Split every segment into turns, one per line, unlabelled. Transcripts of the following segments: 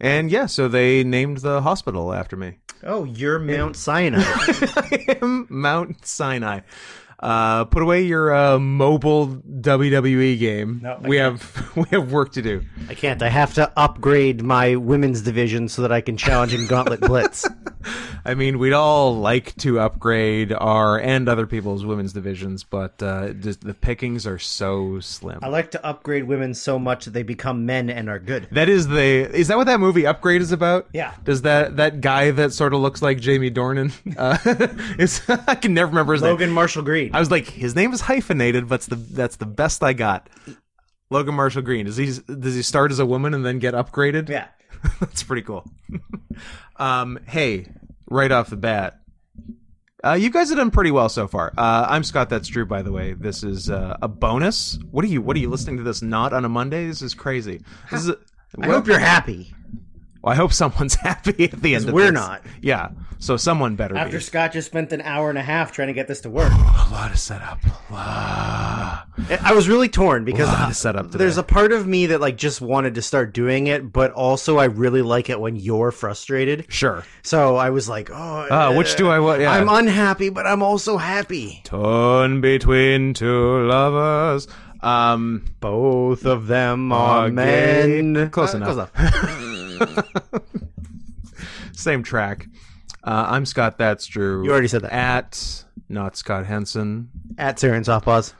And yeah, so they named the hospital after me.
Oh, you're Mount Sinai.
I am Mount Sinai. Uh, put away your uh, mobile WWE game.
No, I
we have we have work to do.
I can't. I have to upgrade my women's division so that I can challenge in Gauntlet Blitz.
I mean, we'd all like to upgrade our and other people's women's divisions, but uh, just the pickings are so slim.
I like to upgrade women so much that they become men and are good.
That is the is that what that movie Upgrade is about?
Yeah.
Does that that guy that sort of looks like Jamie Dornan uh, is I can never remember his name.
Logan Marshall Green.
I was like, his name is hyphenated, but it's the that's the best I got. Logan Marshall Green. Does he does he start as a woman and then get upgraded?
Yeah.
that's pretty cool. um, hey, right off the bat, uh, you guys have done pretty well so far. Uh, I'm Scott. That's Drew. By the way, this is uh, a bonus. What are you What are you listening to this not on a Monday? This is crazy. This is. A,
I hope you're happy.
well, I hope someone's happy at the end of
we're
this.
not.
Yeah. So someone better
After
be.
Scott just spent an hour and a half trying to get this to work,
A lot of setup. A lot.
I was really torn because
lot
I-
of setup today.
there's a part of me that like just wanted to start doing it, but also I really like it when you're frustrated.
Sure.
So I was like, oh,
Uh, which do I want? Yeah.
I'm unhappy, but I'm also happy.
torn between two lovers. Um.
Both of them Uh,
are men. Close enough. same track. Uh, I'm Scott. That's Drew.
You already said that.
At not Scott Henson.
At Sarah and Softpaws.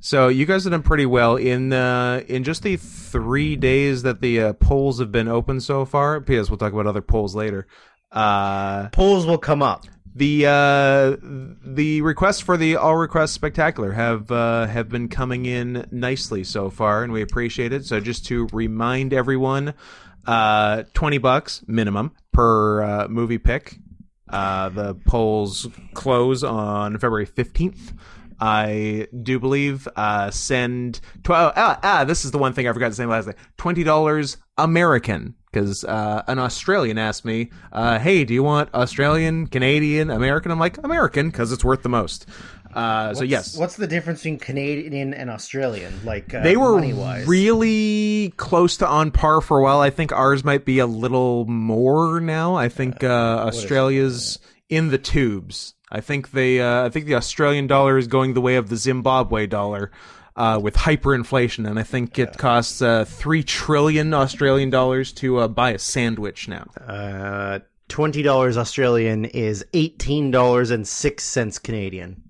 So you guys have done pretty well in uh, in just the three days that the uh, polls have been open so far. P.S. We'll talk about other polls later. Uh,
Polls will come up.
the uh, the requests for the all requests spectacular have uh, have been coming in nicely so far, and we appreciate it. So just to remind everyone, uh, twenty bucks minimum per uh, movie pick. Uh, the polls close on February fifteenth. I do believe uh, send twelve. Ah, ah, this is the one thing I forgot to say last night. Twenty dollars American, because uh, an Australian asked me, uh, "Hey, do you want Australian, Canadian, American?" I'm like, "American," because it's worth the most. Uh, so yes,
What's the difference between Canadian and Australian? Like uh,
they were
money-wise?
really close to on par for a while. I think ours might be a little more now. I think uh, Australia's in the tubes. I think they, uh, I think the Australian dollar is going the way of the Zimbabwe dollar. Uh, with hyperinflation, and I think it costs uh, three trillion Australian dollars to uh, buy a sandwich now.
Uh, twenty dollars Australian is eighteen dollars and six cents Canadian.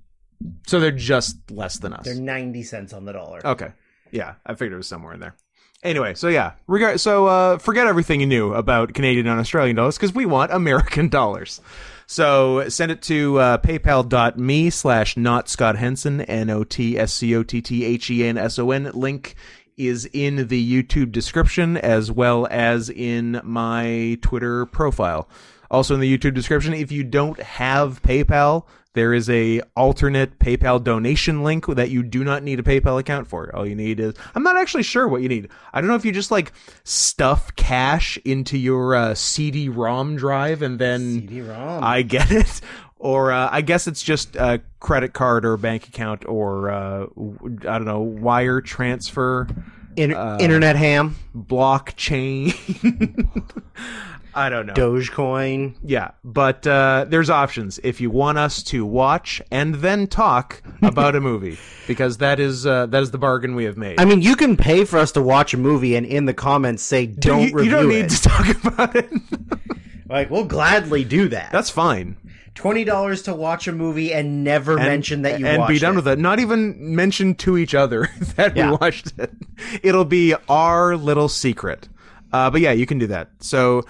So they're just less than us.
They're ninety cents on the dollar.
Okay. Yeah, I figured it was somewhere in there. Anyway, so yeah, regard so uh, forget everything you knew about Canadian and Australian dollars because we want American dollars. So send it to uh, paypal.me slash not Scott Henson, N O T S C O T T H E N S O N. Link is in the YouTube description as well as in my Twitter profile. Also in the YouTube description, if you don't have PayPal, there is a alternate PayPal donation link that you do not need a PayPal account for. All you need is I'm not actually sure what you need. I don't know if you just like stuff cash into your uh, CD-ROM drive and then
CD-ROM.
I get it. Or uh, I guess it's just a credit card or bank account or uh, w- I don't know wire transfer,
In-
Uh,
Internet ham,
blockchain. I don't know.
Dogecoin.
Yeah, but uh, there's options if you want us to watch and then talk about a movie because that is uh, that is the bargain we have made.
I mean, you can pay for us to watch a movie and in the comments say don't
you,
review
you don't need
it.
to talk about it.
Like we'll gladly do that.
That's fine.
twenty dollars to watch a movie and never mention that you
and
watched
be done
it.
with it. Not even mention to each other that
Yeah.
we watched it. It'll be our little secret. Uh, but yeah, you can do that. So.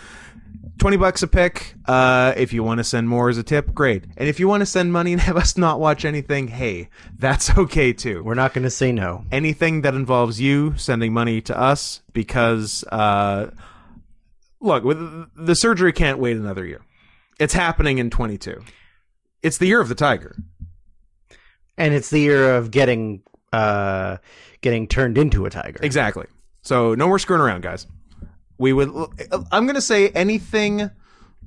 20 bucks a pick. Uh, if you want to send more as a tip, great. And if you want to send money and have us not watch anything, hey, that's okay too.
We're not going to say no.
anything that involves you sending money to us because uh, look with the surgery can't wait another year it's happening in 22 it's the year of the tiger
And it's the year of getting uh getting turned into a tiger.
exactly so no more screwing around guys we would uh, i'm gonna say anything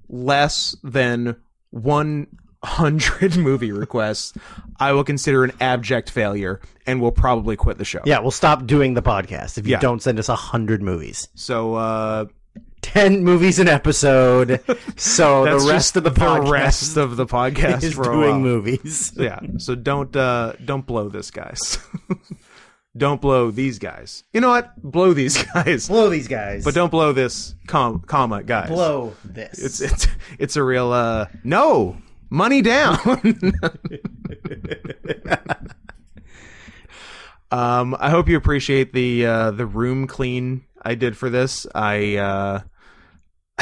less than 100 movie requests i will consider an abject failure and will probably quit the show
Yeah, we'll stop doing the podcast if you
Yeah.
don't send us a hundred movies.
So uh
ten movies an episode. So the
That's
rest
just
of the, podcast
rest of the podcast
is
for a
doing
while.
movies.
yeah. So don't uh, don't blow this, guys. don't blow these guys. You know what? Blow these guys,
Blow these guys,
but don't blow this com- comma guys.
blow this.
It's it's it's a real uh, no money down. um, I hope you appreciate the uh, the room clean I did for this. I uh,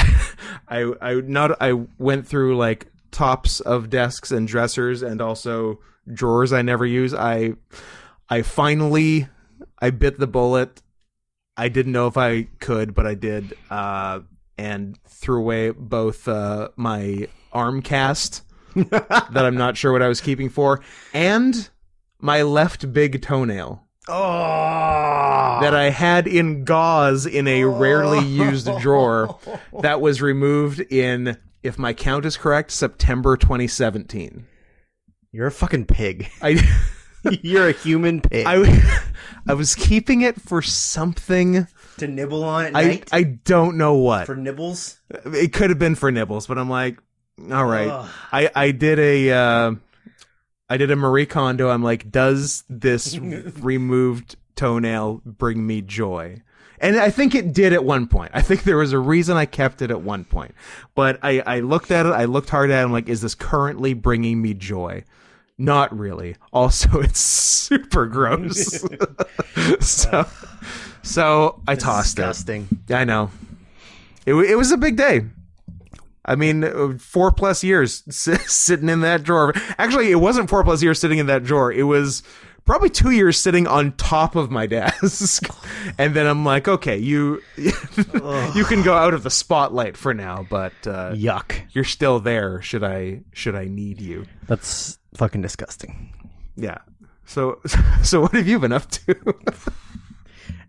I I not I went through like tops of desks and dressers and also drawers I never use. I I finally I bit the bullet. I didn't know if I could, but I did, uh, and threw away both uh, my arm cast that I'm not sure what I was keeping for, and my left big toenail
oh,
that I had in gauze in a rarely used drawer that was removed in, if my count is correct, September 2017.
you're a fucking pig.
I.
you're a human pig.
I, w- I was keeping it for something.
to nibble on at
I, I don't know what.
nibbles.
it could have been for nibbles, but I'm like, all right.
Ugh.
I, I did a uh, I did a Marie Kondo. I'm like, does this removed toenail bring me joy? And I think it did at one point. I think there was a reason I kept it at one point. But I, I looked at it, I looked hard at it, I'm like, is this currently bringing me joy? Not really. Also, it's super gross. so, so I tossed it.
Disgusting.
I know. It wa- it was a big day. I mean, uh, four plus years si- sitting in that drawer. Actually, it wasn't four plus years sitting in that drawer. It was probably two years sitting on top of my desk, and then I'm like, okay, you you can go out of the spotlight for now, but uh,
Yuck.
you're still there. Should I should I need you?
That's fucking disgusting.
Yeah. So so what have you been up to?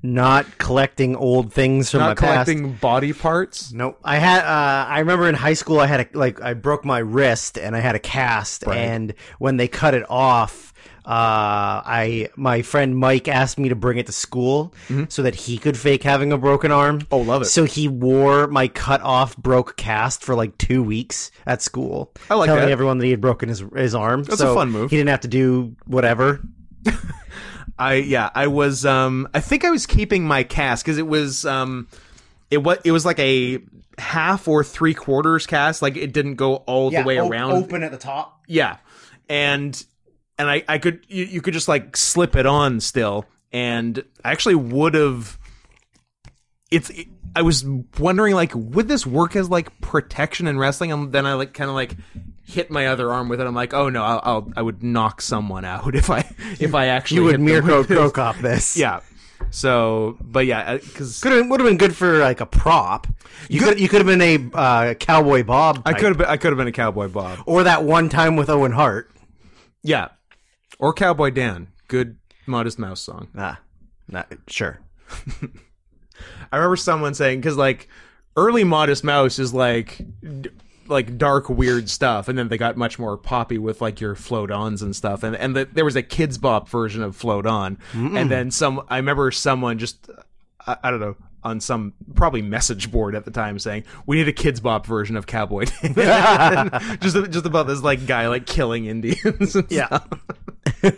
Not collecting old things from my
Not
past.
collecting body parts.
Nope. I had. Uh, I remember in high school, I had a, like I broke my wrist and I had a cast, and when they cut it off, uh, I my friend Mike asked me to bring it to school so that he could fake having a broken arm.
Mm-hmm. Oh, love it.
So he wore my cut off broke cast for like two weeks at school,
I like
telling
that.
everyone that he had broken his his arm.
That's a
So
fun move.
He didn't have to do whatever.
I yeah, I was um I think I was keeping my cast cuz it was um it was it was like a half or 3 quarters cast, like it didn't go all the
oh,
way around.
at the top.
Yeah. And and I I could you, you could just like slip it on still and I actually would have it's I was wondering like would this work as like protection in wrestling and then I like kind of like hit my other arm with it I'm like oh no I'll, I'll I would knock someone out if I if I actually
You would
hit them
Mirko
with this.
Krokop this.
Yeah. So, but yeah, uh, because
Could have would have been good for like a prop. You could you could have been a uh, cowboy Bob.
I
type.
could have been, I could have been a cowboy Bob.
or that one time with Owen Hart.
Yeah, or cowboy Dan. Good modest mouse song.
Ah, not sure.
I remember someone saying because like early modest mouse is like d- like dark weird stuff, and then they got much more poppy with like your float ons and stuff, and and the, there was a kids bop version of float on, and then
Mm.
some. I remember someone just I, I don't know on some probably message board at the time saying we need a kids bop version of cowboy Dan." just just about this like guy like killing indians and
Yeah.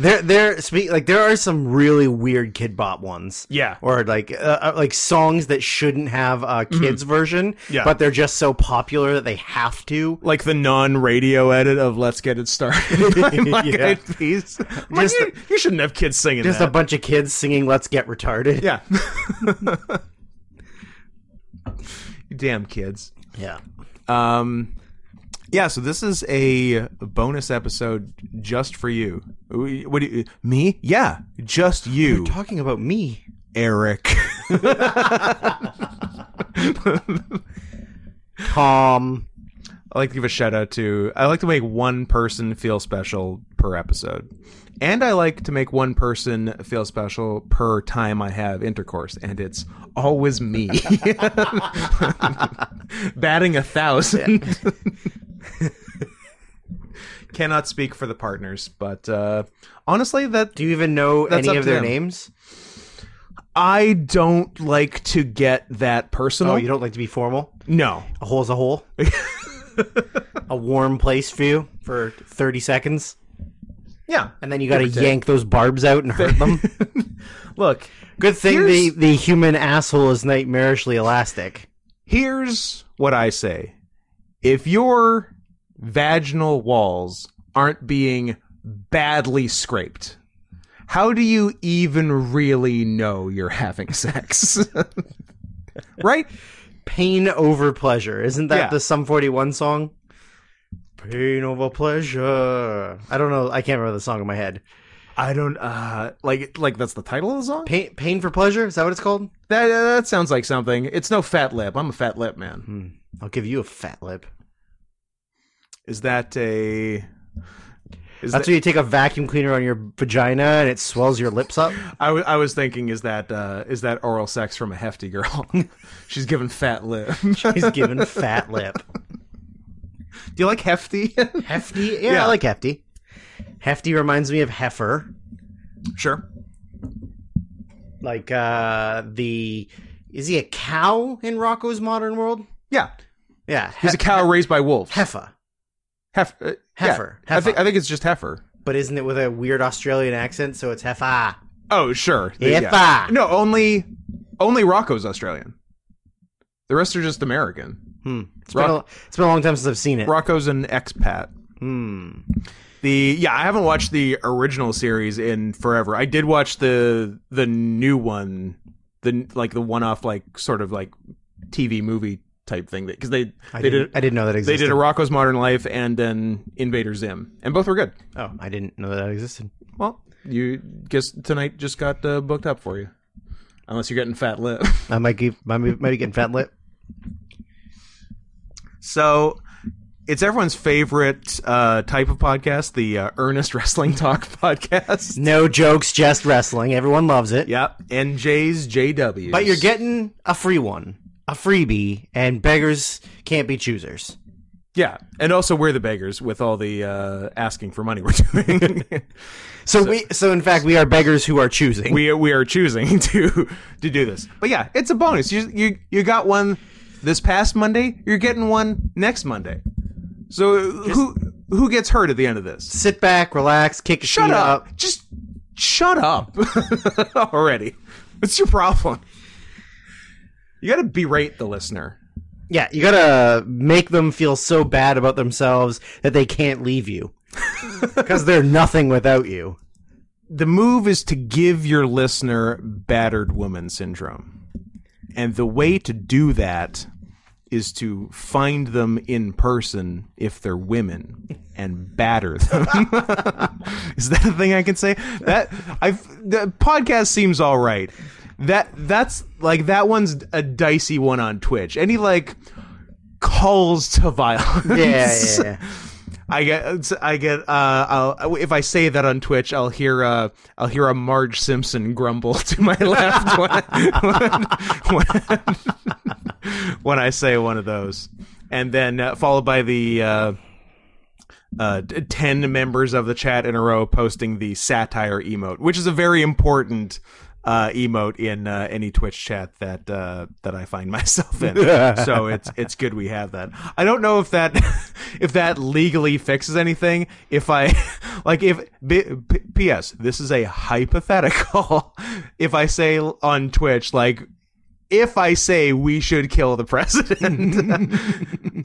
there there speak like there are some really weird Kid Bop ones.
Yeah.
Or like uh, uh, like songs that shouldn't have a kids version,
Mm-hmm. Yeah.
but they're just so popular that they have to.
like the non-radio edit of "Let's Get It Started" by Black
Yeah.
Eyed Peas. I'm like,
Just
you, you shouldn't have kids singing
Just a
that.
bunch of kids singing "Let's Get Retarded."
yeah. Damn kids.
Yeah.
Um, yeah. So this is a bonus episode just for you. We- What do you, me? Yeah, just you,
Talking about me.
Eric.
Tom.
I like to give a shout out to. I like to make one person feel special per episode, and I like to make one person feel special per time I have intercourse, and it's always me, batting a thousand. Cannot speak for the partners, but uh, honestly, that
Do you even know
That's
any
up
of
to
their
them.
names?
I don't like to get that personal.
Oh, you don't like to be formal?
no.
A hole's a hole. a warm place for you for 30 seconds.
Yeah.
And then you got to yank those barbs out and hurt them.
Look,
Good thing the,
Here's-
the human asshole is nightmarishly elastic.
here's what I say. If your vaginal walls aren't being badly scraped, how do you even really know you're having sex? right?
Pain over pleasure. Isn't that
Yeah.
the Sum 41 song? Pain over pleasure. I don't know. I can't remember the song in my head.
I don't uh like like that's the title of the song?
Pain, pain for pleasure? Is that what it's called?
That uh, that sounds like something. It's no fat lip. I'm a fat lip man.
Hmm. I'll give you a fat lip.
Is that a is
That's
that,
where you take a vacuum cleaner on your vagina and it swells your lips up.
I, w- I was thinking is that uh is that oral sex from a hefty girl? She's given fat lip. Do
He's given fat lip.
you like hefty?
Hefty? Yeah,
Yeah.
I like hefty. Hefty reminds me of heifer.
sure.
Like uh the is he a cow in Rocco's modern world?
Yeah.
Yeah. He-
He's a cow raised by wolves.
heifer.
Hef- uh, yeah.
Heifer.
I think
Heifer.
I think it's just heifer.
But isn't it with a weird Australian accent, so it's heifer.
Oh, sure. The-
Heifer.
yeah. No, only only Rocco's Australian. The rest are just American.
Hmm. It's,
Rock-
been a, it's been a long time since I've seen it.
Rocco's an expat.
Hmm.
The yeah, I haven't watched the original series in forever. I did watch the the new one, the like the one off like sort of like TV movie type thing because they
I,
they
didn't,
did
I didn't know that
they
existed.
did a Rocco's Modern Life and then Invader Zim, and both were good.
oh, I didn't know that existed.
Well, you guess tonight just got uh, booked up for you, unless you're getting fat lip.
I might keep might be, might be getting fat lip.
So it's everyone's favorite uh, type of podcast, the uh, earnest wrestling talk podcast.
No jokes, just wrestling. Everyone loves it.
Yep, NJ's JW.
But you're getting a free one, a freebie, and beggars can't be choosers.
yeah, and also we're the beggars with all the uh, asking for money we're doing.
So, we, so in fact, we are beggars who are choosing.
we we are choosing to to do this. But yeah, it's a bonus. You you you got one this past Monday. You're getting one next Monday. So who who gets hurt at the end of this?
Sit back, relax, kick your
Shut
feet
up. Just shut up already. What's your problem? You got to berate the listener.
Yeah, you gotta make them feel so bad about themselves that they can't leave you because they're nothing without you.
The move is to give your listener battered woman syndrome. And the way to do that is to find them in person if they're women and batter them. is that a thing I can say? That I've the podcast seems all right. That that's like that one's a dicey one on Twitch. Any like calls to violence?
Yeah, yeah, yeah.
I get, I get. Uh, I'll, if I say that on Twitch, I'll hear, uh, I'll hear a Marge Simpson grumble to my left when, when, when I say one of those, and then uh, followed by the uh, uh, t- ten members of the chat in a row posting the satire emote, which is a very important uh, emote in uh, any Twitch chat that uh, that I find myself in. so it's it's good we have that. I don't know if that if that legally fixes anything. If I like if B, P, P.S. This is a hypothetical. if I say on Twitch like if I say we should kill the president,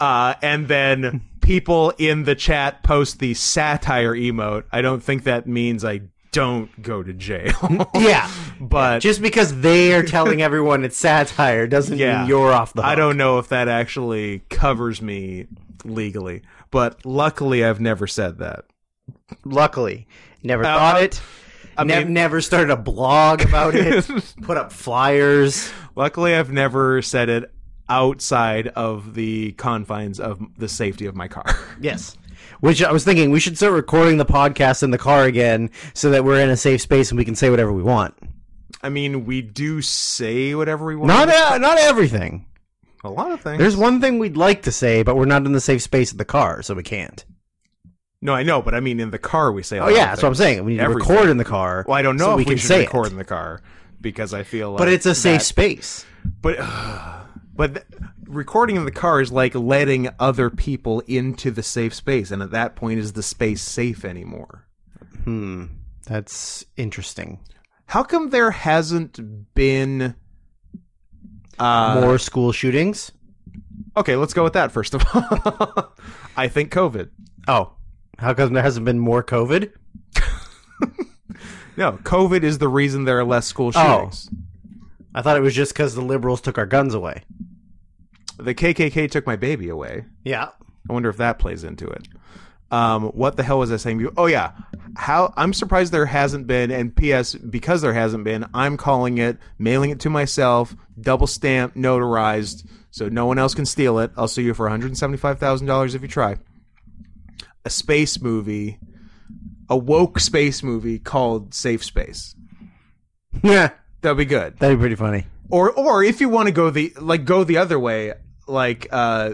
uh, and then people in the chat post the satire emote, I don't think that means I don't go to jail.
Yeah,
but
just because they're telling everyone it's satire doesn't
Yeah.
mean you're off the hook.
I don't know if that actually covers me legally. But luckily, I've never said that.
Luckily, never thought it. I
Uh, mean-
never started a blog about it. put up flyers.
Luckily, I've never said it outside of the confines of the safety of my car.
Yes. Which I was thinking we should start recording the podcast in the car again so that we're in a safe space and we can say whatever we want.
I mean, we do say whatever we want.
Not uh, not everything.
a lot of things.
There's one thing we'd like to say, but we're not in the safe space of the car, so we can't.
No, I know, but I mean, in the car we say.
Oh yeah, that's what I'm saying. We need to
Everything.
record in the car.
Well, I don't know
so
if
we
we,
can
should
say
record
it.
in the car because I feel like
but it's a safe
that-
space.
but but th- recording in the car is like letting other people into the safe space and at that point is the space safe anymore
Hmm. That's interesting.
how come there hasn't been uh
More school shootings?
okay let's go with that first of all i think covid
Oh, how come there hasn't been more COVID?
no covid is the reason there are less school
Oh.
shootings
I thought it was just because the liberals took our guns away.
the kkk took my baby away
Yeah.
I wonder if that plays into it. Um, what the hell was I saying? Oh yeah, how I'm surprised there hasn't been. And P.S. Because there hasn't been, I'm calling it, mailing it to myself, double stamp, notarized, so no one else can steal it. I'll sue you for 175 thousand dollars if you try. A space movie, a woke space movie called Safe Space.
Yeah.
That'd be good
That'd be pretty funny.
or or if you want to go the like go the other way like uh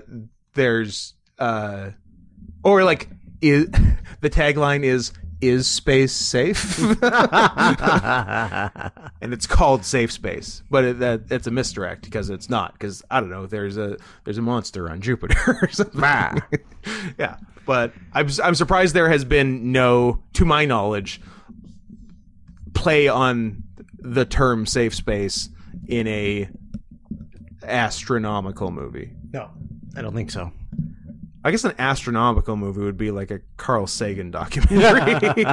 there's uh or like is the tagline is is space safe and it's called safe space but it, that it's a misdirect because it's not because i don't know there's a there's a monster on jupiter or something yeah but I'm, I'm surprised there has been no to my knowledge play on the term safe space in a astronomical movie.
No, I don't think so.
I guess an astronomical movie would be like a Carl Sagan documentary.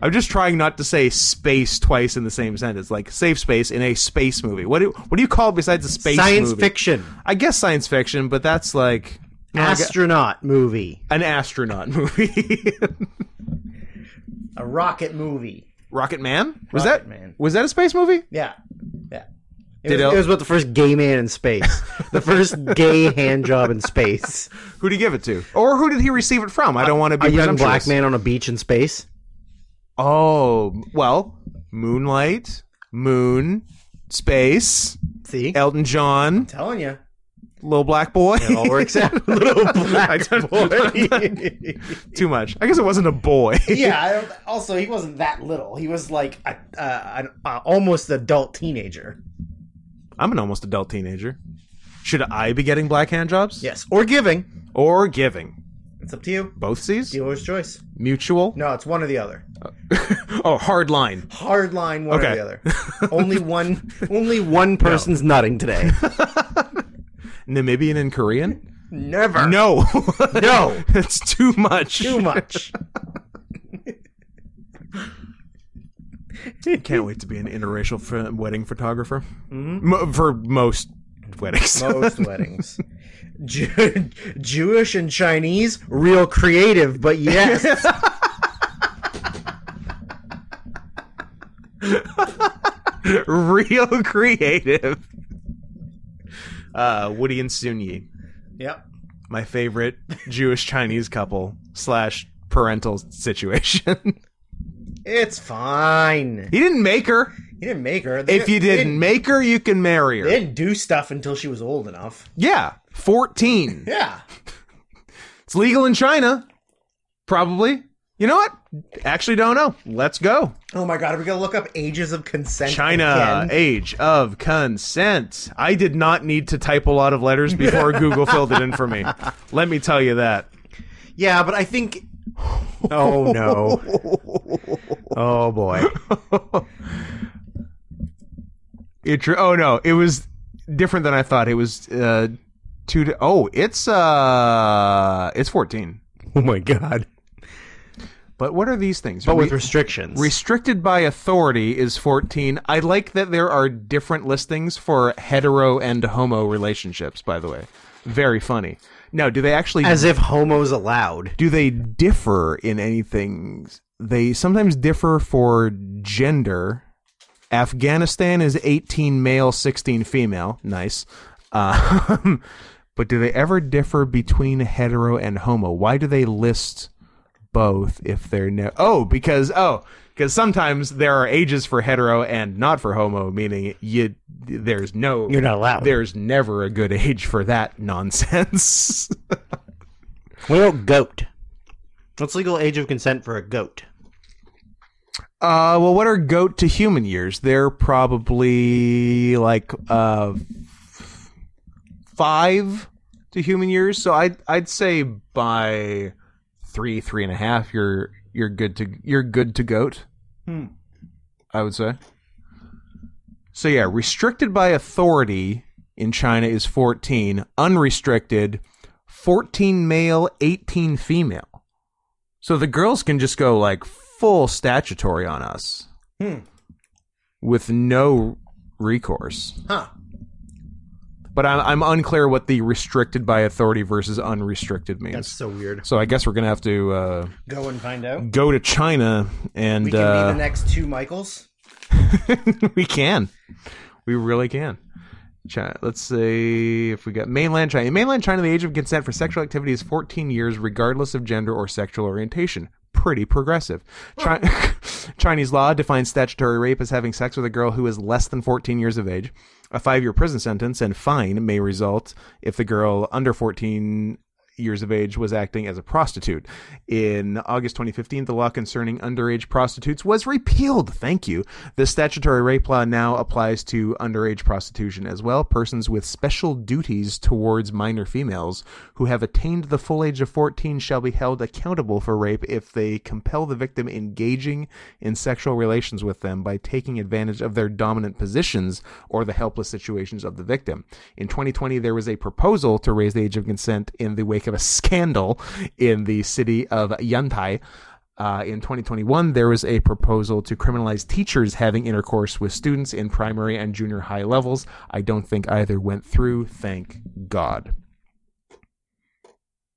I'm just trying not to say space twice in the same sentence. Like safe space in a space movie. What do what do you call it besides a space
Science
movie?
fiction,
I guess science fiction, but that's like no, I gu-
astronaut movie,
an astronaut movie.
a rocket movie.
Rocket Man? Was that
Rocket Man.
was that a space movie?
Yeah. Yeah. It
Did
was,
El-
it was about the first gay man in space, the first gay hand job in space.
Who did he give it to? Or who did he receive it from? I don't want to be
A young black
presumptuous.
man on a beach in space.
Oh, well, Moonlight, Moon, Space,
See,
Elton John,
telling you,
Little Black Boy.
it all works out. Little
I
black
don't-
boy.
Too much. I guess it wasn't a boy.
yeah. I don't, also, he wasn't that little. He was like a, uh, an uh, almost adult teenager.
I'm an almost adult teenager. Should I be getting black hand jobs?
Yes, or giving.
Or giving?
It's up to you.
Both C's?
Dealer's choice.
Mutual?
No, it's one or the other.
Oh, hard line.
Hard line, one
Okay.
or the other. only one. Only one person's nutting today.
Namibian and Korean?
Never.
No.
No.
it's too much.
Too much.
Can't wait to be an interracial ph- wedding photographer. Mo- for most weddings.
Mm-hmm. Most weddings. Jew- Jewish and Chinese, real creative, but yes.
real creative. Uh, Woody and Sunyi,
yep.
my favorite Jewish Chinese couple slash parental situation.
It's fine.
he didn't make her.
He didn't make her. They
If you
they
didn't make her, you can marry
they
her.
didn't do stuff until she was old enough.
Yeah, fourteen.
Yeah.
It's legal in China, probably. You know what? Actually, don't know. Let's go.
Oh my god, are we gonna look up ages of consent?
China,
again?
age of consent. I did not need to type a lot of letters before Google filled it in for me. Let me tell you that.
Yeah, but I think. Oh no. oh boy.
It tr- oh no, it was different than I thought. It was uh two to, oh, it's uh it's 14.
Oh my god.
But what are these things?
But with
Re-
restrictions.
restricted by authority is 14. I like that there are different listings for hetero and homo relationships, by the way. Very funny. Now, do they actually
As if homo's allowed.
do they differ in anything? They sometimes differ for gender. Afghanistan is 18 male, 16 female. Nice. Uh, but do they ever differ between hetero and homo? Why do they list both if they're no? Oh, because oh, because sometimes there are ages for hetero and not for homo, meaning you there's no
You're not allowed.
there's never a good age for that nonsense.
What about goat? What's legal age of consent for a goat?
Uh, well, what are goat to human years? They're probably like uh, f- five to human years. So I'd I'd say by three, three and a half, you're you're good to you're good to goat.
Hmm.
I would say. So yeah, restricted by authority in China is fourteen. Unrestricted, fourteen male, eighteen female. So the girls can just go like full statutory on us
Hmm.
with no recourse.
Huh.
But I'm, I'm unclear what the restricted by authority versus unrestricted means.
That's so weird.
so I guess we're gonna have to uh,
Go and find out.
go to China and
We can
uh,
be the next two Michaels.
we can. We really can. China, let's see if we got mainland China. In mainland China, the age of consent for sexual activity is 14 years, regardless of gender or sexual orientation. Pretty progressive. Chi- Chinese law defines statutory rape as having sex with a girl who is less than 14 years of age. A five year prison sentence and fine may result if the girl under 14 years of age was acting as a prostitute. In August 2015, the law concerning underage prostitutes was repealed. Thank you. The statutory rape law now applies to underage prostitution as well. Persons with special duties towards minor females who have attained the full age of 14 shall be held accountable for rape if they compel the victim engaging in sexual relations with them by taking advantage of their dominant positions or the helpless situations of the victim. In 2020, there was a proposal to raise the age of consent in the wake of a scandal in the city of Yantai. Uh, in 2021, there was a proposal to criminalize teachers having intercourse with students in primary and junior high levels. I don't think either went through, thank God.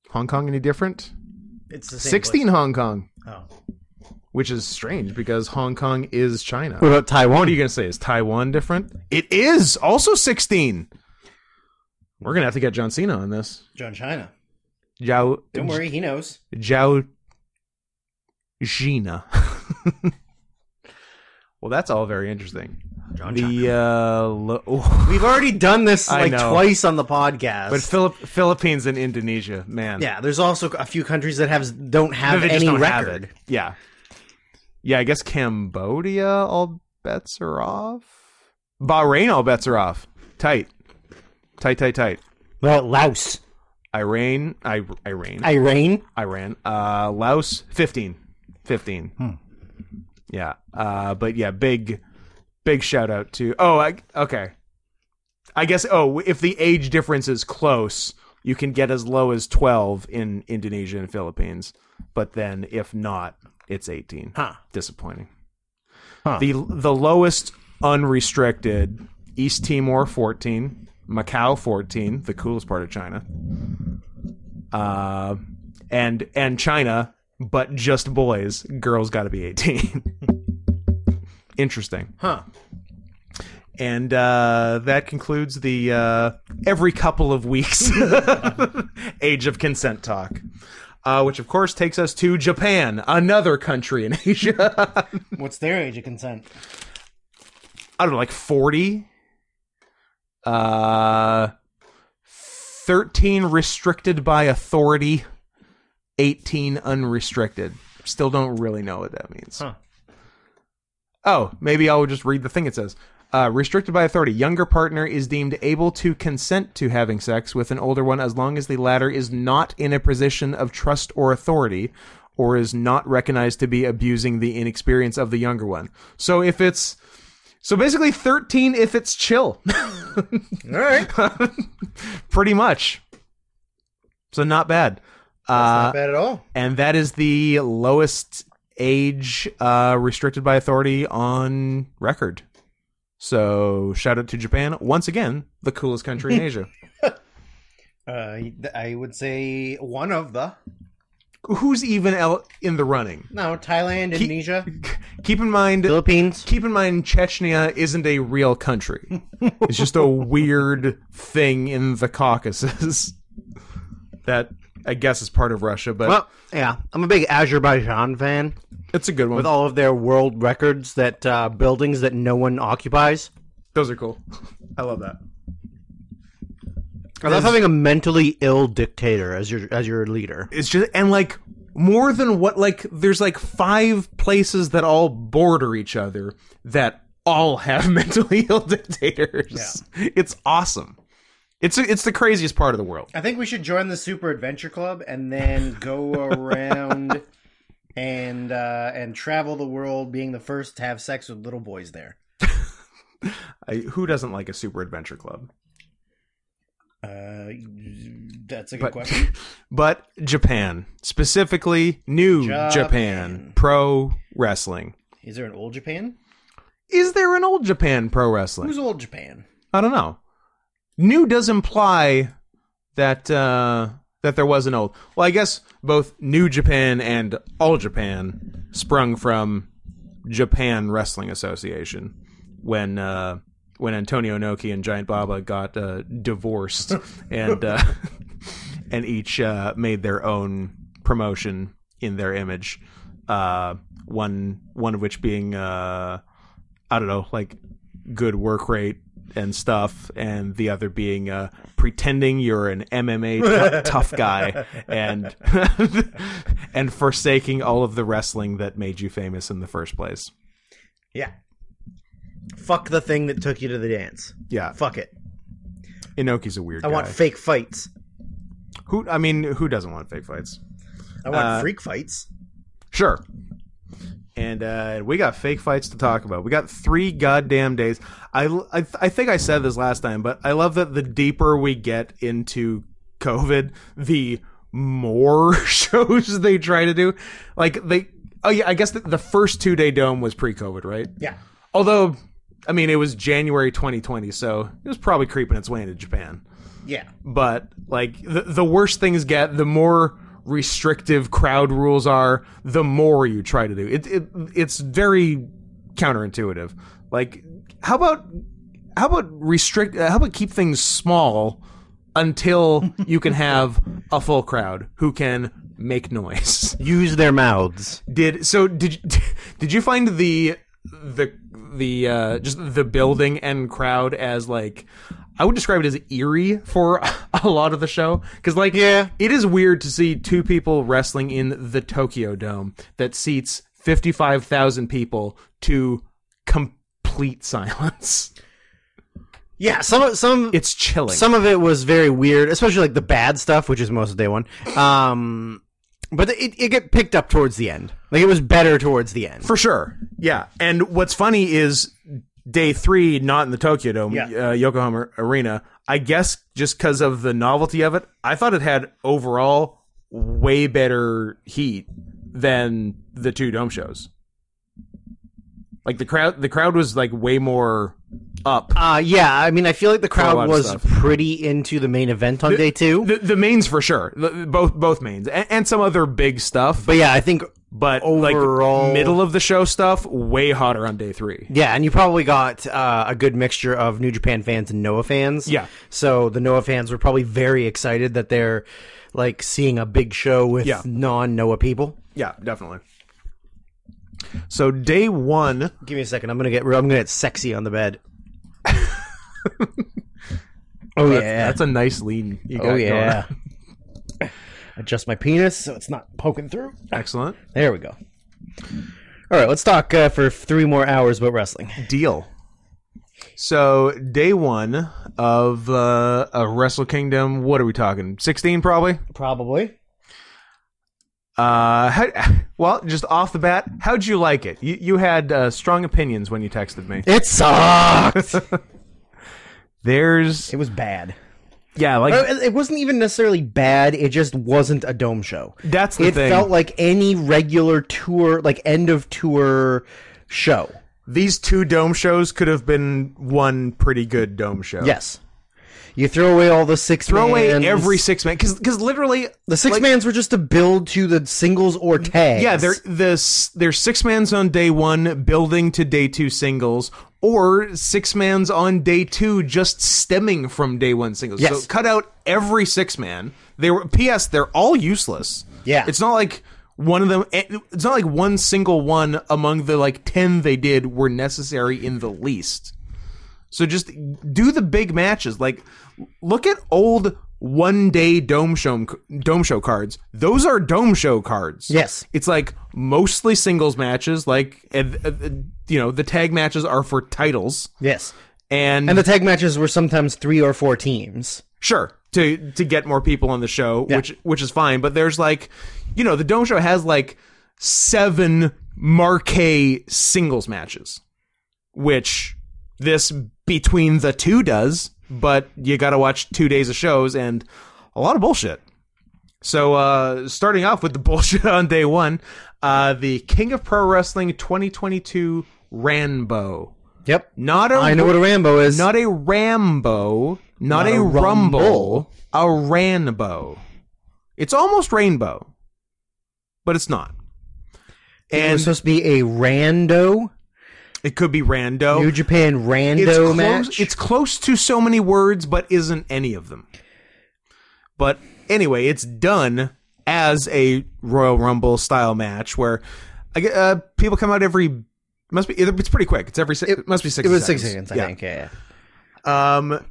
Hong Kong any different?
It's the same
16 Hong Kong,
place. Oh.
which is strange because Hong Kong is China.
What about Taiwan?
What are you going to say? Is Taiwan different? It is also 16. We're going to have to get John Cena on this.
John China.
Zhao,
Don't worry, he knows.
Zhao Gina. well, that's all very interesting.
John
the uh, lo- oh.
We've already done this
I
like
know.
twice on the podcast.
but Philip Philippines and Indonesia, man.
yeah, there's also a few countries that have don't have
They just
any
don't have
record.
it. Yeah. Yeah, I guess Cambodia, all bets are off. Bahrain, all bets are off. Tight. Tight, tight, tight.
Well, Laos,
Iran, I, Iran,
Iran.
Iran, uh, Laos, 15, 15.
Hmm.
Yeah. Uh, but yeah, big, big shout out to, oh, I, okay. I guess, oh, if the age difference is close, you can get as low as 12 in Indonesia and Philippines. But then if not, it's 18.
Huh.
Disappointing.
Huh.
The, the lowest unrestricted East Timor, 14, Macau, 14, the coolest part of China uh, and and China, but just boys. Girls got to be eighteen. Interesting.
Huh.
And uh, that concludes the uh, every couple of weeks age of consent talk, uh, which of course takes us to Japan, another country in Asia.
What's their age of consent?
I don't know, like forty. Uh, thirteen restricted by authority, eighteen unrestricted. Still don't really know what that means.
Huh.
Oh, maybe I'll just read the thing it says. Uh, restricted by authority, younger partner is deemed able to consent to having sex with an older one as long as the latter is not in a position of trust or authority, or is not recognized to be abusing the inexperience of the younger one. So if it's so basically 13 if it's chill.
All right,
Pretty much. So not bad. Uh,
not bad at all.
and that is the lowest age uh, restricted by authority on record. So shout out to Japan. Once again, the coolest country in Asia.
Uh, I would say one of the
Who's even el- in the running?
no Thailand, Indonesia,
Keep in mind
Philippines.
keep in mind Chechnya isn't a real country. it's just a weird thing in the Caucasus that I guess is part of Russia, but
Well, yeah, I'm a big Azerbaijan fan
it's a good one.
with all of their world records that uh, buildings that no one occupies.
Those are cool. I love that.
I love having a mentally ill dictator as your as your leader.
It's just and like more than what like there's like five places that all border each other that all have mentally ill dictators. It's awesome. It's it's the craziest part of the world.
I think we should join the Super Adventure Club and then go around and uh, and travel the world, being the first to have sex with little boys there.
I, who doesn't like a super adventure club?
Uh, that's a good
But
question.
but Japan, specifically new
Japan.
Japan. pro wrestling.
Is there an old Japan?
Is there an old Japan pro wrestling?
Who's old Japan?
I don't know. New does imply that uh, that there was an old. Well, I guess both New Japan and All Japan sprung from Japan Wrestling Association when uh, when Antonio Noki and Giant Baba got uh, divorced and uh, and each uh, made their own promotion in their image. Uh, one one of which being uh, I don't know, like good work rate and stuff, and the other being uh, pretending you're an MMA tou- tough guy and and forsaking all of the wrestling that made you famous in the first place.
Yeah. Fuck the thing that took you to the dance.
Yeah,
Fuck it.
Inoki's a weird
I
guy.
want fake fights.
who I mean, who doesn't want fake fights?
I want
Uh,
freak fights.
Sure. And uh, we got fake fights to talk about. We got three goddamn days. I, I, I think I said this last time, but I love that the deeper we get into COVID, the more shows they try to do. Like they, oh yeah, I guess the, the first two day dome was pre COVID, right?
Yeah.
Although, I mean, it was January 2020, so it was probably creeping its way into Japan
Yeah.
but like the, the worse things get the more restrictive crowd rules are the more you try to do it, it it's very counterintuitive like how about how about restrict uh, how about keep things small until you can have a full crowd who can make noise
Use their mouths.
did so did did you find the the the uh just the building and crowd as like I would describe it as eerie for a lot of the show cuz like
Yeah.
it is weird to see two people wrestling in the Tokyo Dome that seats 55,000 people to complete silence.
Yeah, some some
It's chilling.
some of it was very weird, especially like the bad stuff, which is most of day one. Um, but it it get picked up towards the end. Like it was better towards the end.
For sure. Yeah. And what's funny is day three, not in the Tokyo Dome,
Yeah.
uh, Yokohama Arena. I guess just because of the novelty of it, I thought it had overall way better heat than the two dome shows. Like the crowd, the crowd was like way more up.
Uh, yeah, I mean, I feel like the
lot
crowd
of
was
stuff.
pretty into the main event on day two.
The, the mains for sure, The- both both mains, and, and some other big stuff.
but yeah, I think
But
overall-
like middle of the show stuff, way hotter on day three.
yeah, and you probably got uh, a good mixture of New Japan fans and Noah fans.
Yeah.
so the Noah fans were probably very excited that they're like seeing a big show with
Yeah.
non Noah people.
Yeah, definitely. So day one,
Give me a second. I'm gonna get real. I'm gonna get sexy on the bed. oh yeah,
that's a nice lean. You got
oh
going.
yeah. Adjust my penis so it's not poking through.
excellent
There we go. All right, let's talk uh, for three more hours about wrestling.
deal. So day one of uh, of Wrestle Kingdom. What are we talking? Sixteen, probably.
Probably.
Uh, how, well, just off the bat, how'd you like it? You you had uh, strong opinions when you texted me.
It sucked.
There's
It was bad.
yeah,
Uh,
like
it it wasn't even necessarily bad. It just wasn't a dome show.
that's the
it
thing.
felt like any regular tour, like end of tour show.
These two dome shows could have been one pretty good dome show.
Yes, you throw away all the six.
Throw away
mans.
every six man because because literally
The six mans were just to build to the singles or tags.
Yeah, they're the they're six mans on day one, building to day two singles, or six mans on day two, just stemming from day one singles.
Yes.
So cut out every six man. They were P.S. They're all useless.
Yeah.
it's not like one of them. eh, It's not like one single one among the like ten they did were necessary in the least. So just do the big matches. Like, look at old one day dome show dome show cards. Those are dome show cards.
Yes.
It's like mostly singles matches. Like uh, uh, uh, you know, the tag matches are for titles,
Yes.
and,
And the tag matches were sometimes three or four teams.
sure to to get more people on the show,
Yeah.
which which is fine. But there's like, you know, the dome show has like seven marquee singles matches, which this between the two does. But you got to watch two days of shows and a lot of bullshit. So, uh, starting off with the bullshit on day one, uh, the King of Pro Wrestling 2022 Rambo.
Yep.
Not a
I know what a Rambo is.
not a Rambo, not, a,
a
rumble,
rumble.
a Ranbo. It's almost rainbow, but it's not.
it
And
was supposed to be a rando,
it could be rando.
New Japan rando
Oh. it's close,
match.
It's close to so many words, but isn't any of them. But anyway, it's done as a Royal Rumble style match where I get, uh, people come out every. Must be. It's pretty quick. It's every. si- It, must be six.
it was
seconds.
six seconds, I
Yeah.
think. Yeah, yeah.
um,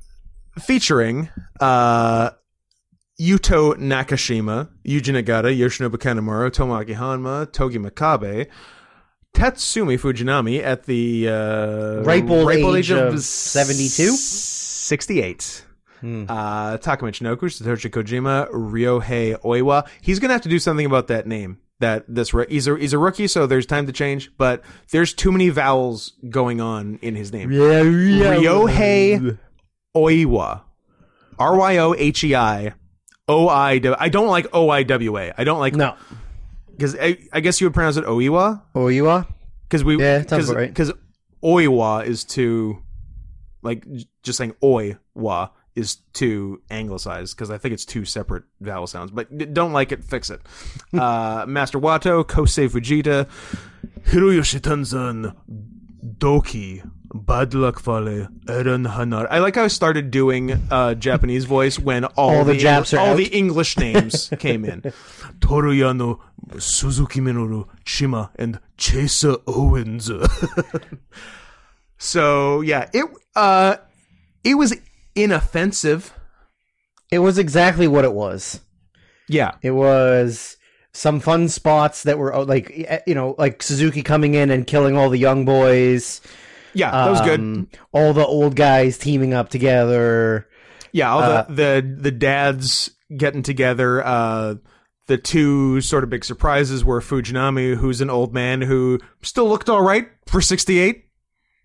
featuring uh, Yuto Nakashima, Yuji Nagata, Yoshinobu Kanemura, Tomoaki Hanma, Togi Makabe, Tatsumi Fujinami at the uh,
Ripe old age of
s-
72?
68.
Hmm.
Uh, Takuma Chinoku, Satoshi Kojima, Ryohei Oiwa. He's gonna have to do something about that name. That this ro- he's a he's a rookie, so there's time to change. But there's too many vowels going on in his name. Ryohei Oiwa. R Y O H E I O I W. I don't like O I W A. I don't like
No.
because I, I guess you would pronounce it Oiwa
Oh, you are?
because we
Yeah, that sounds
cause,
about right.
Because Oiwa is too like j- just saying Oiwa is too anglicized because I think it's two separate vowel sounds. But d- don't like it, fix it. uh, Master Wato, Kosei Fujita, Hiroyoshi Tanzan, Doki. Bad luck, Vale. Eren Hanar. I like how I started doing uh, Japanese voice when all,
All the Japs are
all
out.
the English names came in. Toruyano, Suzuki Minoru, Shima, and Chaser Owens. so yeah, it uh, it was inoffensive.
It was exactly what it was.
Yeah,
It was some fun spots that were oh, like eh, you know like Suzuki coming in and killing all the young boys.
yeah, that was good.
Um, All the old guys teaming up together.
Yeah, all
Uh,
the, the the dads getting together. Uh, the two sort of big surprises were Fujinami, who's an old man who still looked all right for sixty eight,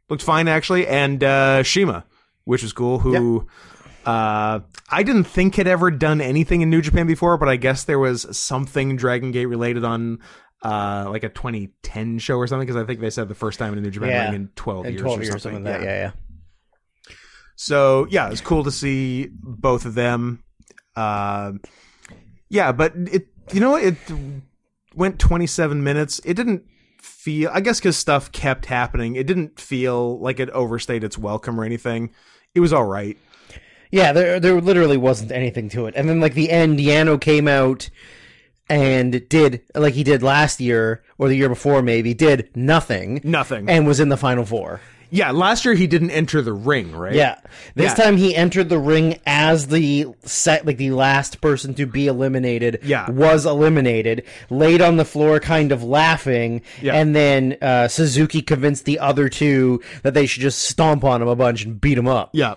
looked fine actually, and uh, Shima, which was cool. Who uh, I didn't think had ever done anything in New Japan before, but I guess there was something Dragon Gate related on. Uh, like a 2010 show or something, because I think they said the first time in a New Japan
Yeah.
ring in 12
And
years
twelve
or
years,
something.
or something like that. Yeah, yeah.
So yeah, it's cool to see both of them. Uh, yeah, but it you know what? it went 27 minutes. It didn't feel I guess because stuff kept happening. It didn't feel like it overstayed its welcome or anything. It was all right.
Yeah, there there literally wasn't anything to it. And then like the end, Yano came out and did like he did last year or the year before maybe did nothing
Nothing.
and was in the final four.
yeah, last year he didn't enter the ring, right?
Yeah. This
Yeah.
time he entered the ring as the set like the last person to be eliminated.
Yeah.
Was eliminated, laid on the floor kind of laughing,
Yeah.
and then uh, Suzuki convinced the other two that they should just stomp on him a bunch and beat him up.
Yeah.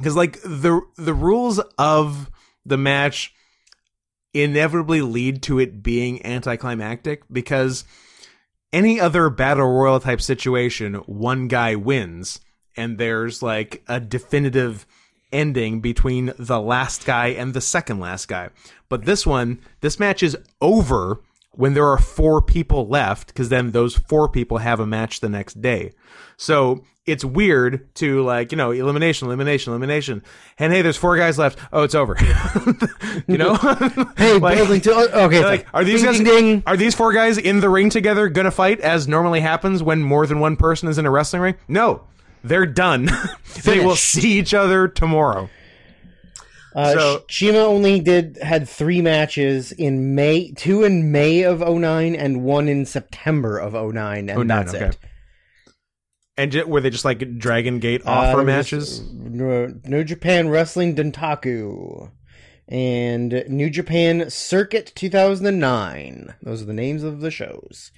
Cuz like the the rules of the match inevitably lead to it being anticlimactic because any other battle royal type situation, one guy wins and there's like a definitive ending between the last guy and the second last guy. But this one, this match is over when there are four people left because then those four people have a match the next day. So it's weird to like, you know, elimination, elimination, elimination. And hey, there's four guys left. Oh, it's over. you know?
Hey,
Like-
building to uh, okay.
like, are these
ding,
guys
ding, ding.
are these four guys in the ring together gonna fight as normally happens when more than one person is in a wrestling ring? No. They're done. they will
Finished.
see each other tomorrow.
Uh,
So-
Sh- Shima only did had three matches in May, oh two in May of 09 and one in September of 09 and
09,
that's
okay.
it.
And ju- were they just like Dragon Gate offer
Uh, there was
matches?
New New Japan Wrestling Dentaku and New Japan Circuit 2009. Those are the names of the shows.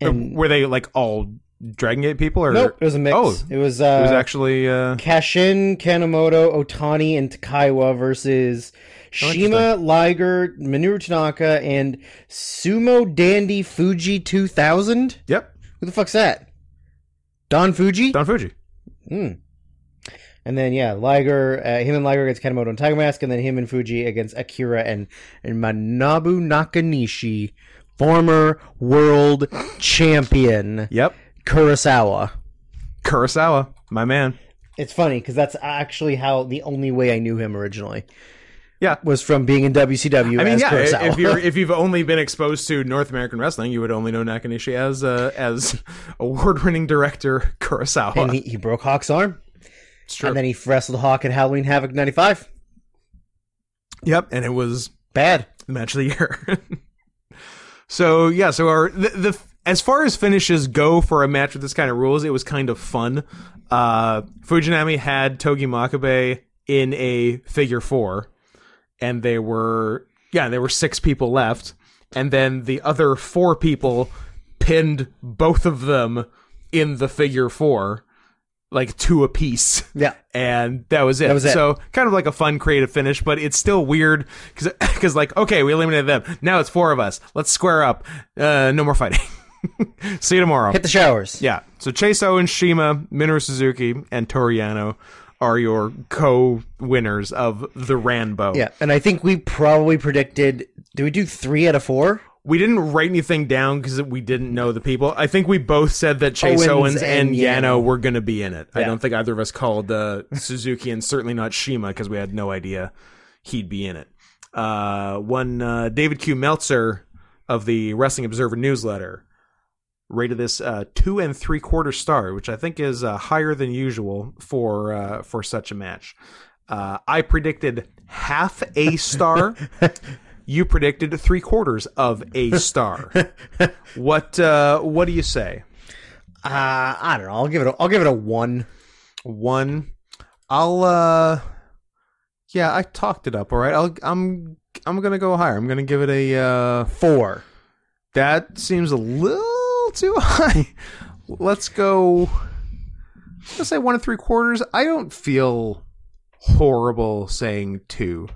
Or
And
were they like all Dragon Gate people? Or
nope, it was a mix.
Oh,
it was uh,
it was actually uh,
Kashin, Kanemoto, Otani, and Takaiwa versus Shima, Liger, Minoru Tanaka, and Sumo Dandy Fuji 2000.
yep,
Who the fuck's that? Don Fuji?
Don Fuji.
Hmm. And then yeah, Liger, uh, him and Liger against Kanemoto and Tiger Mask, and then him and Fuji against Akira and and Manabu Nakanishi, former world champion
Yep,
Kurosawa.
Kurosawa, my man.
It's funny because that's actually how the only way I knew him originally.
Yeah.
was from being in WCW
I mean,
as
yeah. i-
Kurosawa.
If you're if you've only been exposed to North American wrestling, you would only know Nakanishi as uh, as award winning director Kurosawa.
and he, he broke Hawk's arm,
it's true.
and then he wrestled Hawk at Halloween Havoc '95.
yep, and it was
Bad.
the match of the year. so yeah, so our the, the as far as finishes go for a match with this kind of rules, it was kind of fun. Uh, Fujinami had Togi Makabe in a figure four, and they were yeah, there were six people left, and then the other four people pinned both of them in the figure four, like two apiece
Yeah,
and that was it.
was it.
So kind of like a fun creative finish, but it's still weird because like okay, we eliminated them. Now it's four of us. Let's square up. Uh, no more fighting. See you tomorrow.
hit the showers.
yeah. So Chase Owens, Shima, Minoru Suzuki, and Toriano are your co-winners of the Ranbo.
yeah. And I think we probably predicted. Do we do three out of four?
We didn't write anything down because we didn't know the people. I think we both said that Chase Owens,
Owens
and
and
Yano
Yano.
were going to be in it. I don't think either of us called uh, Suzuki and certainly not Shima because we had no idea he'd be in it. Uh, one uh, David Q. Meltzer of the Wrestling Observer newsletter rated this uh, two and three quarter star, which I think is uh, higher than usual for uh, for such a match. Uh, I predicted half a star. you predicted three quarters of a star. what uh, what do you say?
Uh, I don't know. I'll give it. A, I'll give it a one.
One. I'll uh, yeah, I talked it up. All right, I'll, I'm I'm gonna go higher. I'm gonna give it a uh,
Four.
That seems a little too high. Let's go. Let's say one and three quarters. I don't feel horrible saying two.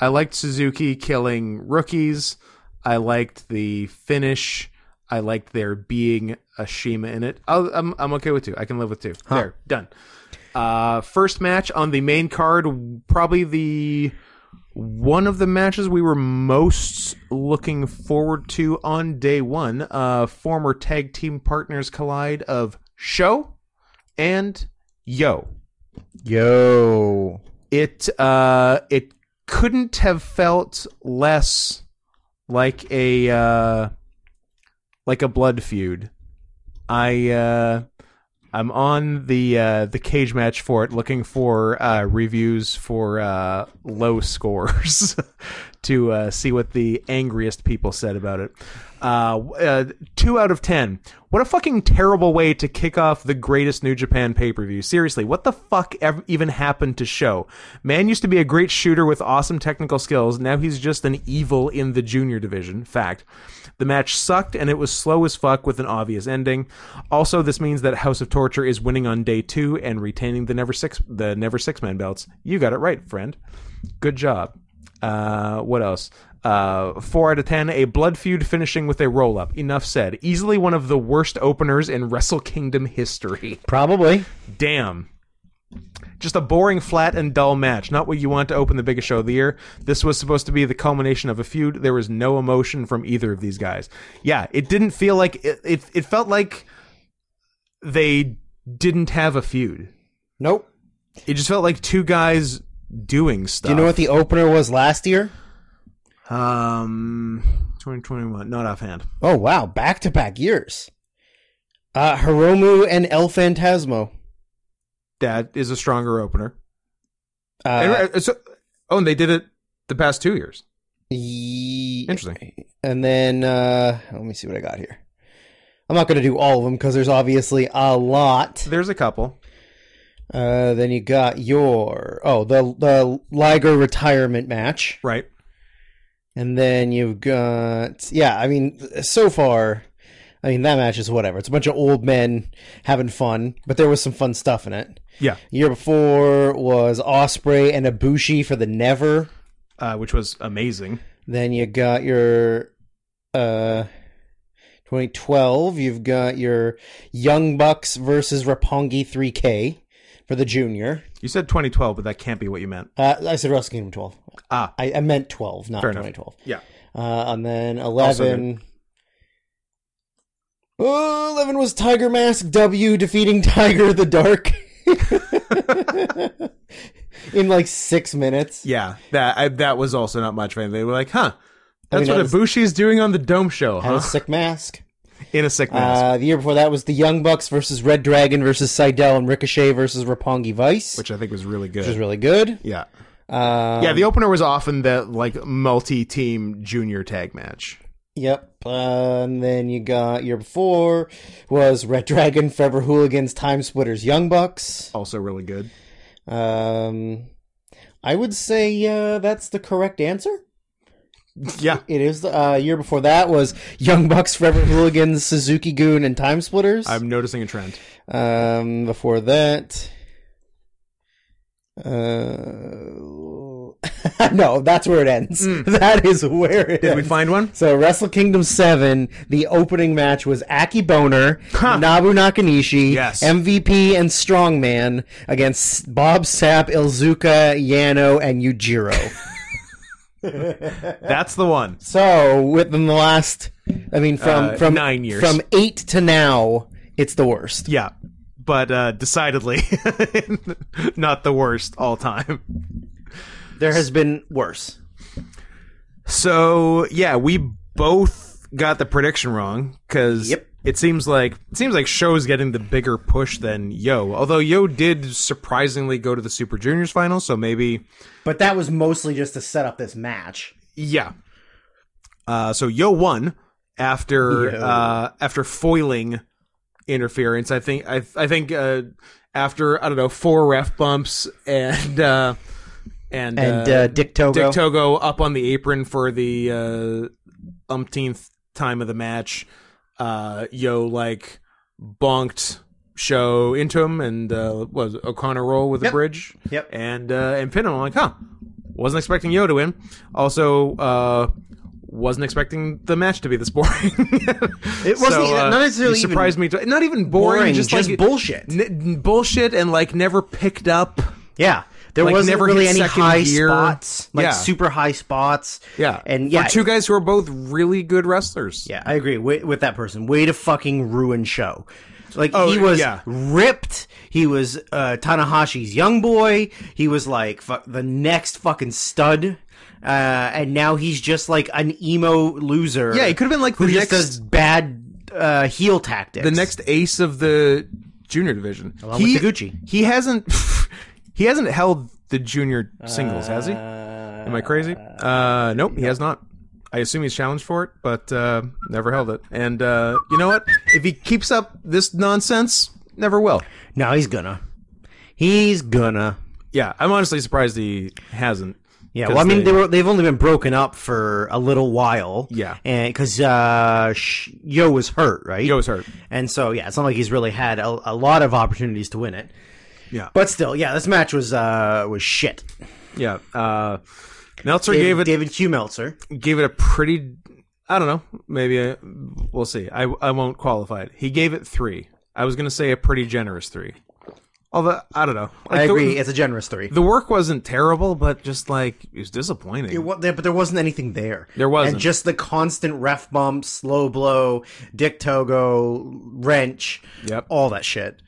I liked Suzuki killing rookies. I liked the finish. I liked there being a Shima in it. I'll, I'm I'm okay with two. I can live with two. There, done. Uh, first match on the main card, probably the one of the matches we were most looking forward to on day one. Uh, former tag team partners collide of Show and Yo.
Yo.
It uh, it couldn't have felt less like a uh, like a blood feud. I uh, I'm on the uh, the cage match for it, looking for uh, reviews for uh, low scores to uh, see what the angriest people said about it. Uh, w- uh, two out of ten. What a fucking terrible way to kick off the greatest New Japan pay per view. Seriously, what the fuck ev- even happened to Show? Man used to be a great shooter with awesome technical skills. Now he's just an evil in the junior division. Fact. The match sucked and it was slow as fuck with an obvious ending. Also, this means that House of Torture is winning on day two and retaining the never six the never six man belts. You got it right, friend. Good job. Uh, what else? Uh, four out of ten. A blood feud finishing with a roll up. Enough said. Easily one of the worst openers in Wrestle Kingdom history.
Probably.
Damn. Just a boring, flat, and dull match. Not what you want to open the biggest show of the year. This was supposed to be the culmination of a feud. There was no emotion from either of these guys. Yeah, it didn't feel like it. It, it felt like they didn't have a feud.
Nope.
It just felt like two guys doing stuff.
Do you know what the opener was last year?
Um, 2021. Not offhand.
Oh wow, back to back years. Uh Hiromu and El Fantasmo.
That is a stronger opener. And,
Uh,
uh, so, oh, and they did it the past two years.
ye-
Interesting.
And then uh let me see what I got here. I'm not going to do all of them because there's obviously a lot.
There's a couple.
Uh, then you got your oh the the Liger retirement match,
Right.
and then you've got yeah. I mean, so far, I mean that match is whatever. It's a bunch of old men having fun, but there was some fun stuff in it.
Yeah.
Year before was Osprey and Ibushi for the Never.
Uh, which was amazing.
Then you got your uh 2012, you've got your Young Bucks versus Rapongi 3K for the junior.
You said 2012, but that can't be what you meant.
Uh, I said Wrestle Kingdom 12.
Ah.
I, I meant 12, not
Fair enough.
2012.
Yeah.
Uh, and then
Also
11 Oh, 11 was Tiger Mask W defeating Tiger the Dark in like 6 minutes.
Yeah. That I, that was also not much of anything. They were like, huh.
I mean,
That's what
that is-
Ibushi's doing on the Dome Show,
Had
huh?
a sick mask.
In a sick mask,
Uh, the year before that was the Young Bucks versus Red Dragon versus Seidel and Ricochet versus Rapongi Vice, which,
which I think was really good.
is really good.
yeah.
Um,
Yeah, the opener was often the like multi-team junior tag match.
Yep. Uh, and then you got year before was Red Dragon, Fever Hooligans, Time Splitters, Young Bucks.
Also really good.
Um, I would say uh, that's the correct answer.
Yeah.
It is. The uh, year before that was Young Bucks, Forever Hooligans, Suzuki Goon, and Time Splitters.
I'm noticing a trend.
Um, before that, uh, no, that's where it ends. That is where it
Hmm. Did we
ends.
find one?
so, Wrestle Kingdom 7, the opening match was Aki Boner,
Huh.
Nabu Nakanishi,
Yes.
MVP, and Strongman against Bob Sapp, Ilzuka, Yano, and Yujiro.
That's the one.
so, within the last, I mean, from,
Uh,
from
nine years.
from eight to now, it's the worst.
Yeah. But uh decidedly not the worst all time.
There has been worse.
So yeah, we both got the prediction wrong because
Yep.
it seems like it seems like Show's getting the bigger push than Yo. Although Yo did surprisingly go to the Super Juniors final, so maybe
But that was mostly just to set up this match.
yeah. Uh, so Yo won after
Yo.
uh, after foiling interference. I think I I think uh, after I don't know four ref bumps and uh, and
And uh, Dick Togo.
Dick Togo up on the apron for the uh, umpteenth time of the match. Uh, Yo like bonked show into him and uh, what was it, O'Connor roll with a bridge.
Yep.
and uh, and pin him. I'm like, huh, wasn't expecting Yo to win. Also, uh, wasn't expecting the match to be this boring. it
wasn't even- not necessarily even
surprised me. To, not even boring,
Boring,
just,
just
like
bullshit.
n- bullshit and like never picked up.
Yeah, there
Like,
wasn't
never
really
hit
any
second
high
gear.
spots, like
Yeah.
super high spots.
Yeah,
and yeah,
for two guys who are both really good wrestlers.
yeah, I agree with, with that person. Way to fucking ruin show. Like
Oh,
he was
yeah.
ripped. He was uh, Tanahashi's young boy. He was like fu- the next fucking stud. Uh, and now he's just like an emo loser.
Yeah, he could have been like
who
the
just
next
does bad uh, heel tactics.
the next ace of the junior division. Along
with Taguchi.
He hasn't he hasn't held the junior singles, has he? Am I crazy? Uh nope, he has not. I assume he's challenged for it, but uh never held it. And uh you know what? If he keeps up this nonsense, never will.
No, he's gonna. He's gonna.
Yeah, I'm honestly surprised he hasn't.
Yeah,
'Cause
well, I mean,
they-
they, were they've only been broken up for a little while.
Yeah.
and because uh, sh- Yo was hurt, right?
Yo was hurt.
and so yeah, it's not like he's really had a, a lot of opportunities to win it.
Yeah.
but still, yeah, this match was uh was shit.
Yeah. Uh Meltzer
David,
gave it
David Q Meltzer.
gave it a pretty I don't know, maybe a, we'll see. I I won't qualify it. He gave it 3. I was going to say a pretty generous 3. Although I don't know. Like,
I
the-
agree, it's a generous three.
The, work wasn't terrible, but just like it was disappointing.
It wa- there- but there wasn't anything there.
There wasn't.
and just the constant ref bump, slow blow, Dick Togo wrench,
Yep.
all that shit.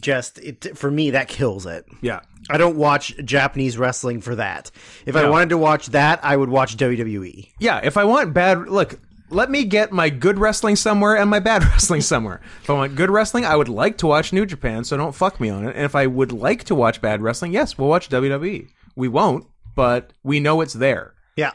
Just it for me that kills it.
yeah.
I don't watch Japanese wrestling for that. If I wanted to watch that, I would watch
E.
WWE.
Yeah, if I want bad look, let me get my good wrestling somewhere and my bad wrestling somewhere. If I want good wrestling, I would like to watch New Japan, so don't fuck me on it. And if I would like to watch bad wrestling, yes, we'll watch WWE. We won't, but we know it's there.
Yeah.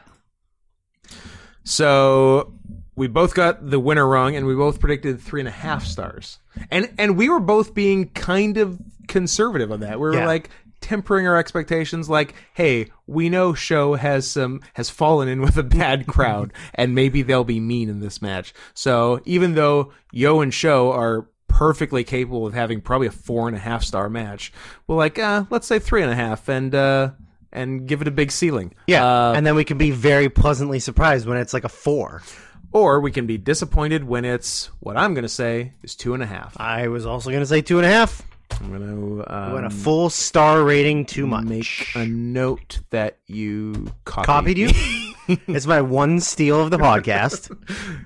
So we both got the winner wrong, and we both predicted three and a half stars. And and we were both being kind of conservative on that. We were
Yeah.
like tempering our expectations like hey we know show has some has fallen in with a bad crowd and maybe they'll be mean in this match so even though yo and show are perfectly capable of having probably a four and a half star match we're like uh let's say three and a half and uh and give it a big ceiling
Yeah,
Uh,
and then we can be very pleasantly surprised when it's like a four.
or we can be disappointed when it's what I'm going to say is two and a half.
I was also gonna say two and a half.
I'm going to
When
uh,
a full star rating too much.
make a note that you copied,
Copied you. it's my one steal of the podcast.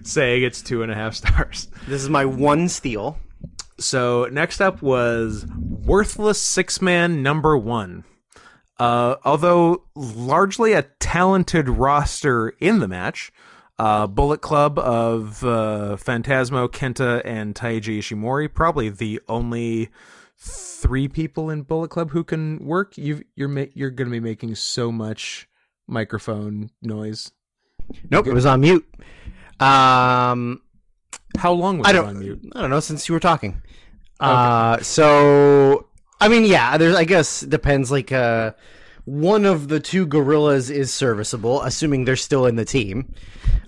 saying it's two and a half stars.
This is my one steal.
So next up was worthless six man number one. Uh, although largely a talented roster in the match, uh, Bullet Club of uh, Phantasmo, Kenta, and Taiji Ishimori probably the only three people in Bullet Club who can work. You you're ma- you're going to be making so much microphone noise.
Nope, it was on mute. Um,
How long was
I
it
don't.
on mute?
I don't know. Since you were talking, uh, so I mean, yeah. There's, I guess, depends. Like, uh, one of the two gorillas is serviceable, assuming they're still in the team.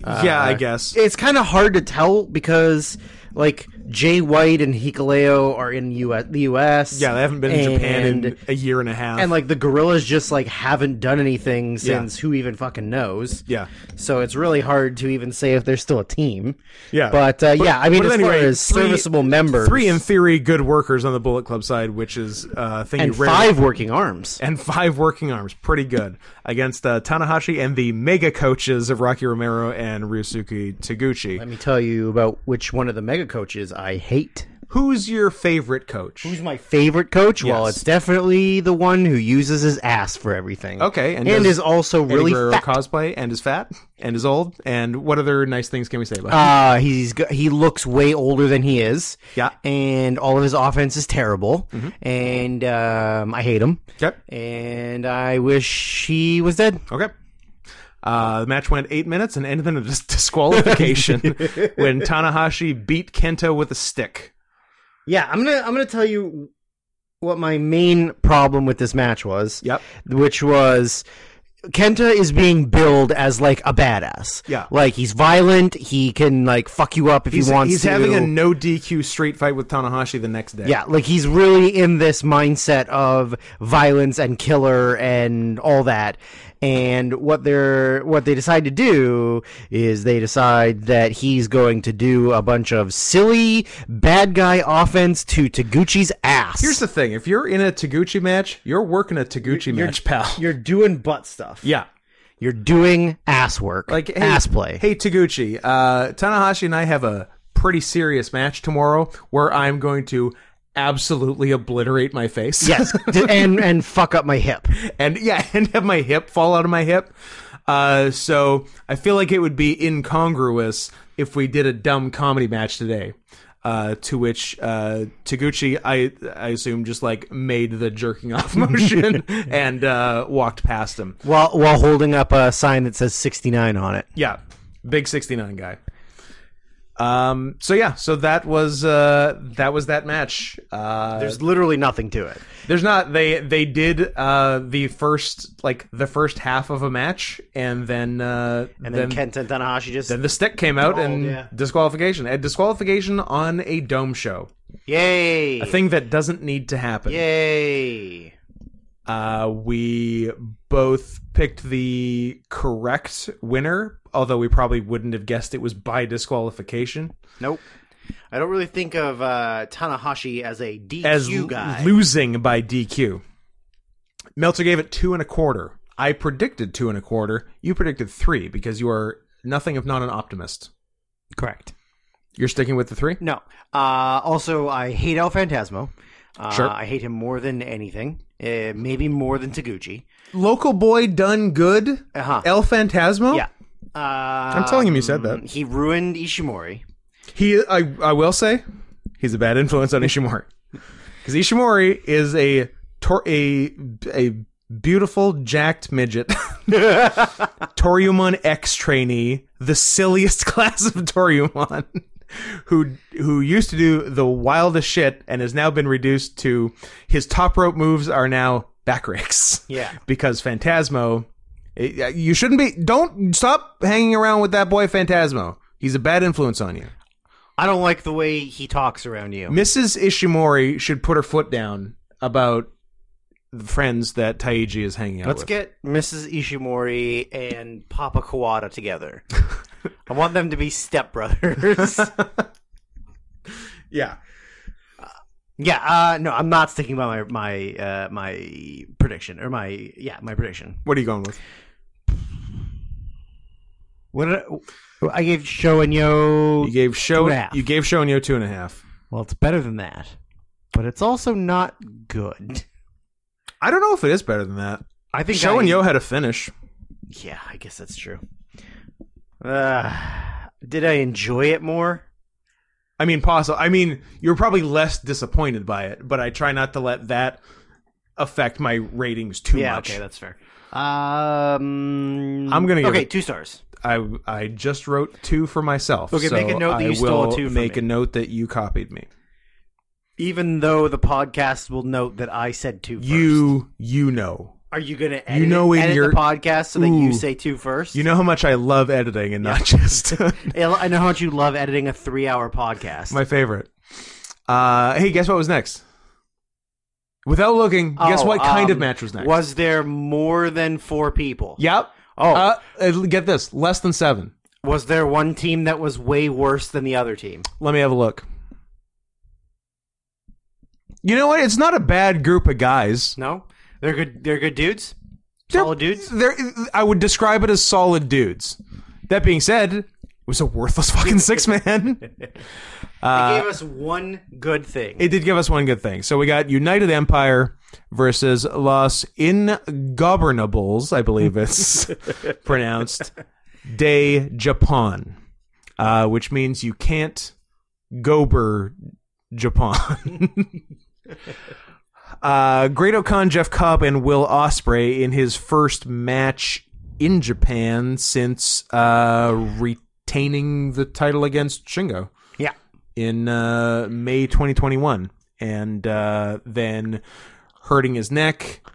yeah, I guess.
It's kind of hard to tell because, like, Jay White and Hikaleo are in US, the U.S.
yeah, they haven't been in Japan
and-
in a year and a half.
and like the gorillas just like haven't done anything since who even fucking knows.
yeah.
So it's really hard to even say if they're still a team.
Yeah.
But, uh, yeah, I mean, as far as
three-
serviceable members,
three in theory good workers on the Bullet Club side, which is uh, thing
and
you rarely-
five working arms.
and five working arms, pretty good against uh, Tanahashi and the mega coaches of Rocky Romero and Ryusuke Taguchi.
Let me tell you about which one of the mega coaches I hate.
Who's your favorite coach?
Who's my favorite coach? Well,
Yes.
it's definitely the one who uses his ass for everything.
Okay, and
and,
does
is also
Eddie
really
Guerrero
fat.
cosplay and is fat and is old and what other nice things can we say about? him?
Uh, he's go- he looks way older than he is.
Yeah.
and all of his offense is terrible, and um, I hate him.
Yep.
and I wish he was dead.
Okay. Uh, the match went eight minutes and ended in a dis- disqualification when Tanahashi beat Kento with a stick.
Yeah, I'm gonna I'm gonna tell you what my main problem with this match was.
Yep.
which was Kenta is being billed as like a badass.
Yeah.
like he's violent. He can like fuck you up if
He's,
he wants.
he's
to.
having a no DQ street fight with Tanahashi the next day.
Yeah, like he's really in this mindset of violence and killer and all that. And what they're what they decide to do is they decide that he's going to do a bunch of silly bad guy offense to Taguchi's ass.
Here's the thing: if you're in a Taguchi match, you're working a Taguchi match, pal.
you're doing butt stuff.
yeah,
You're doing ass work.
like hey,
ass play.
Hey Taguchi, uh, Tanahashi and I have a pretty serious match tomorrow where I'm going to absolutely obliterate my face.
Yes. d- and and fuck up my hip.
and yeah, and have my hip fall out of my hip. Uh, so I feel like it would be incongruous if we did a dumb comedy match today. Uh, to which uh, Taguchi, I I assume, just like made the jerking off motion and uh, walked past him.
While while holding up a sign that says 69 on it.
Yeah, big sixty nine guy. Um. So yeah. So that was uh that was that match. Uh, there's,
There's literally nothing to it.
not they they did uh the first like the first half of a match and then uh
And then, Kenta and Tanahashi just
the stick came out and
yeah.
disqualification and disqualification on a dome show
Yay!
a thing that doesn't need to happen.
Yay!
Uh, we both picked the correct winner, although we probably wouldn't have guessed it was by disqualification.
Nope. I don't really think of uh, Tanahashi as a DQ
as
guy.
losing by DQ. Meltzer gave it two and a quarter. I predicted two and a quarter. You predicted three because you are nothing if not an optimist.
Correct.
You're sticking with the three.
No. Uh, also, I hate El Fantasmo. Uh,
Sure.
I hate him more than anything. Uh, maybe more than Taguchi.
Local boy done good.
Uh-huh.
El Fantasmo.
Yeah. Uh,
I'm telling him you said that.
He ruined Ishimori.
He. I. I will say, he's a bad influence on Ishimori because Ishimori is a tor- a a beautiful jacked midget Toriumon X trainee, the silliest class of Toriumon, who who used to do the wildest shit and has now been reduced to his top rope moves are now back rakes.
Yeah.
Because Phantasmo, it- you shouldn't be. Don't stop hanging around with that boy Phantasmo. He's a bad influence on you.
I don't like the way he talks around you.
Mrs. Ishimori should put her foot down about the friends that Taiji is hanging out
Let's
with.
get Mrs. Ishimori and Papa Kawada together. I want them to be stepbrothers.
yeah.
yeah, uh, no, I'm not sticking by my my uh, my prediction or my yeah my prediction.
What are you going with?
What did I, I gave Show and Yo.
You gave show.
Two and a half.
You gave show and yo two and a half.
Well, it's better than that, but it's also not good.
I don't know if it is better than that.
I think
Show
I-
and yo had a finish.
Yeah, I guess that's true. Uh, did I enjoy it more?
I mean, possible. I mean, you're probably less disappointed by it, but I try not to let that affect my ratings too
yeah,
much.
okay, that's fair. Um,
I'm gonna give
okay
it-
two stars.
I I just wrote two for myself.
Okay,
so
make a note that
I
you stole a
will
two from
Make
me.
a note that you copied me.
Even though the podcast will note that I said two first.
You you know
are you gonna edit,
know in
edit
your-
the podcast so that
Ooh.
you say two first?
you know how much I love editing and not just
I know how much you love editing a three-hour podcast.
my favorite. Uh, hey, guess what was next? Without looking, guess
Oh,
what kind of
um,
match was next?
Was there more than four people?
Yep.
Oh.
Uh, uh, get this. Less than seven.
Was there one team that was way worse than the other team?
Let me have a look. You know what? It's not a bad group of guys.
No, they're good. They're good dudes.
They're-
Solid dudes.
They're, I would describe it as solid dudes. That being said, it was a worthless fucking six man.
they gave us one good thing.
Uh, It did give us one good thing. So we got United Empire versus Los Ingobernables, I believe it's pronounced, de Japan, uh, which means you can't gober Japan. uh, Great Okan, Jeff Cobb, and Will Osprey in his first match in Japan since uh, retaining the title against Shingo
yeah.
in uh, May 2021, and uh, then hurting his neck,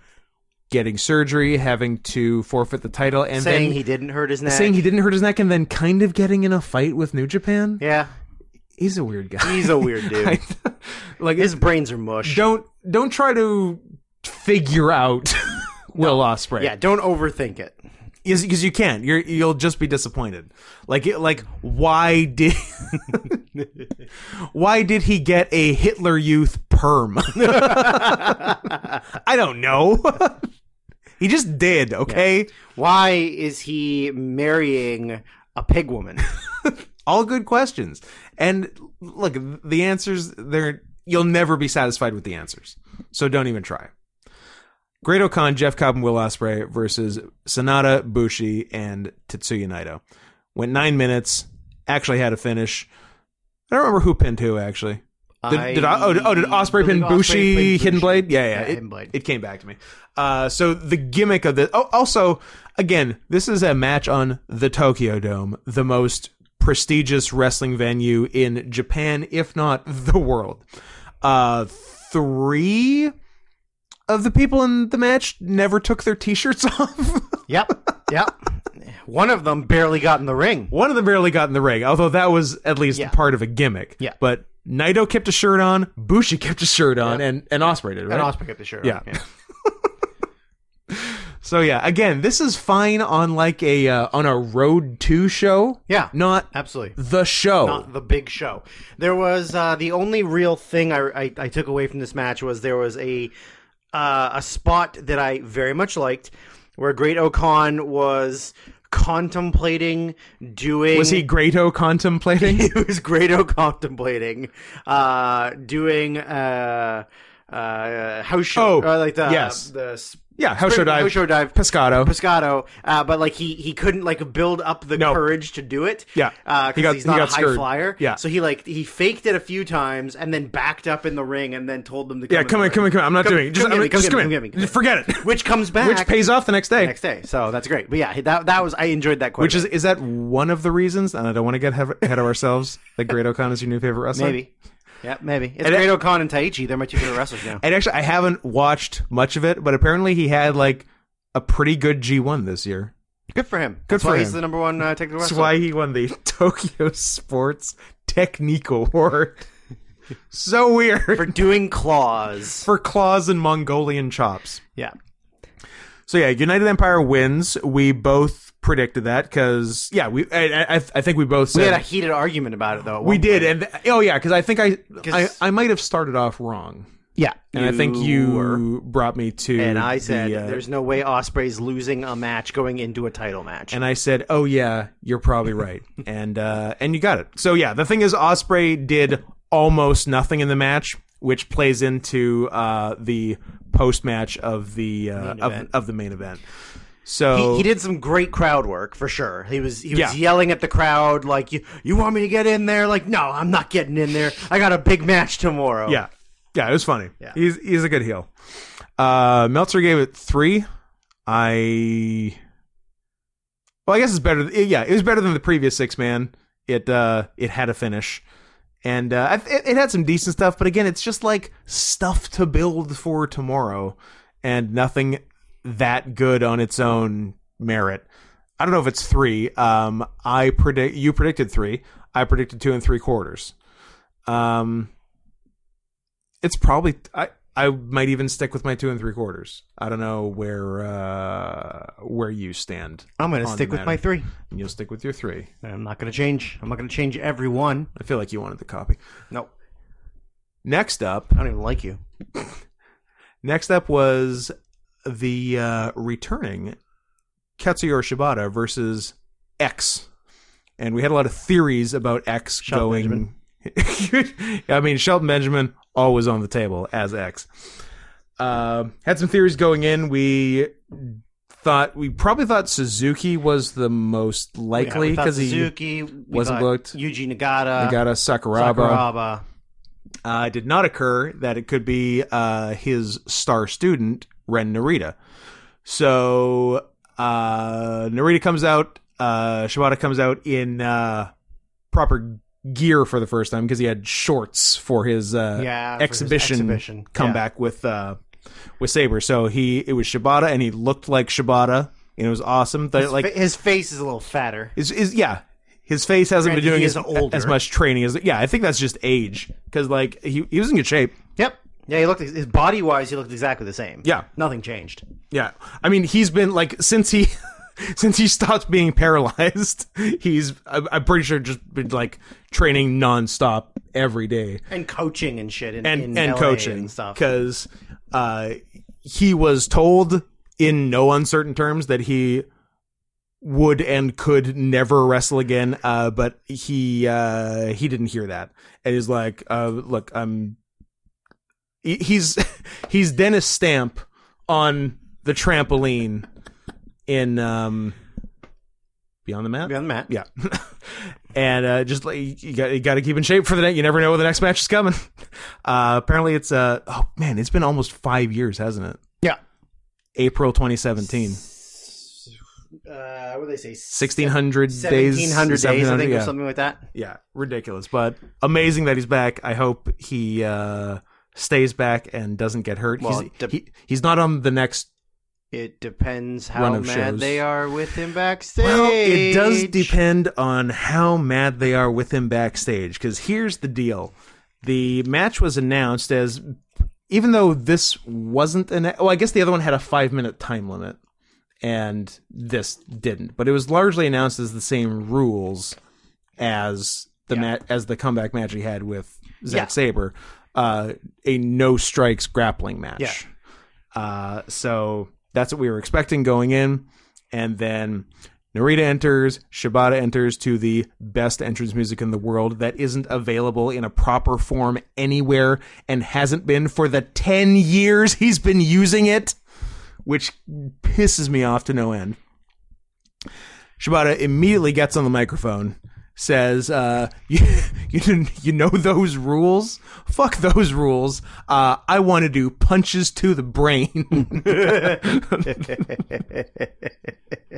getting surgery, having to forfeit the title, and
saying
then
he didn't hurt his neck.
saying he didn't hurt his neck, and then kind of getting in a fight with New Japan.
yeah,
He's a weird guy.
he's a weird dude.
like
His brains are mush.
don't don't try to figure out Will Osprey.
yeah, don't overthink it.
because you can't. You're you'll just be disappointed. Like it- like why did why did he get a Hitler Youth perm? I don't know. he just did. Okay,
Why is he marrying a pig woman?
all good questions. And look, the answers there. You'll never be satisfied with the answers, so don't even try. Great Okan, Jeff Cobb, and Will Ospreay versus Sonata, Bushi, and Tetsuya Naito. Went nine minutes. Actually had a finish. I don't remember who pinned who. Actually, did,
I
did I, oh, oh, did Osprey
believe
pin
Ospreay
Bushi,
pinned
Hidden
Bushi.
Blade? Yeah, yeah.
Yeah,
it,
Hidden Blade.
it came back to me. Uh, so the gimmick of this. Oh, also, again, this is a match on the Tokyo Dome, the most prestigious wrestling venue in Japan, if not the world. Uh, three of the people in the match never took their T-shirts off.
Yep, yep. One of them barely got in the ring.
One of them barely got in the ring, although that was at least
Yeah.
part of a gimmick.
Yeah.
But Naito kept a shirt on, Bushi kept a shirt on,
Yeah.
and and Osprey did right.
And Osprey got the shirt.
Yeah. So yeah, again, this is fine on like a uh, on a road to show,
yeah,
not
absolutely.
the show.
Not the big show. There was uh, the only real thing I, I, I took away from this match was there was a uh, a spot that I very much liked where Great Okan was contemplating doing
was he Grado contemplating?
it was Grado contemplating uh, doing uh, uh, house show
Oh,
or like the
yes.
the s-
Yeah, house show dive,
Hosho dive.
pescado.
Pescado, uh, but like he he couldn't like build up the
No.
courage to do it.
Yeah.
because
He got-
he's
he
not
got
a high
scared.
flyer.
Yeah.
so he like he faked it a few times and then backed up in the ring and then told them to come
yeah, come in, come in, come in. I'm not doing it. Just,
come
I'm-
get me, come
just
get
come
me,
in.
come get me, come get me.
Forget it.
which comes back
Which pays off the next day.
next day. So that's great. But yeah, that that was I enjoyed that quite.
Which
a
is
bit.
is that one of the reasons? And I don't want to get he- ahead of ourselves. That Great O'Connor is your new favorite wrestler.
maybe. Yeah, maybe it's
And it-
Great O'Con and Taichi. They're my two favorite wrestlers now.
And actually, I haven't watched much of it, but apparently he had like a pretty good G1 this year.
Good for him.
Good
That's
for
why
him.
He's the number one uh, technical
That's
wrestler.
why he won the Tokyo Sports Technique Award. so weird
for
for,
doing claws.
claws and Mongolian chops.
Yeah.
So yeah, United Empire wins. We both predicted that because yeah, we I, I, I think we both said
We had a heated argument about it though. at
We
one
did,
point.
and oh yeah, because I think I, I
'Cause-
I might have started off wrong,
yeah.
and I think you
were.
brought me to,
And I said,
the, uh,
"There's no way Osprey's losing a match going into a title match."
and I said, oh yeah, you're probably right, and uh, and you got it. So yeah, the thing is, Osprey did almost nothing in the match, which plays into uh, the post match of the uh, of,
event.
of the main event. So
he, he did some great crowd work for sure. He was he was
Yeah.
yelling at the crowd like, "You you want me to get in there?" Like, "No, I'm not getting in there. I got a big match tomorrow."
yeah, yeah, it was funny.
Yeah.
He's he's a good heel. Uh, Meltzer gave it three. I well, I guess it's better. th- Yeah, it was better than the previous six man. It uh, it had a finish, and uh, I- it, it had some decent stuff. But again, it's just like stuff to build for tomorrow, and nothing that good on its own merit. I don't know if it's three. Um, I predict you predicted three. I predicted two and three quarters. Um, it's probably I I might even stick with my two and three quarters. I don't know where uh where you stand.
I'm gonna
on
stick
the
with my
matter.
three.
And you'll stick with your three.
I'm not gonna change. I'm not gonna change every one.
I feel like you wanted the copy.
No,
Next up,
I don't even like you.
next up was the uh returning Katsuyori Shibata versus X. And we had a lot of theories about X
Shelton
going I mean Shelton Benjamin always on the table as X. Um had some theories going in. We thought we probably thought Suzuki was the most likely because he
Suzuki we
wasn't
thought
booked.
Yuji
they
Nagata,
got a Sakuraba.
Sakuraba.
uh, did not occur that it could be uh, his star student Ren Narita. So uh, Narita comes out, uh, Shibata comes out in uh, proper gear for the first time because he had shorts for his uh,
yeah, for his
exhibition,
exhibition.
comeback with uh, with Saber. So he it was Shibata and he looked like Shibata and it was awesome. That
Yeah.
like
Fa- his face is a little fatter.
is is yeah. His face hasn't
Granted,
been doing
he
as,
is older.
as much training as yeah. I think that's just age because like he he was in good shape.
Yep. Yeah, he looked his body wise. He looked exactly the same.
Yeah.
nothing changed.
Yeah. I mean, he's been like since he since he stopped being paralyzed, he's I'm, I'm pretty sure just been like training nonstop every day
and coaching and shit in,
and
in
and
LA
coaching
and stuff.
cuz uh he was told in no uncertain terms that he would and could never wrestle again uh but he uh he didn't hear that and he's like uh look I'm he- he's he's Dennis Stamp on the trampoline in um Beyond the Map
Beyond the mat.
yeah. and uh, just like you got, you got to keep in shape for the night. You never know when the next match is coming. Uh, apparently, it's uh oh man, it's been almost five years, hasn't it?
Yeah.
April 2017,
Uh, what do they say?
1600 days,
1700 days, I
1700,
think,
yeah.
or something like that.
Yeah, ridiculous, but amazing that he's back. I hope he uh, stays back and doesn't get hurt.
Well,
he's,
dep-
he, he's not on the next.
It depends how
Run
mad
of shows.
they are with him backstage.
Well, it does depend on how mad they are with him backstage. Because here's the deal: the match was announced as, even though this wasn't an. Well, I guess the other one had a five minute time limit, and this didn't. But it was largely announced as the same rules as the ma- as the comeback match he had with Zack
Yeah.
Saber, uh, a no strikes grappling match.
Yeah.
Uh, so that's what we were expecting going in. And then Narita enters, Shibata enters to the best entrance music in the world that isn't available in a proper form anywhere and hasn't been for the 10 years he's been using it, which pisses me off to no end. Shibata immediately gets on the microphone, says, uh, you, you, you know those rules? Fuck those rules. Uh, I want to do punches to the brain.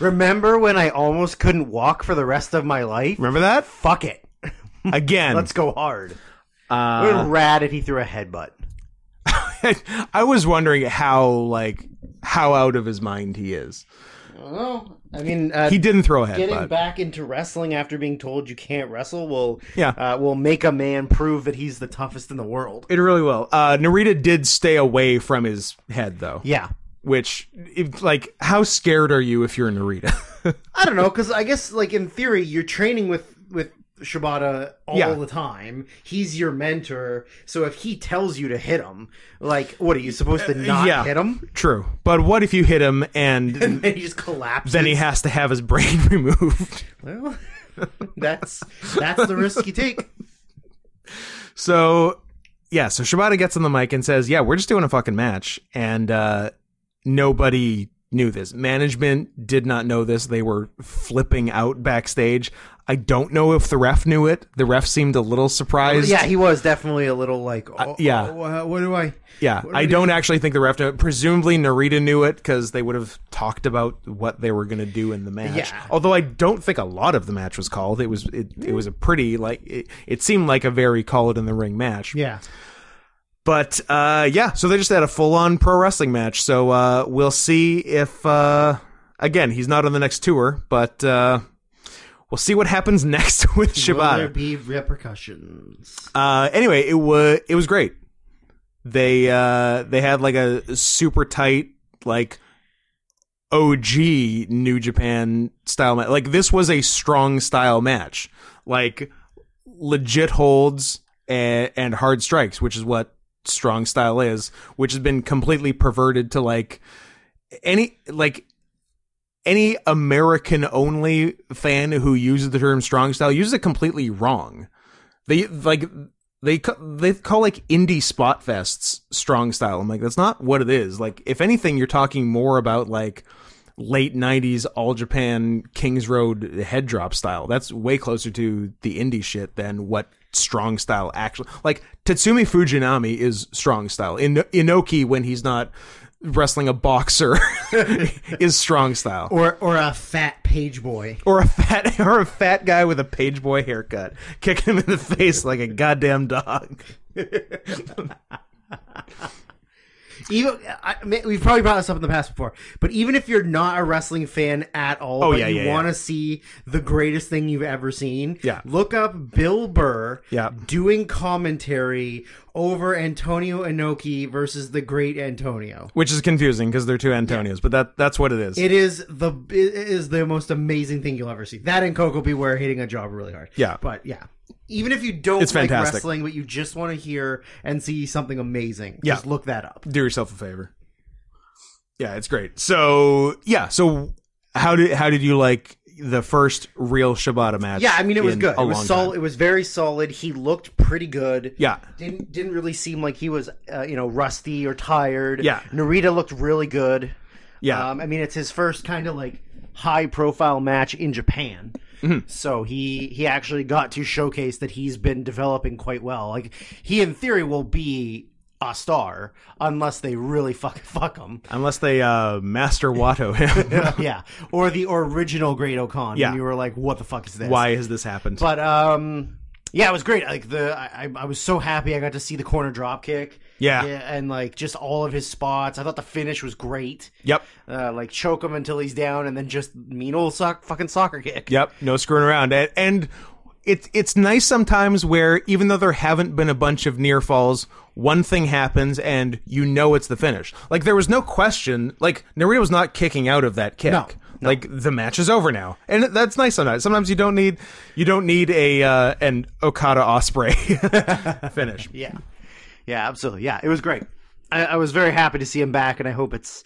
Remember when I almost couldn't walk for the rest of my life?
Remember that?
Fuck it.
Again.
Let's go hard.
Uh,
It would rad if he threw a headbutt.
I was wondering how, like, how out of his mind he is.
Well, I mean, uh,
He didn't throw a
getting
headbutt.
back into wrestling after being told you can't wrestle will
Yeah.
Uh, will make a man prove that he's the toughest in the world.
It really will. Uh, Narita did stay away from his head, though.
Yeah.
Which, if, like, how scared are you if you're Narita?
I don't know, because I guess, like, in theory, you're training with, with Shibata all
Yeah.
the time. He's your mentor. So if he tells you to hit him, like, what are you supposed to not
Uh, yeah.
hit him?
True. But what if you hit him and
And then he just collapses.
then he has to have his brain removed?
Well, that's, that's the risk you take.
So, yeah, so Shibata gets on the mic and says, Yeah, we're just doing a fucking match. And uh, nobody knew this. Management did not know this. They were flipping out backstage. I don't know if the ref knew it. The ref seemed a little surprised.
Yeah, he was definitely a little like, oh,
yeah.
oh, uh, what do I?
Yeah, I don't actually think the ref. Presumably, Narita knew it because they would have talked about what they were going to do in the match.
Yeah.
Although I don't think a lot of the match was called. It was it, it was a pretty like it, it seemed like a very call it in the ring match.
Yeah.
But uh, yeah, so they just had a full on pro wrestling match. So uh, we'll see if uh, again he's not on the next tour, but uh, we'll see what happens next with
Will
Shibata.
there be repercussions?
Uh, anyway, it was it was great. They uh, they had like a super tight like OG New Japan style match. Like this was a strong style match, like legit holds and, and hard strikes, which is what strong style is, which has been completely perverted to like any like any American only fan who uses the term strong style uses it completely wrong they like they ca- they call like indie spot fests strong style. I'm like that's not what it is. Like if anything, you're talking more about like late '90s all Japan Kings Road head drop style. That's way closer to the indie shit than what strong style actually. Like Tatsumi Fujinami is strong style. In Inoki when he's not wrestling a boxer is strong style
Or or a fat page boy.
or a fat or a fat guy with a page boy haircut kicking him in the face like a goddamn dog.
Even I, I mean, we've probably brought this up in the past before, but even if you're not a wrestling fan at all,
Oh,
but
yeah,
you
yeah,
want to see the greatest thing you've ever seen,
Yeah.
look up Bill Burr
Yeah.
doing commentary over Antonio Inoki versus the great Antonio.
Which is confusing because they're two Antonios, but that that's what it is.
It is the it is the most amazing thing you'll ever see. That and Coco Beware hitting a job really hard.
Yeah.
but yeah, even if you don't
It's
like
fantastic.
wrestling, but you just want to hear and see something amazing,
Yeah.
just look that up.
Do yourself a favor. Yeah, it's great. So yeah, so how did how did you like the first real Shibata match?
Yeah, I mean it was
in
good.
a
It was
long
solid.
time?
It was very solid. He looked pretty good.
Yeah,
Didn't didn't really seem like he was uh, you know rusty or tired.
Yeah.
Narita looked really good.
yeah,
Um, I mean it's his first kind of like high profile match in Japan.
Mm-hmm.
So he he actually got to showcase that he's been developing quite well. Like he in theory will be a star unless they really fuck fuck him.
unless they uh, master Watto him.
yeah. Or the original Great Okan.
Yeah.
And you were like what the fuck is this?
Why has this happened?
But um, yeah, it was great. Like the I, I- I was so happy I got to see the corner drop kick.
Yeah.
and like just all of his spots. I thought the finish was great.
yep,
Uh, like choke him until he's down, and then just mean old sock fucking soccer kick.
Yep, no screwing around. And, and it's it's nice sometimes where even though there haven't been a bunch of near falls, one thing happens and you know it's the finish. Like there was no question. Like Narita was not kicking out of that kick. Like the match is over now, and that's nice. Sometimes, sometimes you don't need you don't need a uh, an Okada Osprey finish.
Yeah, yeah, absolutely. Yeah, it was great. I, I was very happy to see him back, and I hope it's.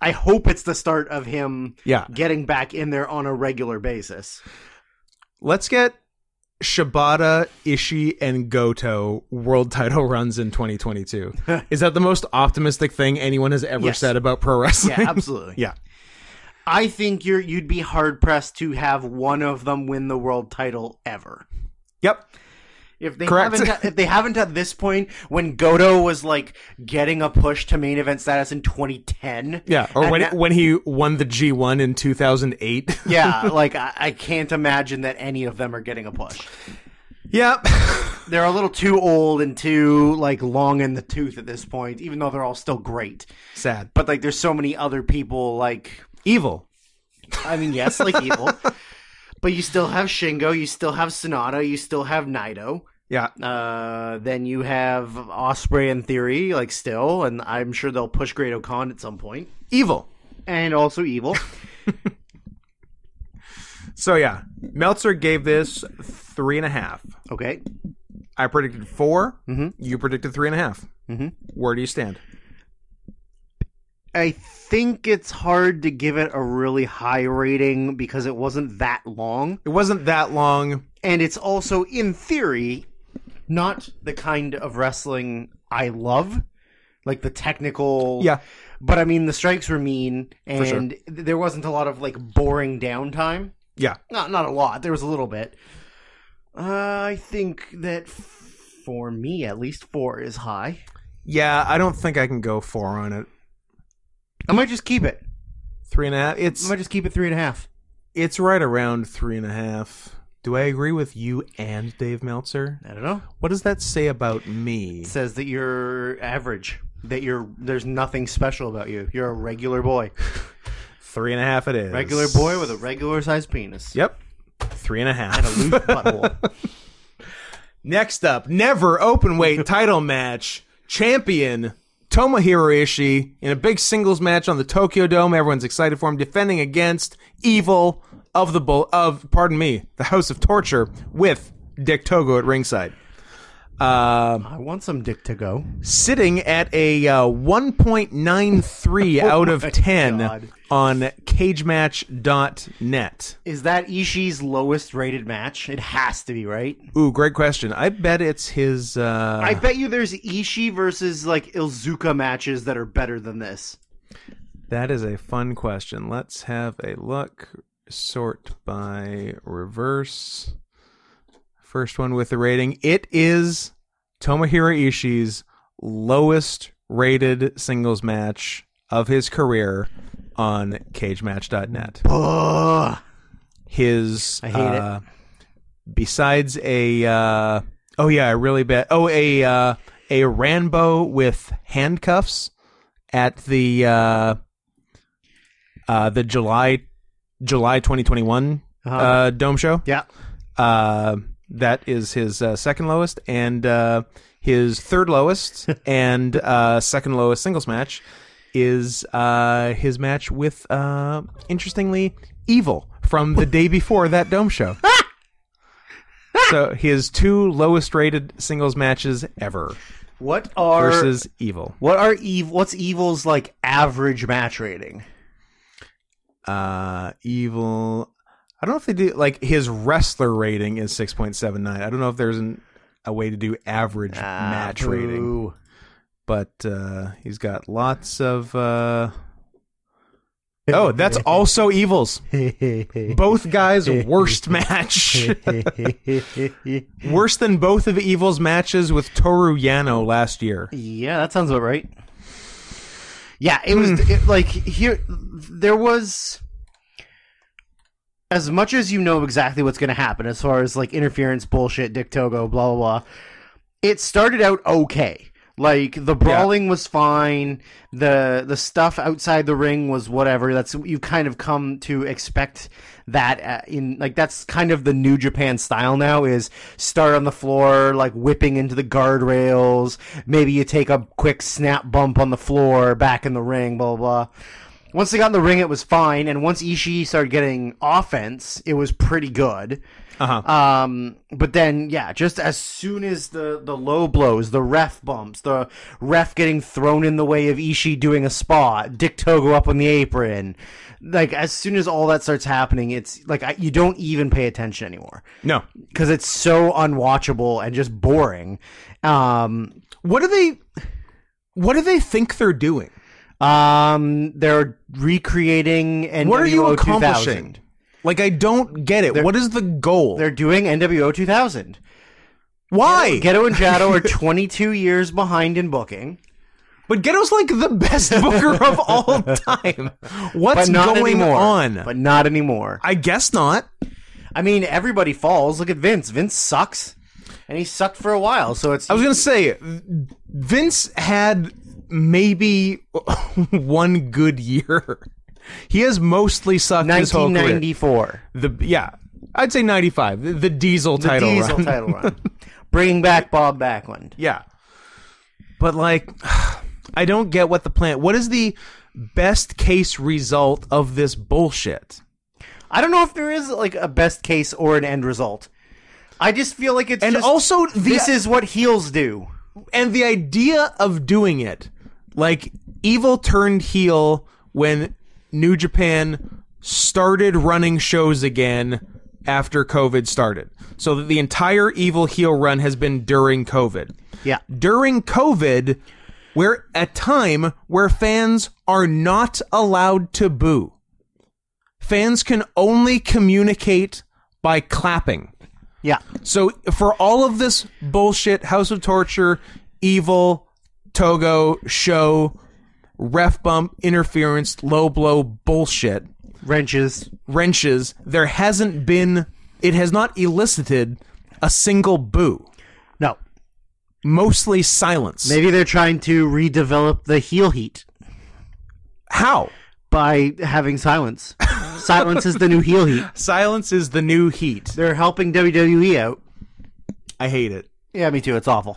I hope it's the start of him
Yeah.
getting back in there on a regular basis.
Let's get Shibata, Ishii, and Goto world title runs in 2022. Is that the most optimistic thing anyone has ever
Yes.
said about pro wrestling?
Yeah, absolutely.
Yeah.
I think you're you'd be hard pressed to have one of them win the world title ever.
Yep.
If they
Correct.
haven't, if they haven't at this point, when Goto was like getting a push to main event status in 2010,
Yeah. Or
and
when
that-
when he won the G1 in 2008.
yeah, like I, I can't imagine that any of them are getting a push.
yep.
They're a little too old and too like long in the tooth at this point, even though they're all still great.
Sad.
But like, there's so many other people like
Evil.
I mean, yes, like evil. But you still have Shingo, you still have Sonata, you still have Naito.
Yeah.
Uh, then you have Osprey and Theory, like still, and I'm sure they'll push Great Okan at some point,
Evil.
and also Evil.
So yeah, Meltzer gave this three and a half.
Okay,
I predicted 4
Mm-hmm.
You predicted three and a half. Where do you stand?
I think it's hard to give it a really high rating because it wasn't that long,
It wasn't that long.
and it's also in theory not the kind of wrestling I love, like the technical,
Yeah.
But I mean, the strikes were mean, and
sure.
th- there wasn't a lot of like boring downtime.
Yeah.
Not not a lot. There was a little bit. Uh, I think that f- for me, at least four is high.
Yeah. I don't think I can go four on it.
I might just keep it.
Three and a half.
I
It's
might just keep it three and a half.
it's right around three and a half. Do I agree with you and Dave Meltzer?
I don't know.
What does that say about me?
It says that you're average. That you're there's nothing special about you. You're a regular boy.
Three and a half. It is
Regular boy with a regular sized penis.
Yep. Three and a half.
And a loose butthole.
Next up, never open weight title match. Champion Tomohiro Ishii in a big singles match on the Tokyo Dome. Everyone's excited for him, defending against Evil of the Bull of pardon me, the House of Torture with Dick Togo at ringside. Um
I want some dick to go.
sitting at a uh, 1.93 out of
Oh my
10
God.
on cagematch.net.
Is that Ishii's lowest rated match? It has to be, right?
Ooh, great question. I bet it's his. Uh,
I bet you there's Ishii versus like Ilzuka matches that are better than this.
That is a fun question. Let's have a look. Sort by reverse. First one with the rating. It is Tomohiro Ishii's lowest rated singles match of his career on cagematch.net.
Ugh.
His
I hate it.
uh, besides a uh, oh yeah, I really bet oh a uh, a Rambo with handcuffs at the uh, uh, the July July 2021 uh Dome show.
Yeah.
Uh, that is his uh, second lowest and uh, his third lowest and uh, second lowest singles match is uh, his match with uh, interestingly Evil from the day before that Dome show. so his two lowest rated singles matches ever
What are
versus Evil.
what are Eve what's Evil's like average match rating?
uh evil i don't know if they do like his wrestler rating is 6.79 i don't know if there's an, a way to do average
Ah,
match rating
Ooh.
but uh he's got lots of uh oh that's also evils both guys worst match worse than both of evil's matches with toru yano last year
Yeah, that sounds about right. Yeah, it was it, like here there was as much as you know exactly what's going to happen as far as like interference bullshit, Dick Togo, blah blah blah. It started out okay. Like the brawling was fine. The the stuff outside the ring was whatever. That's you kind of come to expect that uh, in like that's kind of the new Japan style now is start on the floor like whipping into the guardrails. Maybe you take a quick snap bump on the floor back in the ring, blah blah. blah Once they got in the ring, it was fine, and once Ishii started getting offense, it was pretty good.
Uh-huh.
Um, but then, yeah, just as soon as the the low blows, the ref bumps, the ref getting thrown in the way of Ishii doing a spot, Dick Togo up on the apron, like as soon as all that starts happening, it's like I, you don't even pay attention anymore
No.
because it's so unwatchable and just boring. Um,
What do they? What do they think they're doing?
um, they're recreating NWO
What are you
2000.
accomplishing? Like I don't get it. what is the goal?
They're doing NWO 2000.
Why?
Ghetto and Jado are 22 years behind in booking,
but Ghetto's like the best booker of all time. What's
but not
going
anymore.
on?
But not anymore.
I guess not.
I mean, everybody falls. Look at Vince. Vince sucks, and he sucked for a while. So it's
I was gonna say Vince had maybe one good year. He has mostly sucked his whole career.
1994.
The yeah, I'd say ninety five. The, the Diesel
The
title
Diesel
run.
title run, bringing back Bob Backlund.
Yeah. But like I don't get what the plan what is the best case result of this bullshit?
I don't know if there is like a best case or an end result. I just feel like it's
And
just,
also the
this is what heels do.
and the idea of doing it like evil turned heel when New Japan started running shows again after COVID started. So that the entire evil heel run has been during COVID.
Yeah.
during COVID, we're a time where fans are not allowed to boo. Fans can only communicate by clapping.
Yeah.
So for all of this bullshit, House of Torture, Evil, Togo, Show, Ref Bump, Interference, Low Blow, bullshit,
Wrenches.
wrenches, there hasn't been, it has not elicited a single boo.
No.
Mostly silence.
Maybe they're trying to redevelop the heel heat
How?
by having silence. silence is the new heel heat.
Silence is the new heat.
They're helping WWE out.
I hate it.
Yeah, me too. It's awful.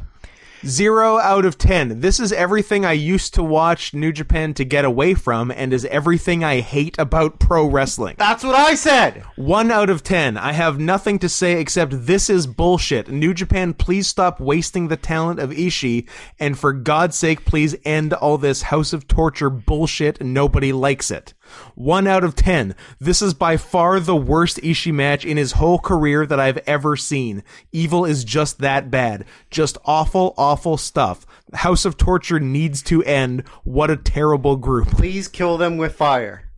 Zero out of ten. This is everything I used to watch New Japan to get away from and is everything I hate about pro wrestling.
That's what I said.
One out of ten. I have nothing to say except this is bullshit. New Japan, please stop wasting the talent of Ishii and for God's sake, please end all this House of Torture bullshit. Nobody likes it. One out of ten. This is by far the worst Ishii match in his whole career that I've ever seen. Evil is just that bad. Just awful, awful stuff. House of Torture needs to end. What a terrible group.
Please kill them with fire.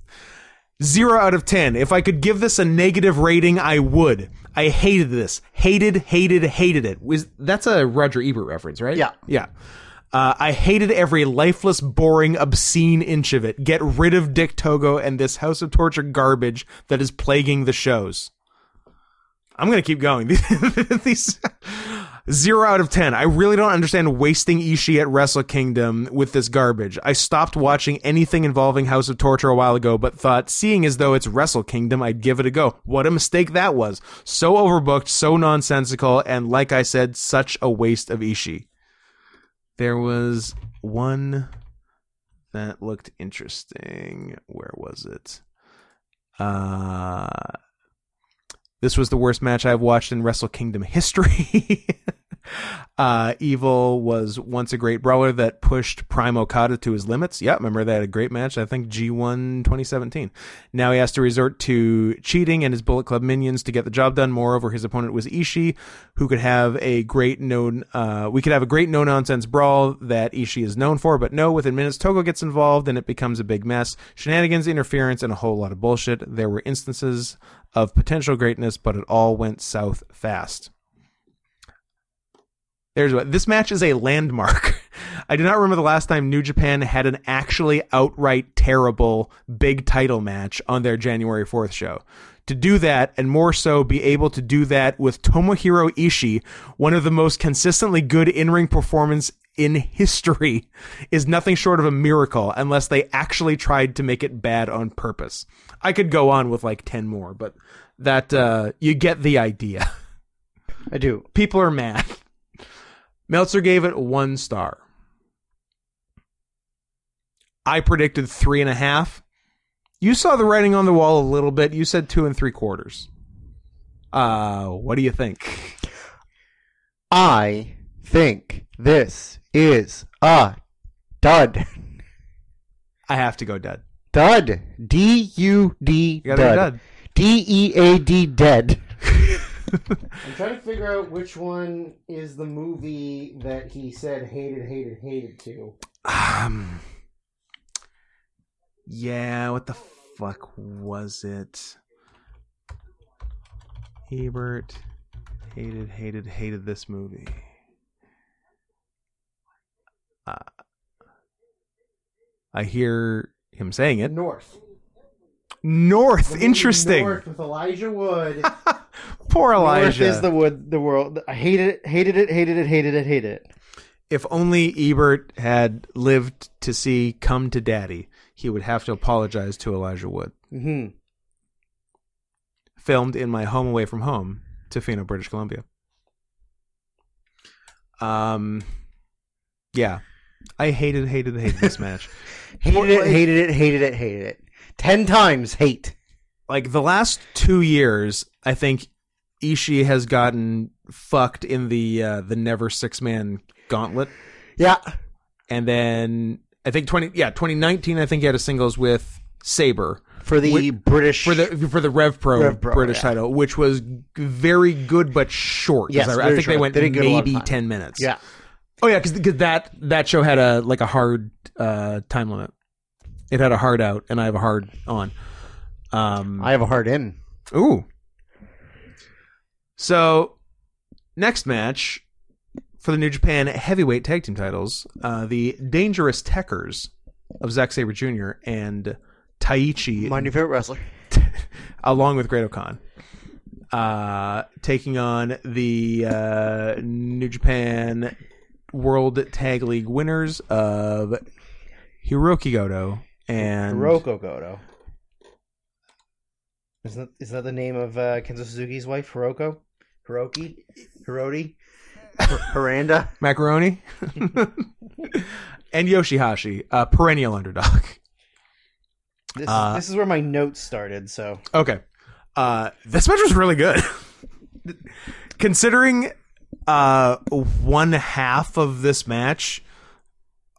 Zero out of ten. If I could give this a negative rating, I would. I hated this. Hated, hated, hated it. Was that's a Roger Ebert reference, right?
Yeah.
Yeah. Uh, I hated every lifeless, boring, obscene inch of it. Get rid of Dick Togo and this House of Torture garbage that is plaguing the shows. I'm gonna keep going. These zero out of ten. I really don't understand wasting Ishii at Wrestle Kingdom with this garbage. I stopped watching anything involving House of Torture a while ago, but thought, seeing as though it's Wrestle Kingdom, I'd give it a go. What a mistake that was! So overbooked, so nonsensical, and like I said, such a waste of Ishii. There was one that looked interesting. Where was it? Uh this was the worst match I've watched in Wrestle Kingdom history. uh, Evil was once a great brawler that pushed Prime Okada to his limits. Yeah, remember they had a great match, I think G1 2017. Now he has to resort to cheating and his Bullet Club minions to get the job done. Moreover, his opponent was Ishii, who could have a great known, uh, we could have a great no nonsense brawl that Ishii is known for, but no, within minutes, Togo gets involved and it becomes a big mess. Shenanigans, interference, and a whole lot of bullshit. There were instances of potential greatness, but it all went south fast. There's what this match is a landmark. I do not remember the last time New Japan had an actually outright terrible big title match on their January 4th show. To do that, and more so be able to do that with Tomohiro Ishii, one of the most consistently good in ring performance in history, is nothing short of a miracle unless they actually tried to make it bad on purpose. I could go on with like 10 more, but that, uh, you get the idea.
I do.
People are mad. Meltzer gave it one star. I predicted three and a half. You saw the writing on the wall a little bit. You said two and three quarters. Uh, what do you think?
I think this is a dud.
I have to go dud.
Dud. D U D
You gotta
dud. D E A D dead.
I'm trying to figure out which one is the movie that he said hated, hated, hated to.
go dud. Um, yeah, what the fuck was it? Hebert hated, hated, hated this movie. Uh, I hear him saying it.
North.
North,
The movie
interesting.
North with Elijah Wood.
Poor
North
Elijah.
is the wood, the world. I hated it, hated it, hated it, hated it, hated it.
if only Ebert had lived to see Come to Daddy, he would have to apologize to Elijah Wood.
hmm
Filmed in my home away from home, Tofino, British Columbia. Um, yeah, I hated, hated, hated this match.
Hated it,
Like-
hated it, hated it, hated it. Ten times hate.
Like the last two years, I think Ishii has gotten fucked in the uh, the never six man gauntlet.
Yeah.
and then I think twenty yeah twenty nineteen I think he had a singles with Saber
For the
Whi-
British.
for the for the Rev Pro,
Rev Pro,
British
yeah.
title, which was g- very good but short. 'Cause
Yes,
I, I
very
think they
short.
went
They didn't get a lot of
maybe
time.
ten minutes.
Yeah.
Oh yeah, because that that show had a like a hard uh, time limit. It had a hard out, and I have a hard on. Um,
I have a hard in.
Ooh. So, next match for the New Japan Heavyweight Tag Team titles uh, the Dangerous Techers of Zack Sabre Jr. and Taichi,
My new favorite wrestler.
along with Great Okan, uh, taking on the uh, New Japan World Tag League winners of Hiroki Goto and
Hiroko Goto. Isn't that, isn't that the name of uh, Kenzo Suzuki's wife, Hiroko? Hiroki? Hiroti?
Miranda.
Macaroni, and Yoshihashi, a perennial underdog.
This,
Uh,
this is where my notes started, so.
Okay. Uh, this match was really good. Considering uh, one half of this match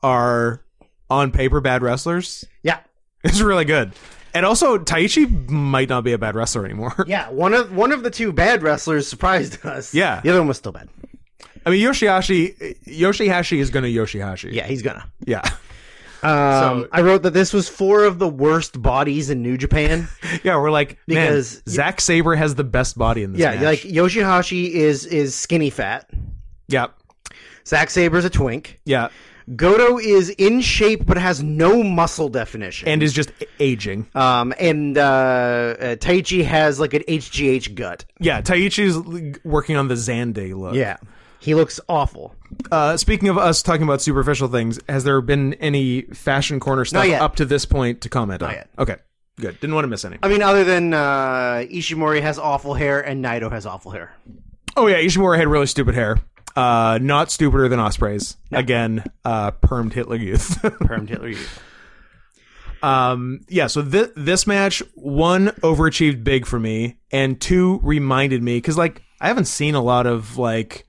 are on paper bad wrestlers,
Yeah.
it's really good. And also, Taichi might not be a bad wrestler anymore.
Yeah. One of one of the two bad wrestlers surprised us.
Yeah.
The other one was still bad.
I mean, Yoshihashi, Yoshihashi is going to Yoshihashi.
Yeah, he's gonna.
Yeah.
Um,
So-
I wrote that this was four of the worst bodies in New Japan.
Yeah, we're like,
Because-
man, Zack Sabre has the best body in this
yeah,
match.
like Yoshihashi is is skinny fat.
yeah,
Zack Saber's a twink.
yeah.
Goto is in shape but has no muscle definition.
And is just aging.
um and uh, uh Taichi has like an HGH gut.
Yeah, Taichi's l- working on the Zanday look.
Yeah. He looks awful.
Uh, speaking of us talking about superficial things, has there been any fashion corner stuff
Not yet.
up to this point to comment on?
yet.
Okay, good. Didn't want to miss any.
I mean other than uh Ishimori has awful hair and Naito has awful hair.
Oh yeah, Ishimura had really stupid hair. Uh, not stupider than Ospreys. Again, uh, permed Hitler Youth.
Perm Hitler Youth.
um, yeah. So thi- this match one overachieved big for me, and two reminded me because like I haven't seen a lot of like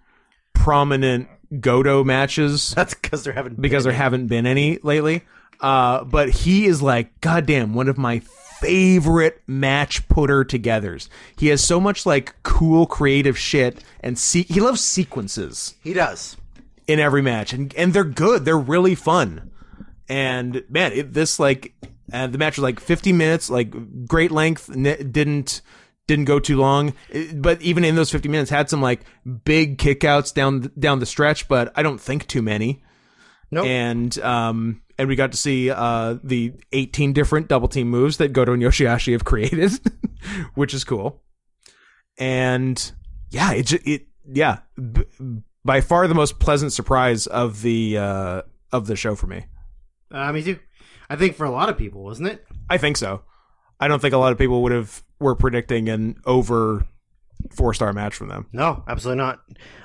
prominent Godo matches.
That's cuz they're having
because there haven't been any lately. Uh, but he is like, goddamn, one of my favorite match putter togethers. He has so much like cool creative shit and se- he loves sequences
He does.
in every match and, and they're good. They're really fun. And man, it, this like, uh, the match was like 50 minutes, like great length, n- didn't, didn't go too long, It- but even in those 50 minutes had some like big kickouts down, th- down the stretch, but I don't think too many
Nope.
and um and we got to see uh the 18 different double team moves that Goto and Yoshiashi have created, which is cool. And yeah, it ju- it yeah, b- by far the most pleasant surprise of the uh of the show for me.
Uh, me too. I think for a lot of people, wasn't it?
I think so. I don't think a lot of people would have were predicting an over four star match from them.
No, absolutely not.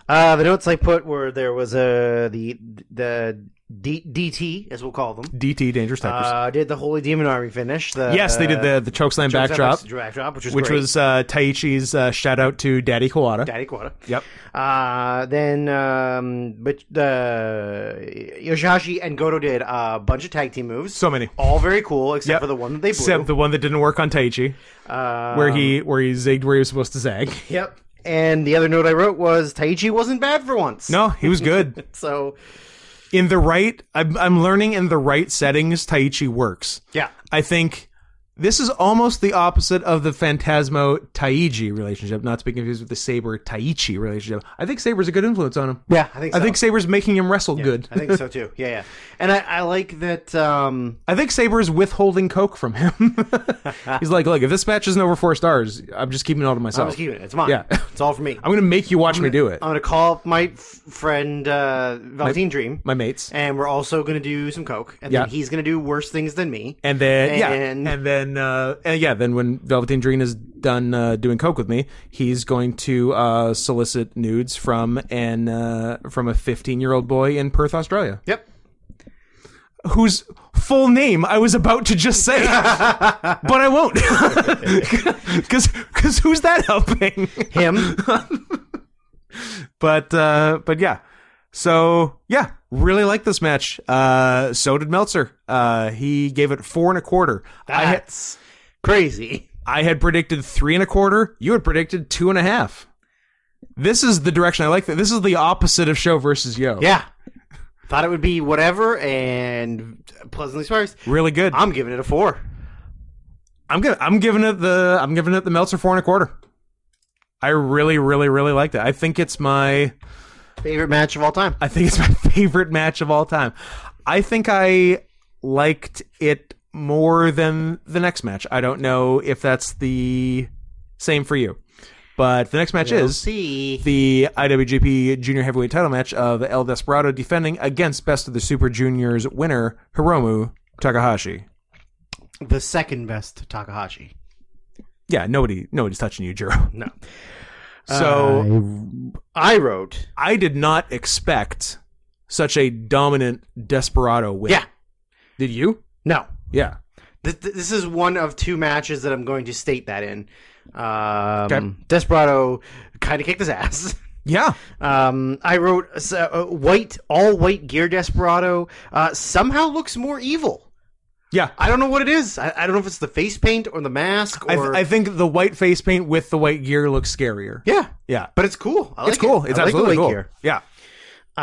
Uh, the notes I put were there was a the the D- DT, as we'll call them.
DT Dangerous Typers.
Uh, did the Holy Demon Army finish? The,
Uh, yes, they did the the chokeslam
Jones
backdrop,
Epics backdrop, which was
which
great.
was uh, Taichi's uh, shout out to Daddy Kawada.
Daddy Quada.
Yep.
Uh, then, um, but the Yoshihashi and Goto did a bunch of tag team moves.
So many.
all very cool, except
Yep.
for the one that they blew.
Except the one that didn't work on Taichi,
Uh,
where he where he zigged where he was supposed to zag.
Yep. And the other note I wrote was Taichi wasn't bad for once.
No, he was good
So
in the right. I'm, I'm learning in the right settings. Taichi works.
yeah.
I think this is almost the opposite of the Phantasmo Taiji relationship, not to be confused with the Saber Taichi relationship. I think Saber's a good influence on him.
Yeah, I think so.
I think Saber's making him wrestle good.
I think so too. Yeah, yeah. And I, I like that um
I think Saber's withholding coke from him. He's like, look, if this match isn't over four stars, I'm just keeping it all to
I'm
myself.
just keeping it. It's mine.
Oh. Yeah.
It's all for me.
I'm gonna make you watch me do it.
I'm gonna call up my f- friend uh Valentine Dream
My mates.
and we're also gonna do some Coke. And
Yeah.
then he's gonna do worse things than me.
And then yeah,
And-
and then uh, and yeah, then when Velveteen Dream is done uh, doing coke with me, he's going to uh, solicit nudes from an uh, from a 15 year old boy in Perth, Australia,
Yep.
whose full name I was about to just say, but I won't, because because who's that helping?
Him.
but uh, but yeah. So yeah, really like this match. Uh, so did Meltzer. Uh, he gave it four and a quarter. I had,
That's crazy.
I had predicted three and a quarter. You had predicted two and a half. This is the direction I like. That this is the opposite of show versus yo.
Yeah. Thought it would be whatever and pleasantly surprised.
really good. I'm,
I'm giving it a four.
gonna, I'm giving it the I'm giving it the Meltzer four and a quarter. I really, really, really liked it. I think it's my
Favorite match of all time.
I think it's my favorite match of all time. I think I liked it more than the next match. I don't know if that's the same for you, but the next match
We'll
is
see.
the IWGP Junior Heavyweight Title match of El Desperado defending against Best of the Super Juniors winner Hiromu Takahashi.
the second best Takahashi.
Yeah, nobody, nobody's touching you, Jiro.
No.
So
Uh, I wrote.
I did not expect such a dominant Desperado win.
Yeah.
Did you?
No.
Yeah.
Th- th- This is one of two matches that I'm going to state that in. Um,
Okay.
Desperado kind of kicked his ass.
Yeah.
Um, I wrote uh, uh, white, all white gear Desperado uh, somehow looks more evil.
Yeah.
I don't know what it is. I, I don't know if it's the face paint or the mask or
I, th- I think the white face paint with the white gear looks scarier.
yeah,
Yeah.
but it's cool. I
It's
like it.
cool. It's
I like the
absolutely
white
cool.
gear.
Yeah.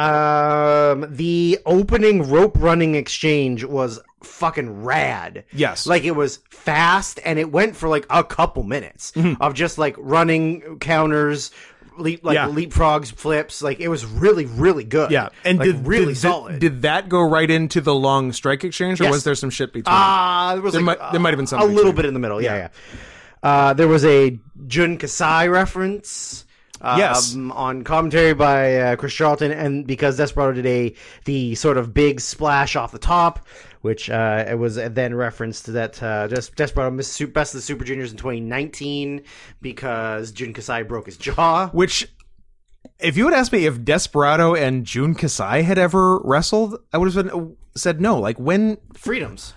Um, the opening rope running exchange was fucking rad.
Yes.
Like it was fast and it went for like a couple minutes
Mm-hmm.
of just like running counters, leap like
Yeah.
leapfrogs, flips. Like it was really, really good.
Yeah, and
like,
did
really
did-
solid.
Did that go right into the long strike exchange, or
Yes.
was there some shit between?
Ah, there was
There
like,
might- there might have been
a
something
little
between.
bit in the middle. Yeah, yeah. Uh, there was a Jun Kasai reference. Um,
Yes.
on commentary by uh, Chris Charlton, and because Desperado did a the sort of big splash off the top, which uh, it was then referenced that uh, Des- Desperado missed Su- best of the Super Juniors in 2019 because Jun Kasai broke his jaw.
Which, if you had asked me if Desperado and June Kasai had ever wrestled, I would have been, said no. Like when?
Freedoms,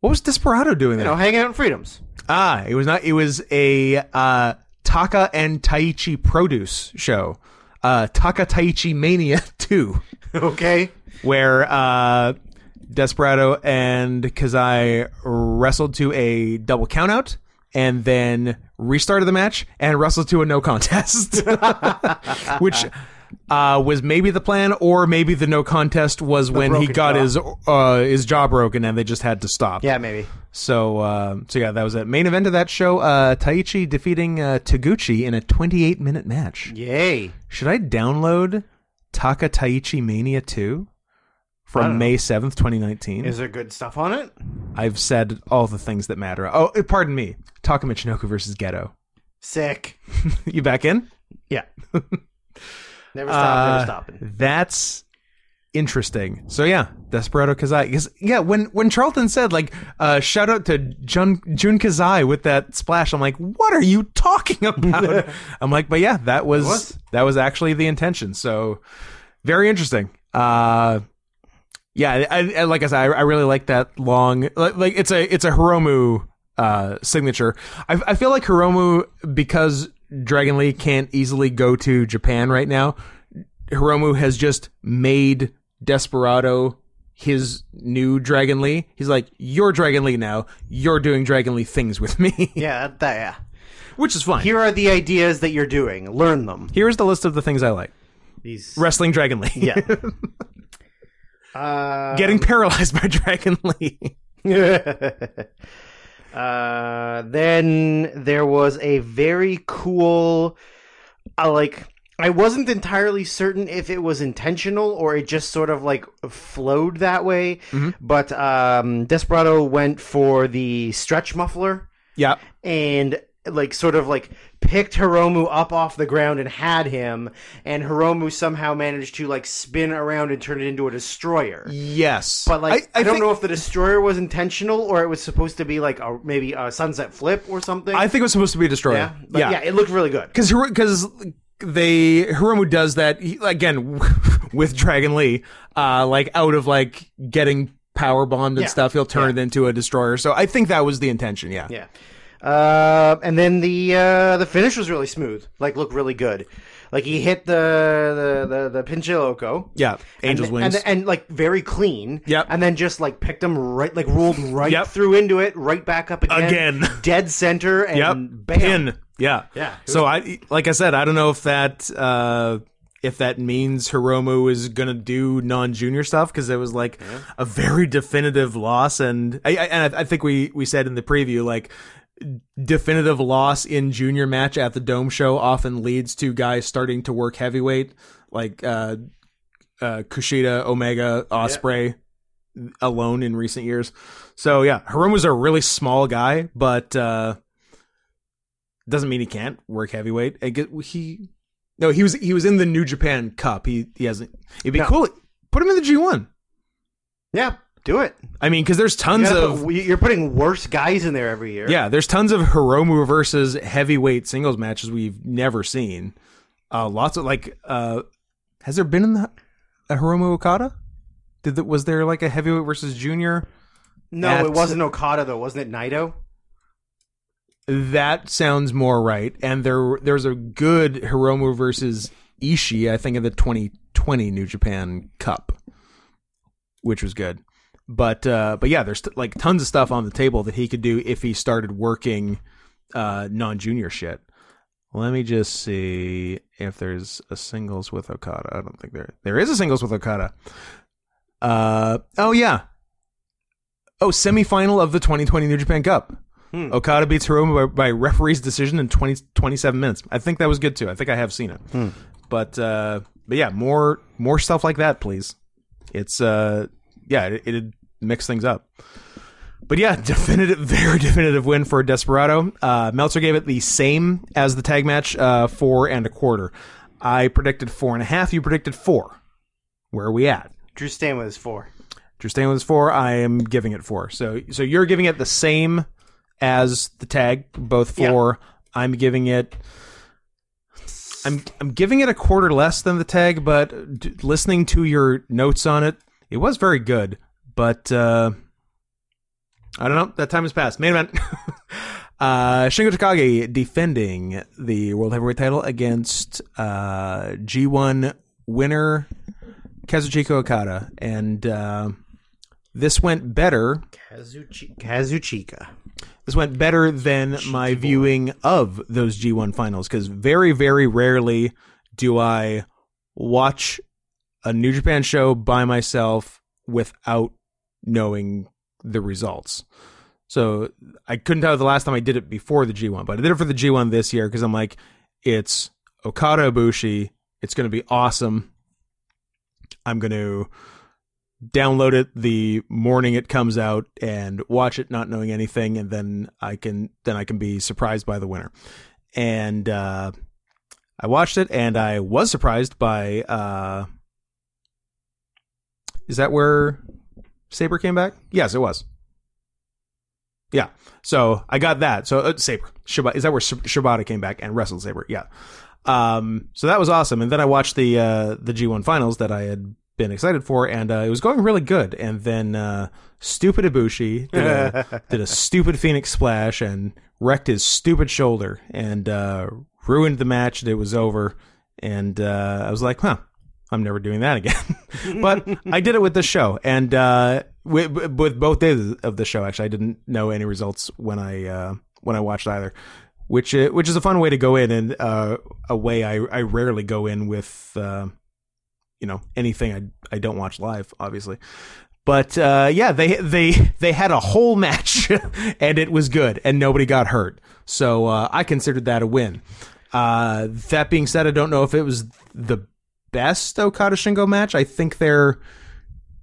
What was Desperado doing
you
there?
know, hanging out in freedoms.
Ah, it was not. It was a uh, Taka and Taichi Produce show, uh, Taka Taichi Mania Two,
okay,
where uh, Desperado and Kazai wrestled to a double countout. And then restarted the match and wrestled to a no contest. which uh, was maybe the plan, or maybe the no contest was when he
broken
got
jaw.
his uh, his jaw broken and they just had to stop.
yeah, maybe.
So uh, so yeah, that was it. Main event of that show: uh, Taichi defeating uh, Taguchi in a 28 minute match.
Yay.
Should I download Taka Taichi Mania 2 from May 7th, 2019?
Is there good stuff on it?
I've said all the things that matter. Oh, eh, pardon me. Taka Michinoku versus Ghetto.
Sick.
you back in?
Yeah. never stop, never
Uh,
stopping.
That's interesting. So yeah, Desperado Kazai. 'Cause, yeah, when when Charlton said like uh, shout out to Jun Jun Kazai with that splash, I'm like, what are you talking about? I'm like, but yeah, that was,
was.
that was actually the intention. So very interesting. Uh, Yeah, I, I, like I said, I, I really like that long. Like, like it's a it's a Hiromu uh, signature. I, I feel like Hiromu because Dragon Lee can't easily go to Japan right now. Hiromu has just made Desperado his new Dragon Lee. He's like, you're Dragon Lee now. You're doing Dragon Lee things with me,
Yeah, that, that yeah.
which is fine.
Here are the ideas that you're doing. Learn them.
Here's the list of the things I like:
These
wrestling Dragon Lee,
yeah. Um,
getting paralyzed by Dragon Lee.
uh, then there was a very cool, uh, like I wasn't entirely certain if it was intentional or it just sort of like flowed that way.
Mhm.
But um, Desperado went for the stretch muffler
yeah,
and like sort of like picked Hiromu up off the ground and had him, and Hiromu somehow managed to like spin around and turn it into a destroyer.
yes,
But like, I, don't
think-
know if the destroyer was intentional or it was supposed to be like a maybe a sunset flip or something.
I think it was supposed to be a destroyer.
yeah, But yeah. it looked really good.
because because they Hiromu does that he- again with Dragon Lee, uh, like out of like getting power bombed and
Yeah.
stuff, he'll turn it into a destroyer. So I think that was the intention. Yeah,
Yeah, uh, and then the uh, the finish was really smooth. Like, looked really good. Like he hit the the the, the Pinchiloco.
Yeah. Angels
and,
wings.
and, and like very clean.
Yep.
And then just like picked him right, like rolled right
Yep.
through into it, right back up again,
Again.
dead center, and
yep,
bam.
pin. Yeah,
Yeah, it
So I like I said, I don't know if that. Uh, if that means Hiromu is gonna do non-junior stuff, because it was like a very definitive loss, and I, I, and I, I think we we said in the preview like definitive loss in junior match at the dome show often leads to guys starting to work heavyweight like uh uh kushida omega osprey alone in recent years so yeah Hiromu's a really small guy but uh doesn't mean he can't work heavyweight I get, he no he was he was in the new japan cup he he hasn't it'd be
No.
cool put him in the g1
Yeah, do it.
i mean because there's
You
tons
gotta
of
put- you're putting worse guys in there every year.
yeah, there's tons of Hiromu versus heavyweight singles matches we've never seen. Uh, lots of like, uh, has there been in the, a Hiromu Okada? Did the, was there like a heavyweight versus junior?
No,
That's-
it wasn't Okada though, wasn't it Naito?
That sounds more right. And there there's a good Hiromu versus Ishii, I think, in the 2020 New Japan Cup, which was good. But uh, but yeah, there's t- like tons of stuff on the table that he could do if he started working uh, non junior shit. Let me just see if there's a singles with Okada. I don't think there there is a singles with Okada. Uh oh yeah. Oh, semifinal of the 2020 New Japan Cup. Okada beats Hiromu by, by referee's decision in 20, 27 minutes. I think that was good too. I think I have seen it. But uh, but yeah, more more stuff like that, please. It's uh yeah, it, it'd mix things up. But yeah, definitive, very definitive win for Desperado. Uh, Meltzer gave it the same as the tag match, uh, four and a quarter. I predicted four and a half. You predicted four. Where are we at?
Drew Stanway is four.
Drew Stanley is four. I am giving it four. So so you're giving it the same as the tag, both
Yeah.
four. I'm giving it. I'm I'm giving it a quarter less than the tag, but d- listening to your notes on it, it was very good. But uh, I don't know. That time has passed. Main event. Uh, Shingo Takagi defending the World Heavyweight title against uh, G1 winner Kazuchika Okada, and uh, this went better.
Kazuchi- Kazuchika.
This went better than my viewing of those G1 finals because very, very rarely do I watch a New Japan show by myself without knowing the results. So I couldn't tell the last time I did it before the G1, but I did it for the G1 this year because I'm like, it's Okada Ibushi. It's going to be awesome. I'm going to download it the morning it comes out and watch it not knowing anything and then I can then I can be surprised by the winner. And uh I watched it and I was surprised by uh Is that where Saber came back? Yes, it was. Yeah. So I got that. So uh, Saber Shibata is that where Shib- Shibata came back and wrestled Saber? Yeah. Um so that was awesome and then I watched the uh the G1 finals that I had been excited for, and uh, it was going really good. And then uh, stupid Ibushi did a, did a stupid Phoenix Splash and wrecked his stupid shoulder and uh, ruined the match. And it was over. And uh, I was like, huh, I'm never doing that again. but I did it with the show, and uh, with, with both days of the show. Actually, I didn't know any results when I uh, when I watched either, which i- which is a fun way to go in, and uh, a way I, I rarely go in with uh, you know anything I I don't watch live, obviously. But uh, yeah, they they they had a whole match, and it was good, and nobody got hurt. So uh, I considered that a win. Uh, that being said, I don't know if it was the best Okada Shingo match. I think their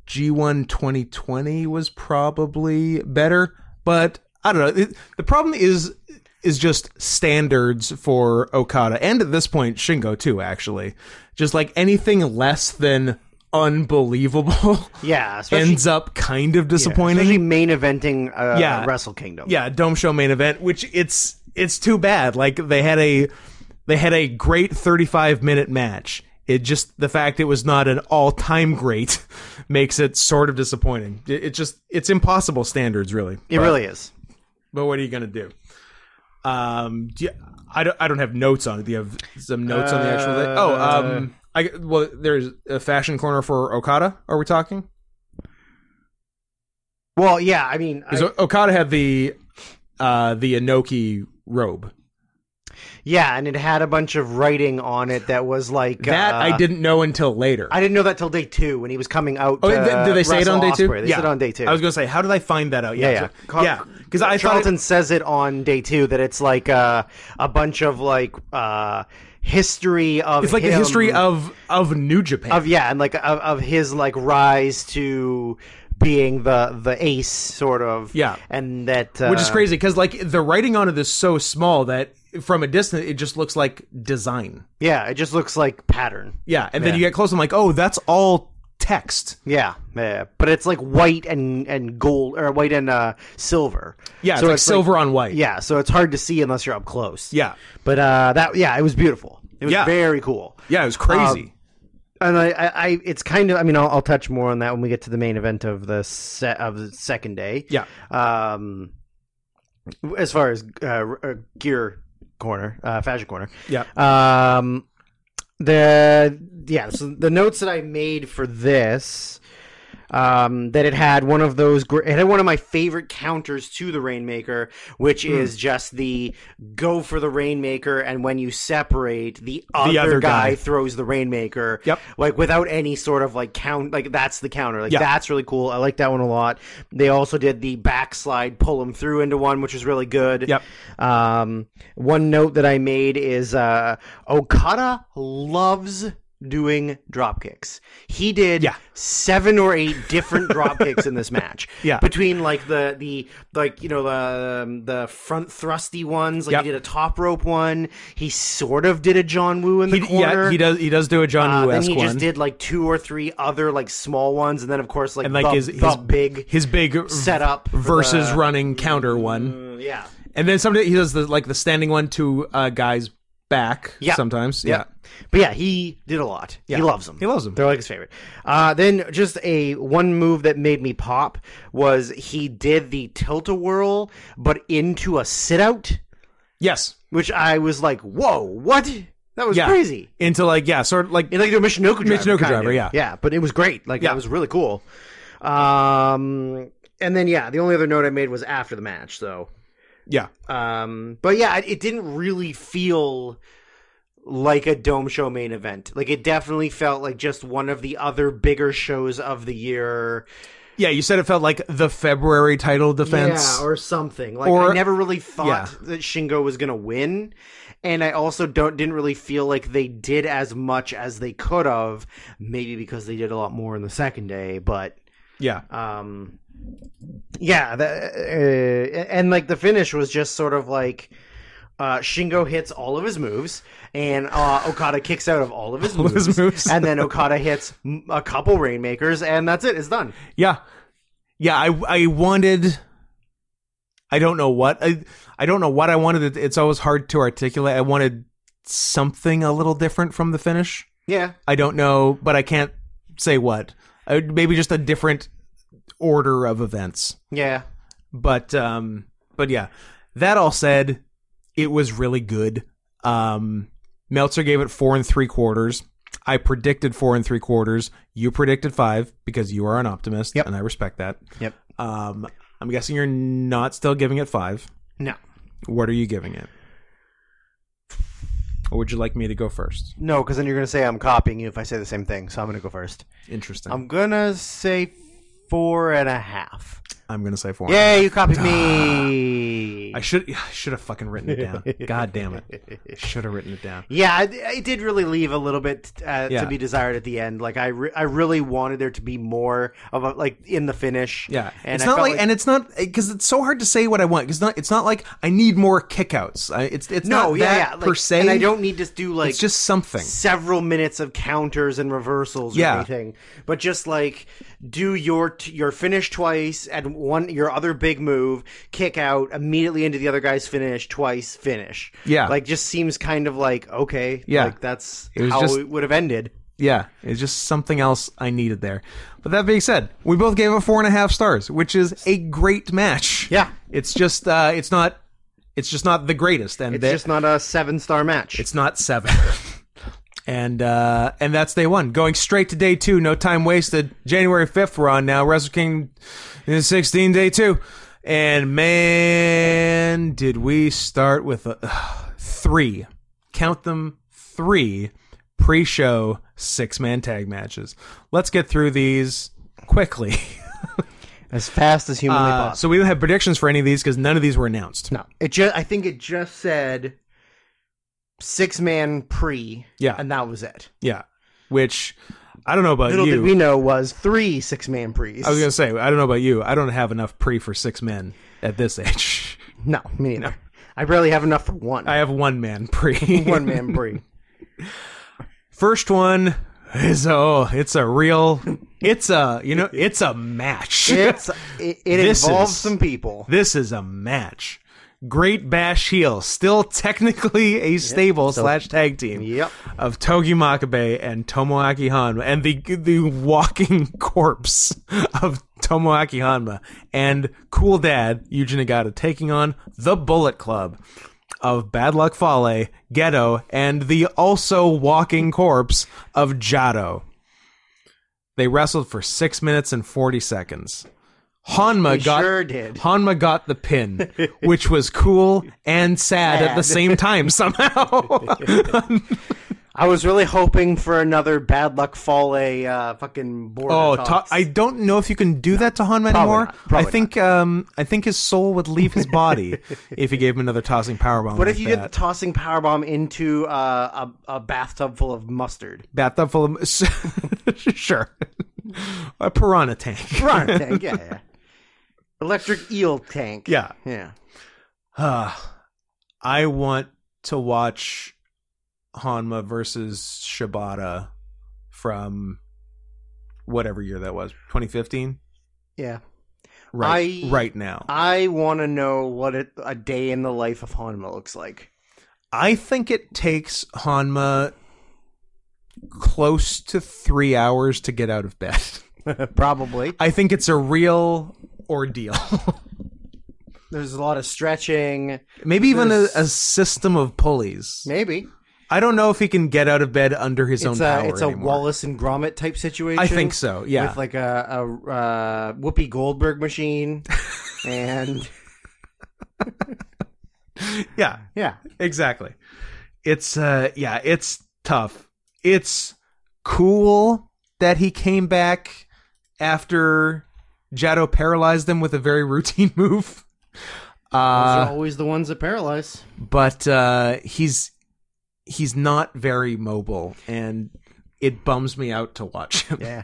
G1 2020 was probably better, but I don't know. It- The problem is is just standards for Okada and at this point Shingo too actually. Just like anything less than unbelievable
Yeah, especially,
ends up kind of disappointing.
especially main eventing uh,
Yeah.
Wrestle Kingdom.
Yeah, Dome Show main event, which it's it's too bad. Like they had a they had a great 35 minute match. It just the fact it was not an all time great makes it sort of disappointing. It, it just it's impossible standards really.
it really is.
But what are you gonna do? Um, do you- I don't I don't have notes on it. Do you have some notes on the actual thing? Oh, um, I well there's a fashion corner for Okada. Are we talking?
Well, yeah, I mean, I-
'Cause Okada had the uh the Inoki robe.
yeah, and it had a bunch of writing on it that was like
That
uh,
I didn't know until later.
I didn't know that till day two when he was coming out.
Oh,
to
did- did they say it
wrestle
on day two?
Ospreay. They
Yeah.
said it on day two.
I was gonna say, how did I find that out?
Yeah, yeah.
so- yeah. Because I thought,
Charlton
it,
says it on day two that it's like uh, a bunch of like uh, history of
it's like the
him-
history of of New Japan.
of yeah and like of, of his like rise to being the the ace sort of
Yeah.
and that uh,
which is crazy because like the writing on it is so small that from a distance it just looks like design.
yeah it just looks like pattern
Yeah, and then you get close. I'm like, oh, that's all text.
yeah yeah but it's like white and and gold or white and uh silver
Yeah, it's like silver on white.
yeah so it's hard to see unless you're up close
yeah,
but uh that yeah it was beautiful it was
Yeah.
very cool
yeah. It was crazy.
Um, and I, I, I it's kind of I mean I'll, I'll touch more on that when we get to the main event of the set of the second day.
Yeah.
Um, as far as uh, r- uh, gear corner, uh, fashion corner.
Yeah.
Um, the yeah, so the notes that I made for this. Um, that it had one of those. Gr- it had one of my favorite counters to the Rainmaker, which is just the go for the Rainmaker, and when you separate, the other,
other
guy,
guy.
throws the Rainmaker.
Yep.
Like without any sort of like count. Like that's the counter. Like
Yeah.
that's really cool. I like that one a lot. They also did the backslide pull him through into one, which was really good.
Yep.
Um, one note that I made is uh, Okada loves doing drop kicks. He did
Yeah.
seven or eight different drop kicks in this match.
Yeah.
Between like the the like you know the um, the front thrusty ones. Like
Yep.
he did a top rope one. He sort of did a John Woo in the
He,
corner.
yeah, he does. He does do a John
Uh,
Woo
then
esque
he
one,
just did like two or three other like small ones, and then of course like,
and like
the,
his
the
his
big
his big
setup for
versus
the-
running counter one.
Mm, yeah.
And then somebody he does the like the standing one to a guy's back.
Yeah.
Sometimes.
Yeah.
Yeah.
But yeah, he did a lot. He loves them.
He loves them.
They're like his favorite. Uh, then just a one move that made me pop was he did the tilt a whirl, but into a sit out,
Yes.
which I was like, whoa, what? That was
Yeah.
crazy.
Into like yeah, sort of like
And like the Michinoku driver.
Michinoku
kind
driver,
of.
yeah.
Yeah, but it was great. Like
Yeah.
that was really cool. Um, and then yeah, the only other note I made was after the match, though.
yeah.
Um, but yeah, it, it didn't really feel like a dome show main event. Like it definitely felt like just one of the other bigger shows of the year,
Yeah, you said it felt like the February title defense.
yeah, or something. Like
Or-
I never really thought
yeah.
that Shingo was gonna win, and I also don't didn't really feel like they did as much as they could have. Maybe because they did a lot more in the second day, but
yeah.
um yeah the, uh, and like the finish was just sort of like uh, Shingo hits all of his moves, and uh, Okada kicks out of all of his,
of
moves,
his moves.
and then Okada hits m- a couple rainmakers, and that's it. It's done.
Yeah. Yeah, I I wanted I don't know what I I don't know what I wanted. It- It's always hard to articulate. I wanted something a little different from the finish.
Yeah,
I don't know, but I can't say what. Uh, maybe just a different order of events.
Yeah.
But um but yeah. That all said, it was really good. Um Meltzer gave it four and three quarters. I predicted four and three quarters. You predicted five because you are an optimist,
Yep.
and I respect that.
Yep.
Um, I'm guessing you're not still giving it five.
No.
What are you giving it? Or would you like me to go first?
No, because then you're gonna say I'm copying you if I say the same thing. So I'm gonna go first.
Interesting. I'm,
I'm gonna say four and a half.
going to say four.
Yay, you copied me.
I should I should have fucking written it down. God damn it! Should have written it down.
Yeah, I, I did really leave a little bit uh,
Yeah.
to be desired at the end. Like I, re- I really wanted there to be more of a, like in the finish.
Yeah,
and
it's
I
not
felt
like, and it's not because it's so hard to say what I want. Because not, it's not like I need more kickouts. I, it's it's
no,
not
yeah,
that
yeah, like,
per se.
And I don't need to do like
it's just something.
several minutes of counters and reversals or
Yeah.
anything, but just like do your t- your finish twice and one your other big move, kick out immediately into the other guy's finish twice, finish.
Yeah.
like just seems kind of like okay,
Yeah.
like that's
It was
how
just-
it would have ended.
Yeah, it's just something else I needed there. But that being said, we both gave it four and a half stars, which is a great match.
Yeah.
it's just uh, it's not it's just not the greatest, and
It's
they-
just not a seven star match.
it's not seven. and uh, and that's day one. Going straight to day two. No time wasted. January fifth, we're on now. Wrestle King is sixteen, day two. And man, did we start with a, three? Count them three pre-show six-man tag matches. Let's get through these quickly.
as fast as humanly
Uh, so we don't have predictions for any of these because none of these were announced.
No, it just I think it just said six man pre.
Yeah.
and that was it.
Yeah, which I don't know about
Little
you.
did we know was three six man pre's.
I was gonna say, I don't know about you. I don't have enough pre for six men at this age.
No, me neither. I barely have enough for one.
I have one man pre.
one man pre.
First one is oh, it's a real, it's a you know, it's a match.
It's it, it
This
involves
is-
some people.
this is a match. Great Bash heel, still technically a stable slash tag team
Yep.
of Togi Makabe and Tomoaki Hanma, and the the walking corpse of Tomoaki Hanma and Cool Dad Yuji Nagata taking on the Bullet Club of Bad Luck Fale, Ghetto, and the also walking corpse of Jado. They wrestled for six minutes and forty seconds. Hanma
They
got
sure did.
Hanma got the pin, which was cool and sad, at the
Sad.
same time somehow.
I was really hoping for another bad luck fall a uh, fucking border.
oh, ta-
talks.
I don't know if you can do that to Hanma anymore.
not. Probably
I think um, I think his soul would leave his body if you gave him another tossing powerbomb.
What
like
if you
that.
did the tossing powerbomb into uh, a, a bathtub full of mustard?
bathtub full of sure a piranha tank?
Piranha tank, yeah, yeah. Electric eel tank.
Yeah,
Yeah.
uh, I want to watch Hanma versus Shibata from whatever year that was, 2015.
Yeah.
Right,
I-
right now.
I want to know what it, a day in the life of Hanma looks like.
I think it takes Hanma close to three hours to get out of bed.
Probably.
I think it's a real ordeal.
There's a lot of stretching.
Maybe even a,
There's-
a system of pulleys.
Maybe.
I don't know if he can get out of bed under his
It's
own
a,
power.
it's a
anymore.
Wallace and Gromit type situation.
I think so. Yeah.
With like a, a uh, Whoopi Goldberg machine. and
yeah.
yeah.
Exactly. It's uh yeah, it's tough. It's cool that he came back after Jado paralyzed him with a very routine move.
Those
Uh
are always the ones that paralyze.
but uh he's he's not very mobile and it bums me out to watch him.
Yeah.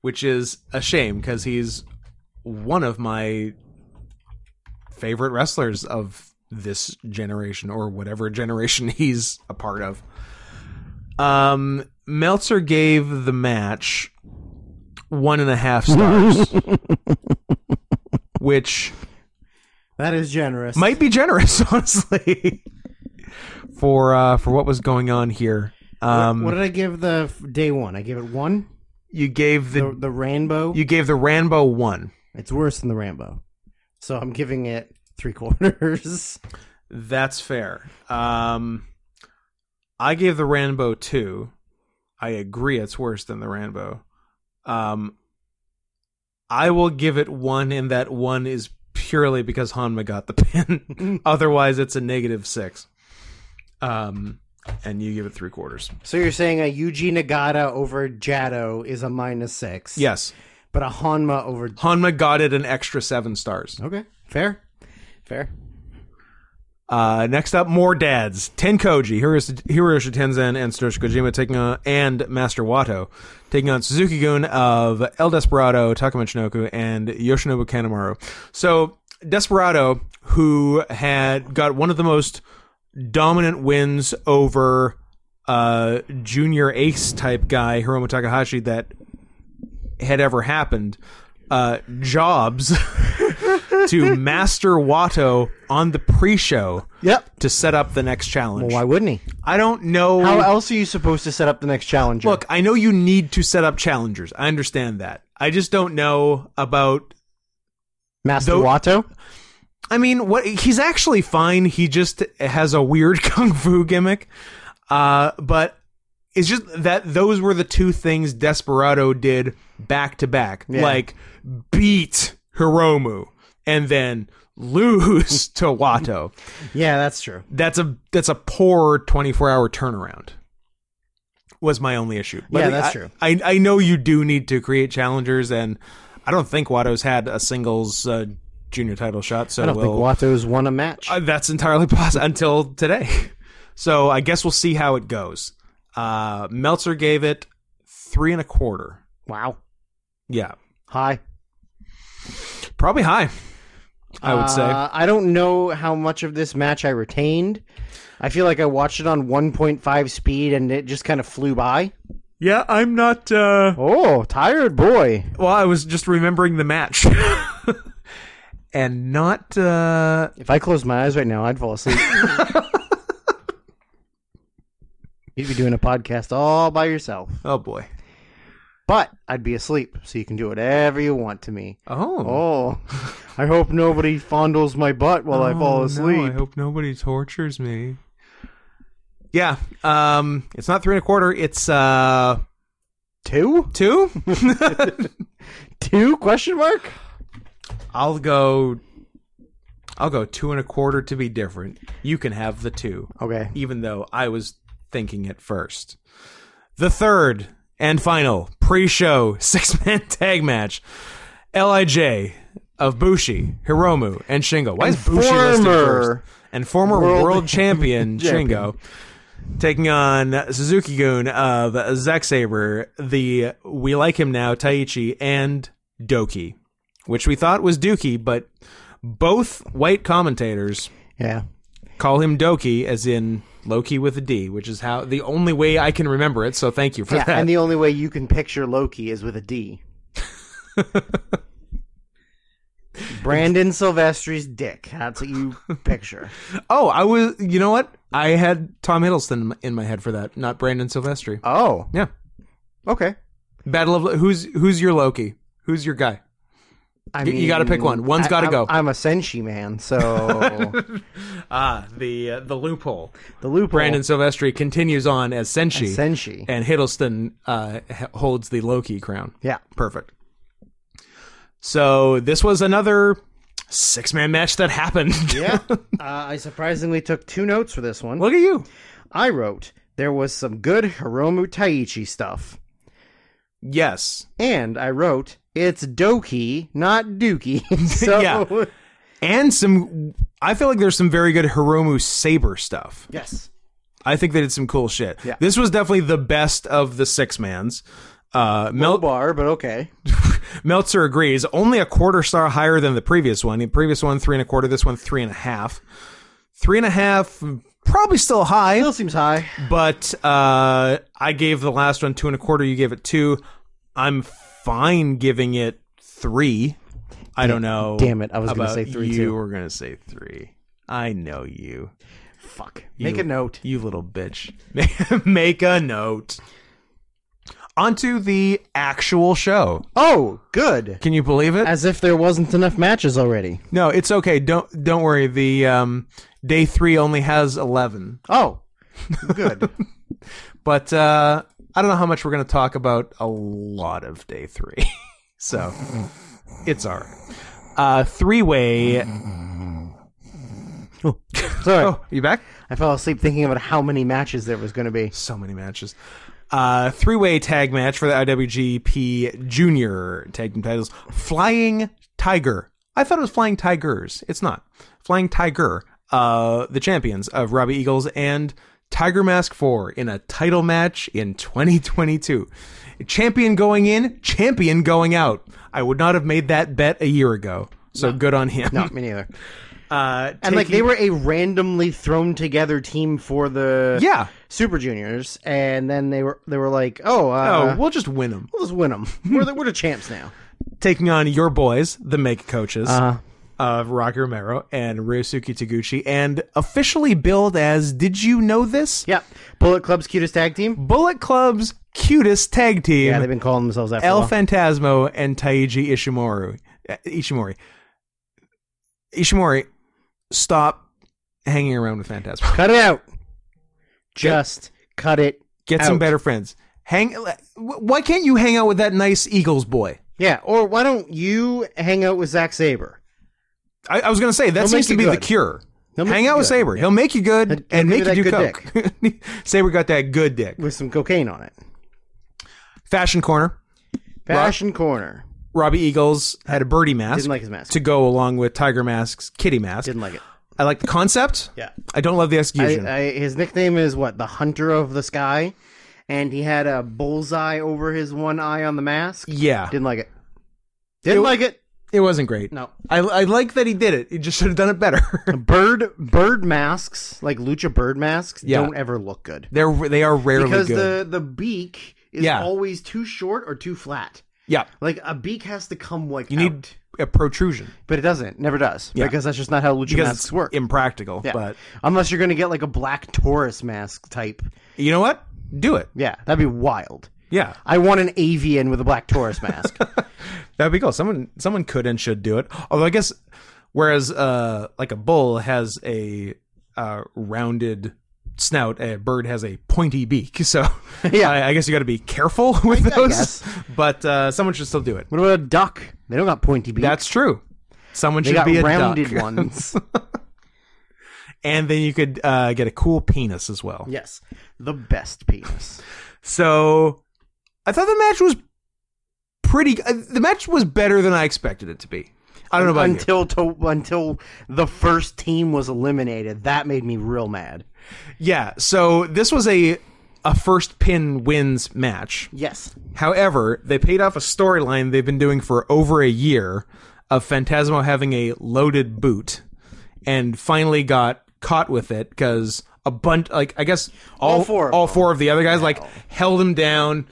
which is a shame because he's one of my favorite wrestlers of this generation or whatever generation he's a part of. Um, Meltzer gave the match one and a half stars, which
That is generous.
might be generous, honestly, for uh, for what was going on here. Um,
what did I give the f- day one? I gave it one.
you gave the,
The, the rainbow.
you gave the Ranbo one.
It's worse than the Rambo. So I'm giving it three quarters.
That's fair. Um, I gave the Ranbo two. I agree, it's worse than the Ranbo. Um, I will give it one in that one is purely because Hanma got the pin. Otherwise, it's a negative six. Um, and you give it three quarters.
so you're saying a Yuji Nagata over Jado is a minus six.
Yes,
But a Hanma over.
Hanma got it an extra seven stars.
Okay. Fair. Fair.
Uh, next up, more dads. Tenkoji, Hiroshi Hiroshi Tenzan, and Satoshi Kojima taking on, and Master Wato taking on Suzuki Gun of El Desperado, Takuma Shinoku, and Yoshinobu Kanemaru. So, Desperado, who had got one of the most dominant wins over uh, junior ace type guy, Hiromu Takahashi, that had ever happened, uh, Jobs to Master Watto on the pre show
Yep.
to set up the next challenge.
Why wouldn't he?
I don't know.
How else are you supposed to set up the next challenger?
Look, I know you need to set up challengers. I understand that. I just don't know about.
Master
though-
Watto.
I mean, what he's actually fine. He just has a weird kung fu gimmick. Uh, but it's just that those were the two things Desperado did back to back. Like beat Hiromu and then lose to Watto.
Yeah, that's true.
that's a that's a poor 24 hour turnaround was my only issue
Yeah, that's
I-
true.
I, I know you do need to create challengers and i don't think watto's had a singles uh, junior title shot so
I don't
we'll,
think Watto's won a match.
uh, that's entirely possible until today so i guess we'll see how it goes uh meltzer gave it three and a quarter
wow.
yeah
Hi.
probably high i would say
Uh, I don't know how much of this match I retained. I feel like I watched it on 1.5 speed and it just kind of flew by.
yeah i'm not uh
Oh, tired boy.
Well, I was just remembering the match. and not uh
If I closed my eyes right now, I'd fall asleep. You'd be doing a podcast all by yourself,
oh boy.
but I'd be asleep, so you can do whatever you want to me.
Oh.
Oh, I hope nobody fondles my butt while I fall asleep.
Oh, I hope nobody tortures me. Yeah. Um it's not three and a quarter, it's uh
Two?
two?
Two? Question mark?
I'll go I'll go two and a quarter to be different. You can have the two.
Okay.
even though I was thinking it first. The third and final pre show six man tag match LIJ of Bushi, Hiromu, and Shingo. Why is Bushi listed
former
first? And former world,
world-
champion
Champion.
Shingo taking on Suzuki Goon of Zack Sabre, the We Like Him Now, Taichi, and Doki, which we thought was Dookie, but both white commentators
Yeah.
call him Doki, as in Loki with a D, which is how the only way I can remember it. So thank you for
Yeah,
that.
and the only way you can picture Loki is with a D. Brandon Silvestri's dick. That's what you picture.
oh, I was. You know what? I had Tom Hiddleston in my- in my head for that, not Brandon Silvestri.
Oh,
Yeah,
okay.
Battle of who's who's your Loki? Who's your guy?
I
You- you gotta pick one. One's
I-
gotta
I'm-
go.
I'm a senshi man, so
Ah, the uh, the loophole.
the loop
Brandon Silvestri continues on as Senshi,
senshi.
and Hiddleston uh, h- holds the Loki crown.
Yeah,
Perfect. So this was another six man match that happened.
yeah. uh, I surprisingly took two notes for this one.
Look at you.
I wrote there was some good Hiromu Taiichi stuff,
Yes.
and I wrote it's Doki, not Dookie. so
Yeah. and some i feel like there's some very good hiromu saber stuff
yes,
i think they did some cool shit
Yeah.
this was definitely the best of the six mans uh, Mel-
bar, but okay.
Meltzer agrees. Only a quarter star higher than the previous one. The previous one three and a quarter. This one three and a half. Three and a half, probably still high.
Still seems high.
but uh, I gave the last one two and a quarter. You gave it two. I'm fine giving it three. I don't know.
damn it, I was gonna
about
say three,
You
too.
were gonna say three. I know you.
Fuck. Make a note.
You little bitch. Make a note. Onto the actual show.
Oh, good.
Can you believe it?
As if there wasn't enough matches already.
No, it's okay. Don't don't worry. The um, day three only has eleven,
Oh, good.
but uh, I don't know how much we're going to talk about a lot of day three, so it's all right. Uh, three way.
Sorry,
Oh, you back?
I fell asleep thinking about how many matches there was going to be.
So many matches. Uh, three way tag match for the IWGP Junior Tag Team titles. Flying Tiger. I thought it was Flying Tigers. It's not. Flying Tiger, uh, the champions of Robbie Eagles and Tiger Mask 4 in a title match in 2022. Champion going in, champion going out. I would not have made that bet a year ago. So good on him.
No, me neither.
Uh,
And like
taking-
they were a randomly thrown together team for the
Yeah.
Super Juniors, and then they were they were like, oh, uh,
Oh, we'll just win them.
we'll just win them. we're the, we're the champs now.
taking on your boys, the Mega Coaches,
Uh-huh.
of Rocky Romero and Ryosuke Taguchi, and officially billed as Did You Know This?
Yep. Bullet Club's cutest tag team.
Bullet Club's cutest tag team,
Yeah, they've been calling themselves that. For a
El
while.
Fantasmo and Taiji Ishimori. uh, Ishimori. Ishimori, stop hanging around with Fantasmo.
Cut it out. Just cut it.
Get some
Ouch.
better friends. Hang. wh- Why can't you hang out with that nice Eagles boy?
Yeah, or why don't you hang out with Zack Saber?
I, I was going to say that
He'll
seems to
make
be
you
the
good.
cure.
He'll make
Hang
you
out with
good.
Saber. He'll make you good
He'll-
and
he'll
make you
give
do
you that
coke. Saber got that good dick.
with some cocaine on it.
Fashion corner.
Fashion Corner.
Robbie Eagles had a birdie mask
Didn't like his mask.
to go along with Tiger Mask's kitty mask.
Didn't like it.
I like the concept.
Yeah.
I don't love the
I,
execution.
I, his nickname is what? The Hunter of the Sky. And he had a bullseye over his one eye on the mask.
yeah,
Didn't like it. Didn't like it.
it wasn't great.
No.
I, I like that he did it. He just should have done it better.
Bird bird masks, like lucha bird masks,
Yeah.
don't ever look good.
They're they are rarely
Because
good.
the, the beak is
Yeah.
always too short or too flat.
yeah,
Like a beak has to come like
you need a protrusion
but it doesn't. Never does.
Yeah.
Because that's just not how lucha
because
masks
it's
work.
impractical.
Yeah.
But
Unless you're going to get like a black Taurus mask type.
you know what? Do it.
Yeah, that'd be wild.
Yeah,
I want an avian with a black Taurus mask.
That'd be cool. Someone someone could and should do it. Although I guess whereas uh like a bull has a uh rounded snout, a bird has a pointy beak. So
Yeah.
I, I guess you got to be careful with those.
guess.
But uh someone should still do it.
what about a duck? They don't got pointy beaks.
That's true. Someone
they
should
got
be a
rounded
duck.
ones.
and then you could uh get a cool penis as well.
yes, the best penis.
So I thought the match was pretty uh, the match was better than I expected it to be. I don't know about you.
until to, until the first team was eliminated, that made me real mad.
Yeah, so this was a a first pin wins match.
Yes,
However, they paid off a storyline they've been doing for over a year of Phantasmo having a loaded boot and finally got caught with it because a bunch like I guess all,
All four of
all
them.
four of the other guys like held him down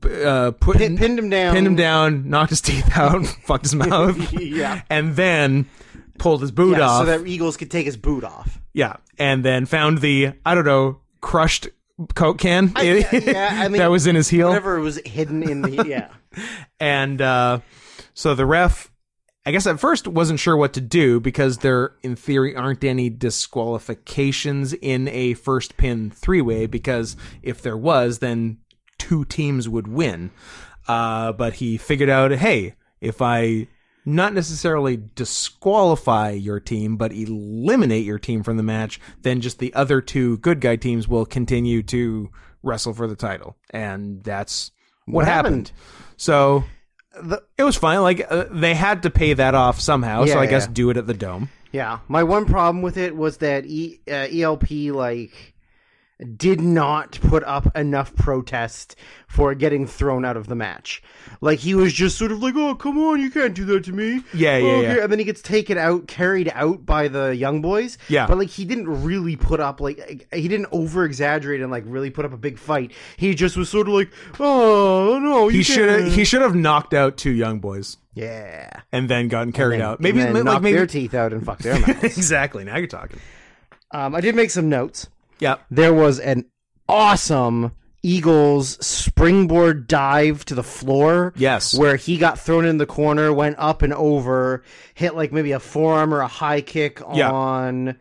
b- uh put
Pin- pinned him down.
pinned him down, knocked his teeth out, fucked his mouth.
Yeah.
And then pulled his boot
Yeah,
off.
so that Eagles could take his boot off.
Yeah, and then found the I don't know crushed coke can
yeah, yeah, I mean,
that was in his heel,
Whatever was hidden in the yeah.
and uh, so the ref, I guess at first wasn't sure what to do because there, in theory, aren't any disqualifications in a first pin three way because if there was, then two teams would win. Uh, but he figured out, hey, if I not necessarily disqualify your team, but eliminate your team from the match, then just the other two good guy teams will continue to wrestle for the title. And that's what,
What
happened.
happened?
So it was fine. Like uh, they had to pay that off somehow. so
Yeah,
I guess
yeah.
do it at the dome.
Yeah, my one problem with it was that e, uh, ELP like did not put up enough protest for getting thrown out of the match. Like he was just sort of like, "Oh, come on, you can't do that to me."
Yeah, yeah,
Oh,
yeah.
okay," And then he gets taken out, carried out by the young boys.
Yeah.
but like he didn't really put up like he didn't over exaggerate and like really put up a big fight. He just was sort of like, "Oh no, you
He should
can't."
have. He should have knocked out two young boys
yeah."
and then gotten carried out. Maybe
and then
like
knock
maybe
their teeth out and fuck their mouth.
exactly. Now you're talking.
um, I did make some notes.
Yeah.
there was an awesome Eagles springboard dive to the floor.
Yes.
Where he got thrown in the corner, went up and over, hit like maybe a forearm or a high kick
Yeah.
on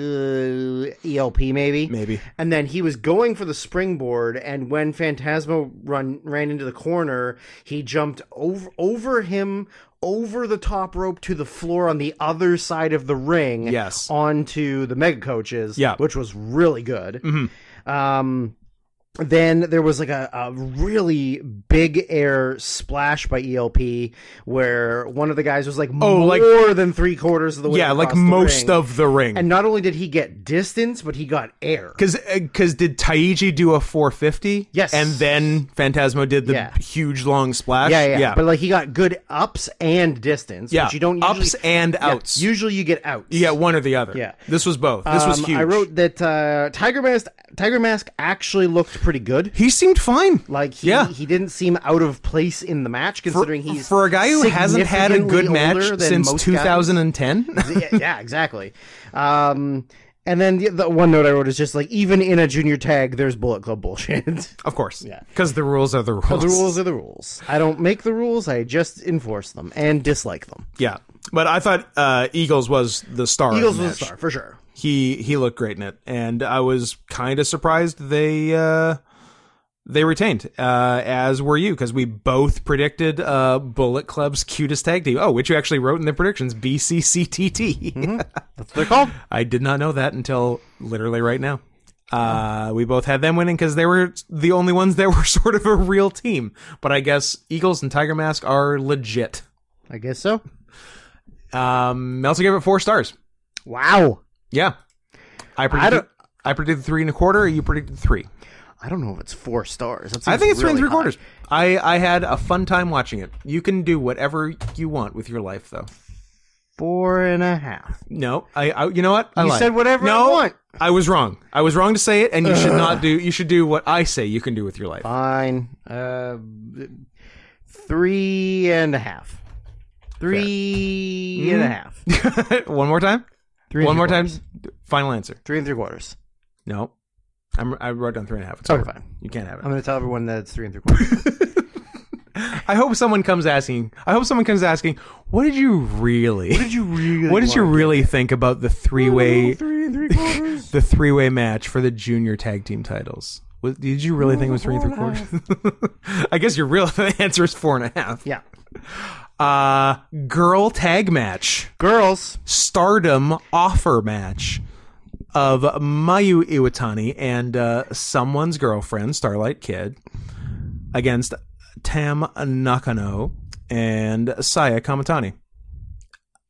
uh, ELP maybe.
Maybe.
And then he was going for the springboard, and when Phantasmo run ran into the corner, he jumped over over him, over the top rope to the floor on the other side of the ring.
Yes.
onto the mega coaches.
Yeah.
which was really good.
Mhm.
Um, then there was like a, a really big air splash by ELP where one of the guys was like
Oh,
more
like-
than three quarters of the way.
Yeah, like
across the
most
ring.
of the ring.
And not only did he get distance, but he got air.
Because uh, did Taiji do a 450?
Yes.
And then Phantasmo did the
Yeah.
huge long splash?
Yeah, yeah, But like he got good ups and distance,
Yeah.
which you don't usually,
Ups and
Yeah,
outs.
usually you get outs.
You get one or the other.
Yeah.
This was both. This was
Um,
huge.
I wrote that uh, Tiger Mask Tiger Mask actually looked pretty good.
he seemed fine.
Like he,
Yeah.
he didn't seem out of place in the match considering he's
For a guy who hasn't had a good
significantly
match
older than
since
most guys.
2010.
yeah, yeah, exactly. Um, and then the, the one note I wrote is just like even in a junior tag, there's Bullet Club bullshit.
of course. Yeah. Because the rules are the rules.
the rules are the rules. I don't make the rules; I just enforce them and dislike them.
Yeah. But I thought uh, Eagles was the star.
Eagles
of the
was
match.
a star for sure.
He he looked great in it, and I was kind of surprised they uh, they retained, uh, as were you, because we both predicted uh, Bullet Club's cutest tag team. Oh, which you actually wrote in the predictions, BCCTT.
That's what they're called.
I did not know that until literally right now. Uh, we both had them winning because they were the only ones that were sort of a real team. But I guess Eagles and Tiger Mask are legit.
I guess so.
Um, Meltzer gave it four stars.
Wow.
Yeah, I predicted. I,
don't-
predicted three and a quarter. You predicted three.
I don't know if it's four stars. That
I think
seems
it's three and three
really high.
quarters. I I had a fun time watching it. You can do whatever you want with your life, though.
Four and a half.
No, I, I you know what? I
You
lied.
said whatever I
no,
want.
I was wrong. I was wrong to say it, and you should not do. You should do what I say you can do with your life.
Fine. Uh, three and a half. Three and a half.
One more time.
Three and
One
three
more time.
quarters.
Final answer.
Three and three quarters.
No, I'm, I wrote down three and a half. It's
Okay,
over.
fine.
You can't have it.
I'm gonna tell everyone that it's three and three quarters.
I hope someone comes asking. I hope someone comes asking. What did you really? What did you really? What did you really think about the three-way?
three and three quarters.
the three-way match for the junior tag team titles. What, did you really think it was three and three quarters? I guess your real answer is four and a half.
yeah.
Uh, girl tag match,
Girls.
stardom offer match of Mayu Iwatani and uh, someone's girlfriend, Starlight Kid, against Tam Nakano and Saya Kamatani.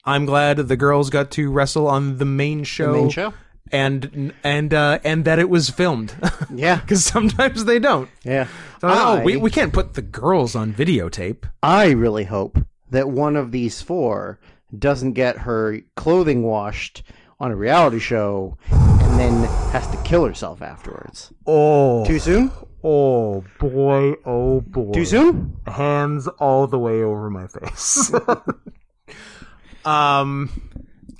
I'm glad the girls got to wrestle on the main show,
main show.
and and uh, and that it was filmed
Yeah.
because sometimes they don't.
Yeah.
Oh,
I-
we, we can't put the girls on videotape.
I really hope that one of these four doesn't get her clothing washed on a reality show and then has to kill herself afterwards.
Oh,
Too soon?
Oh boy, oh boy.
Too soon?
Hands all the way over my face. um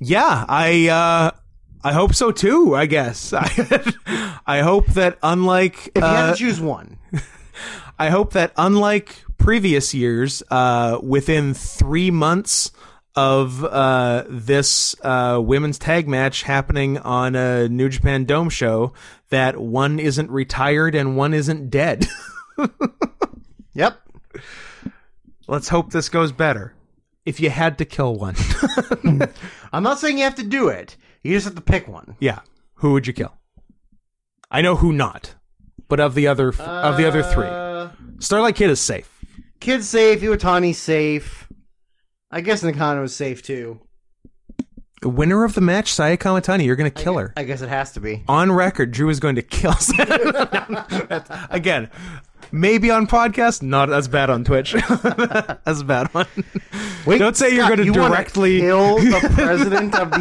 yeah, I uh I hope so too, I guess. I, I hope that unlike
If you had
uh,
to choose one.
I hope that unlike previous years, uh within 3 months of uh this uh women's tag match happening on a New Japan Dome show that one isn't retired and one isn't dead.
Yep.
Let's hope this goes better. If you had to kill one,
I'm not saying you have to do it. You just have to pick one.
yeah, who would you kill? I know who not, but of the other of the other three,
Uh,
Starlight Kid is safe.
Kid's safe. Iwatani's safe. I guess Nakano's safe too.
Winner of the match, Saya Kamatani. You're going to kill her
I guess it has to be.
on record. Drew is going to kill. That's- Again, maybe on podcast, not as bad on Twitch. That's a bad one.
Wait,
Don't say you're
Scott,
gonna
you wanna
directly-
kill the president of the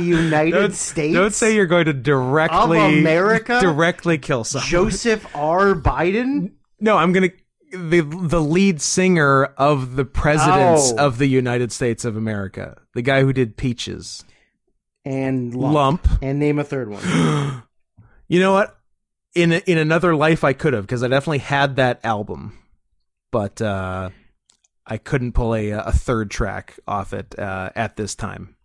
United
Don't,
States.
don't say you're going to directly
America?
directly kill someone.
Joseph R. Biden.
No, I'm gonna the the lead singer of the presidents
Oh.
of the United States of America, the guy who did Peaches,
and lump,
Lump.
and name a third one.
You know what? in in another life I could have because I definitely had that album, but uh, I couldn't pull a a third track off it uh, at this time.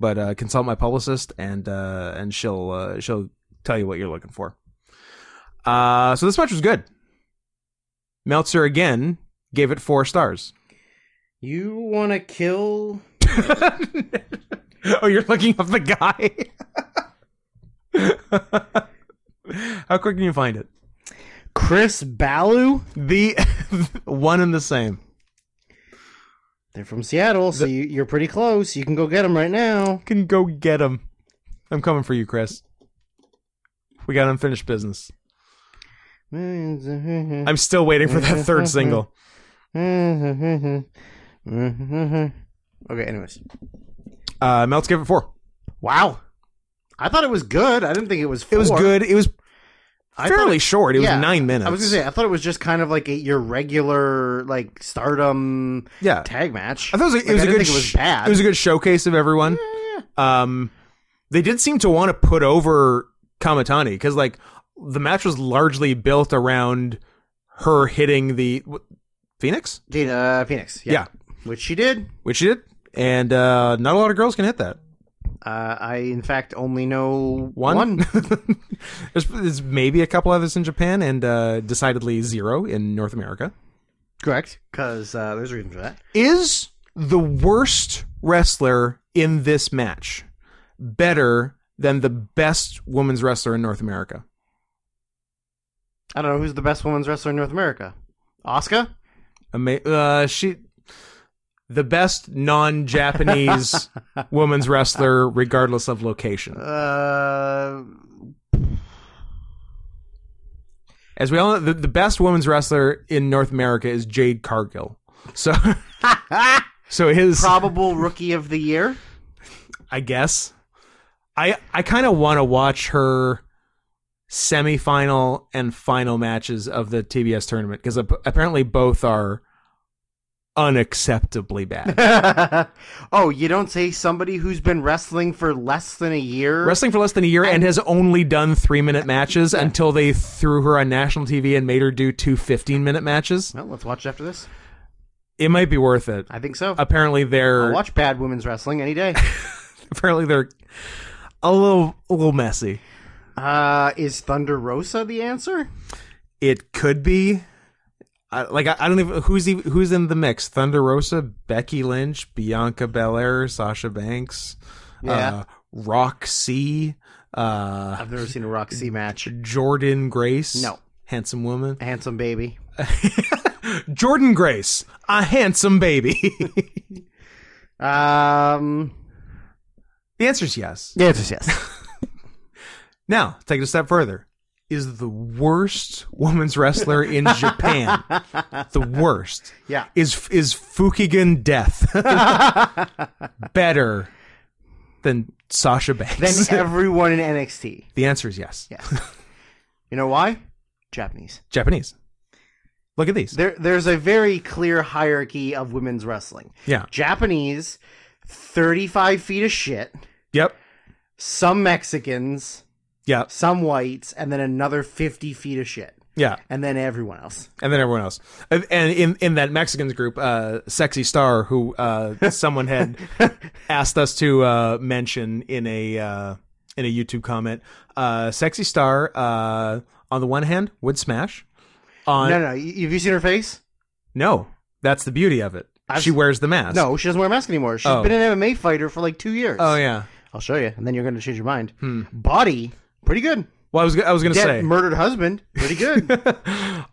But uh, consult my publicist and uh, and she'll uh, she'll tell you what you're looking for. Uh, so this match was good. Meltzer again gave it four stars.
You want to kill?
oh, you're looking up the guy. How quick can you find it?
Chris Ballu?
The one and the same.
They're from Seattle, so you, you're pretty close. You can go get them right now.
Can go get him. I'm coming for you, Chris. We got unfinished business. I'm still waiting for that third single.
Okay, anyways.
Uh, Melts gave it four.
Wow. I thought it was good. I didn't think it was. Four.
It was good. It was
I thought
fairly
it-
short. It
yeah,
was nine minutes.
I was gonna say I thought it was just kind of like a, your regular like Stardom
yeah.
tag match.
I thought it was a,
Like,
it was
I
a
didn't
good.
think it was
sh-
bad.
It was a good showcase of everyone. Um, they did seem to want to put over Kamatani because like the match was largely built around her hitting the wh- Phoenix.
Gina uh, Phoenix. Yeah.
Yeah.
which she did.
which she did, and uh, not a lot of girls can hit that.
Uh, I in fact only know
One,
one.
there's, there's maybe a couple others in Japan, and uh, decidedly zero in North America.
correct because uh, there's a reason for that.
Is the worst wrestler in this match better than the best women's wrestler in North America?
I don't know who's the best women's wrestler in North America. Oscar.
Ama- uh, she, the best non-Japanese women's wrestler, regardless of location.
Uh,
As we all know, the, the best women's wrestler in North America is Jade Cargill. So, so his,
probable rookie of the year.
I guess, I I kind of want to watch her semifinal and final matches of the TBS tournament because apparently both are unacceptably bad.
oh, you don't say somebody who's been wrestling for less than a year.
Wrestling for less than a year and has only done three minute matches until they threw her on national TV and made her do two 15 minute matches.
well, let's watch it after this.
It might be worth it.
I think so.
Apparently,
I'll
they're
watch bad women's wrestling any day.
apparently they're a little a little messy.
Uh, is Thunder Rosa the answer?
It could be. I, like I, I don't even who's even, who's in the mix. Thunder Rosa, Becky Lynch, Bianca Belair, Sasha Banks,
Yeah.
uh, Roxy, uh,
I've never seen a Roxy match.
Jordan Grace.
No.
handsome woman.
Handsome baby.
Jordan Grace, a handsome baby.
Um,
the answer is yes.
the answer's yes.
Now take it a step further. Is the worst women's wrestler in Japan the worst?
yeah.
is is Fukigan Death better than Sasha
Then
Banks?
everyone in NXT.
the answer is yes.
Yes. You know why? Japanese.
Japanese. Look at these.
There, there's a very clear hierarchy of women's wrestling.
yeah.
Japanese, 35 feet of shit,
Yep.
some Mexicans,
Yep.
some whites, and then another 50 feet of shit.
Yeah.
And then everyone else.
And then everyone else. And and in in that Mexicans group, uh, Sexy Star, who uh, someone had asked us to uh, mention in a uh, in a YouTube comment, uh, Sexy Star, uh, on the one hand, would smash. On
No, no, no. Y- Have you seen her face?
no, that's the beauty of it.
I've-
she wears the mask.
No, she doesn't wear a mask anymore. She's
Oh.
been an MMA fighter for like two years.
Oh yeah.
I'll show you, and then you're going to change your mind. Body, pretty good.
Well, I was I was gonna
Dead
say
murdered husband, pretty good.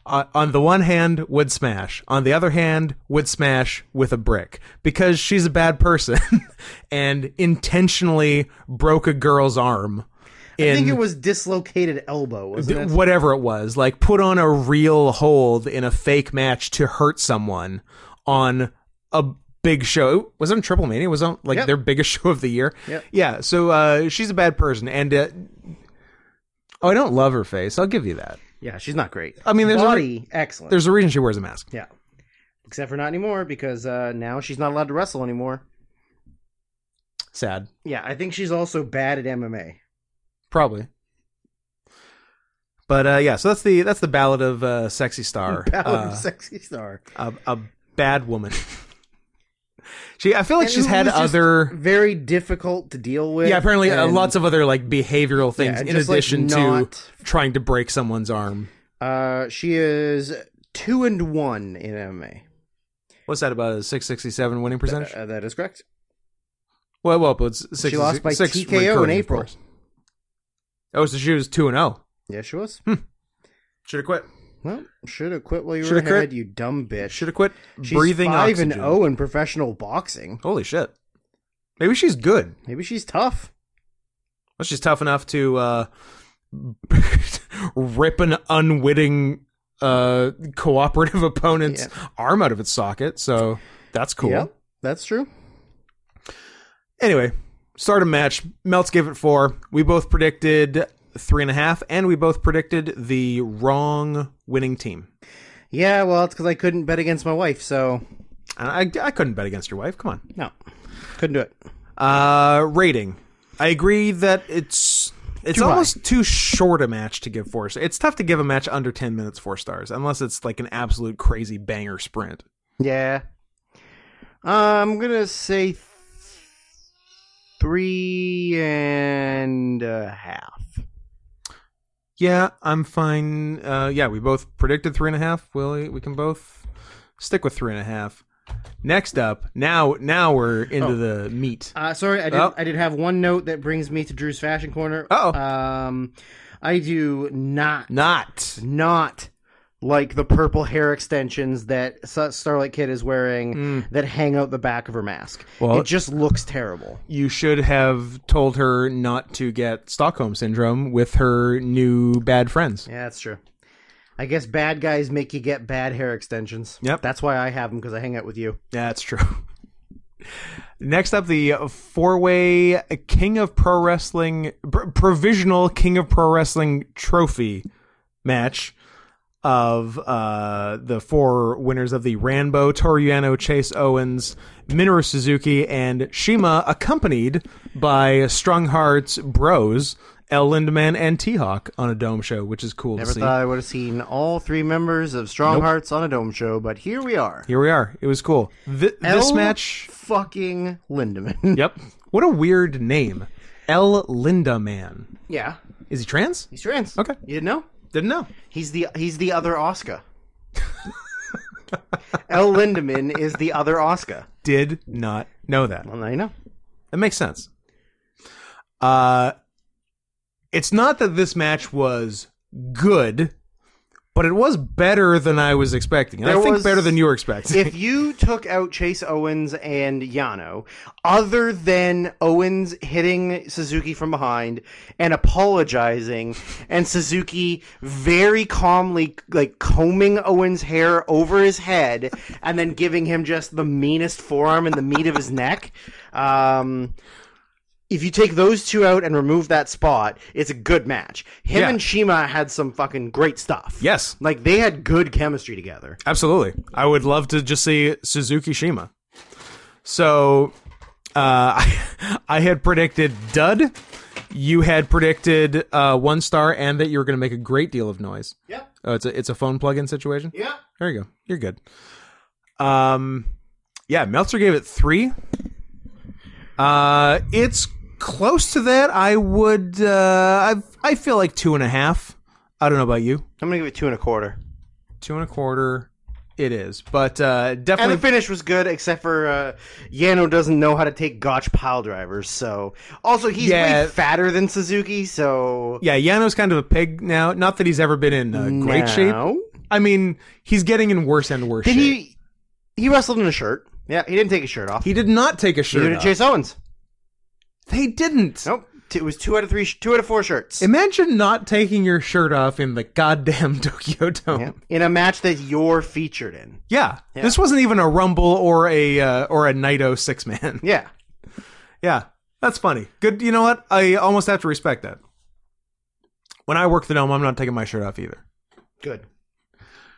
on on the one hand would smash, on the other hand would smash with a brick because she's a bad person and intentionally broke a girl's arm
I think it
in
was dislocated elbow, wasn't it?
whatever it was, like put on a real hold in a fake match to hurt someone on a big show. Was it on Triple Mania? Was it on like
Yep.
their biggest show of the year?
Yep.
Yeah. So uh, she's a bad person, and uh, oh, I don't love her face. I'll give you that.
Yeah, she's not great.
I mean, there's a re-
Body, excellent.
there's a reason she wears a mask.
yeah, except for not anymore because uh, now she's not allowed to wrestle anymore.
Sad.
Yeah, I think she's also bad at MMA.
Probably. But uh, yeah, so that's the that's the ballad of uh, sexy star,
Ballad of
Uh,
sexy star.
a, a bad woman. she, I feel like
And
she's
it
had
was just
other,
very difficult to deal with.
yeah, apparently uh,
and-
lots of other like behavioral
yeah,
things
and
in
just, like,
addition to
not-
trying to break someone's arm.
Uh, she is two and one in MMA.
What's that about a six sixty seven winning percentage?
Uh, that is correct.
well, well, but it's six,
She lost by
six
TKO in
recurring, of
April.
course. Oh, so she was two and zero.
Yes, she was.
Should have quit.
Well, should have quit while you
Shoulda
were ahead,
quit.
you dumb bitch.
Should have quit
She's
breathing
five
oxygen.
and oh. zero in professional boxing.
Holy shit! Maybe she's good.
Maybe she's tough.
Well, she's tough enough to uh, rip an unwitting uh, cooperative opponent's arm out of its socket. So that's cool.
Yep, that's true.
Anyway, start a match. Melts gave it four. We both predicted three and a half, and we both predicted the wrong winning team.
Yeah, well, it's because I couldn't bet against my wife, so
And I, I couldn't bet against your wife. Come on.
no, couldn't do it.
Uh, rating. I agree that it's it's
Too high.
almost too short a match to give four. stars. It's tough to give a match under ten minutes four stars unless it's like an absolute crazy banger sprint.
Yeah, I'm gonna say th- three and a half.
Yeah, I'm fine. Uh, yeah, we both predicted three and a half. Willie, we can both stick with three and a half. Next up, now now we're into
Oh.
the meat.
Uh, sorry, I did.
Oh.
I did have one note that brings me to Drew's fashion corner.
Uh-oh.
um, I do not
Not
not like the purple hair extensions that Sa- Starlight Kid is wearing that hang out the back of her mask.
Hmm. Well-
it just looks terrible.
you should have told her not to get Stockholm syndrome with her new bad friends.
Yeah, that's true. I guess bad guys make you get bad hair extensions.
Yep.
That's why I have them because I hang out with you.
That's true. Next up, the four way King of Pro Wrestling, pr- provisional King of Pro Wrestling trophy match of uh, the four winners of the Rambo, Toriano, Chase Owens, Minoru Suzuki, and Shima, accompanied by Strong Hearts Bros, El Lindemann, and T Hawk on a dome show, which is cool
Never
to see.
thought I would have seen all three members of Strong Hearts on a dome show, but here we are.
Here we are. It was cool. Th- this
El
match.
fucking Lindemann.
Yep. What a weird name. L. Linda Man.
yeah,
Is he trans?
he's trans.
Okay.
you didn't know?
Didn't know.
He's the he's the other Oscar. El Lindemann is the other Oscar.
Did not know that.
Well, now you know.
That makes sense. Uh it's not that this match was good, but it was better than I was expecting. And I
There
think
was-
better than you were expecting.
if you took out Chase Owens and Yano, other than Owens hitting Suzuki from behind and apologizing, and Suzuki very calmly like combing Owens' hair over his head and then giving him just the meanest forearm and the meat of his neck, um, if you take those two out and remove that spot, it's a good match. Him
Yeah.
and Shima had some fucking great stuff.
yes,
Like they had good chemistry together.
absolutely. I would love to just see Suzuki Shima. So uh I had predicted dud. You had predicted uh, one star and that you were going to make a great deal of noise.
Yep.
Oh, it's a it's a phone plug-in situation.
Yeah.
There you go. You're good. Um, yeah, Meltzer gave it three. Uh, it's close to that. I would. Uh, I I feel like two and a half. I don't know about you.
I'm gonna give it two and a quarter.
Two and a quarter. It is, but uh,
And the
definitely.
finish was good, except for uh, Yano doesn't know how to take gotch pile drivers. So also he's
Yeah.
way fatter than Suzuki. So
Yeah, Yano's kind of a pig now. Not that he's ever been in uh, great shape.
Now-
I mean, he's getting in worse and worse.
Did
shape.
he? He wrestled in a shirt. Yeah, he didn't take his shirt off.
He did not take a
Neither
shirt.
did
off.
Chase Owens.
They didn't.
Nope. T- It was two out of three, sh- two out of four shirts
Imagine not taking your shirt off in the goddamn Tokyo Dome.
Yeah. in a match that you're featured in.
Yeah. This wasn't even a rumble or a uh, or a Naito six man.
Yeah.
yeah. That's funny. Good you know what? I almost have to respect that. When I work the dome, I'm not taking my shirt off either.
Good.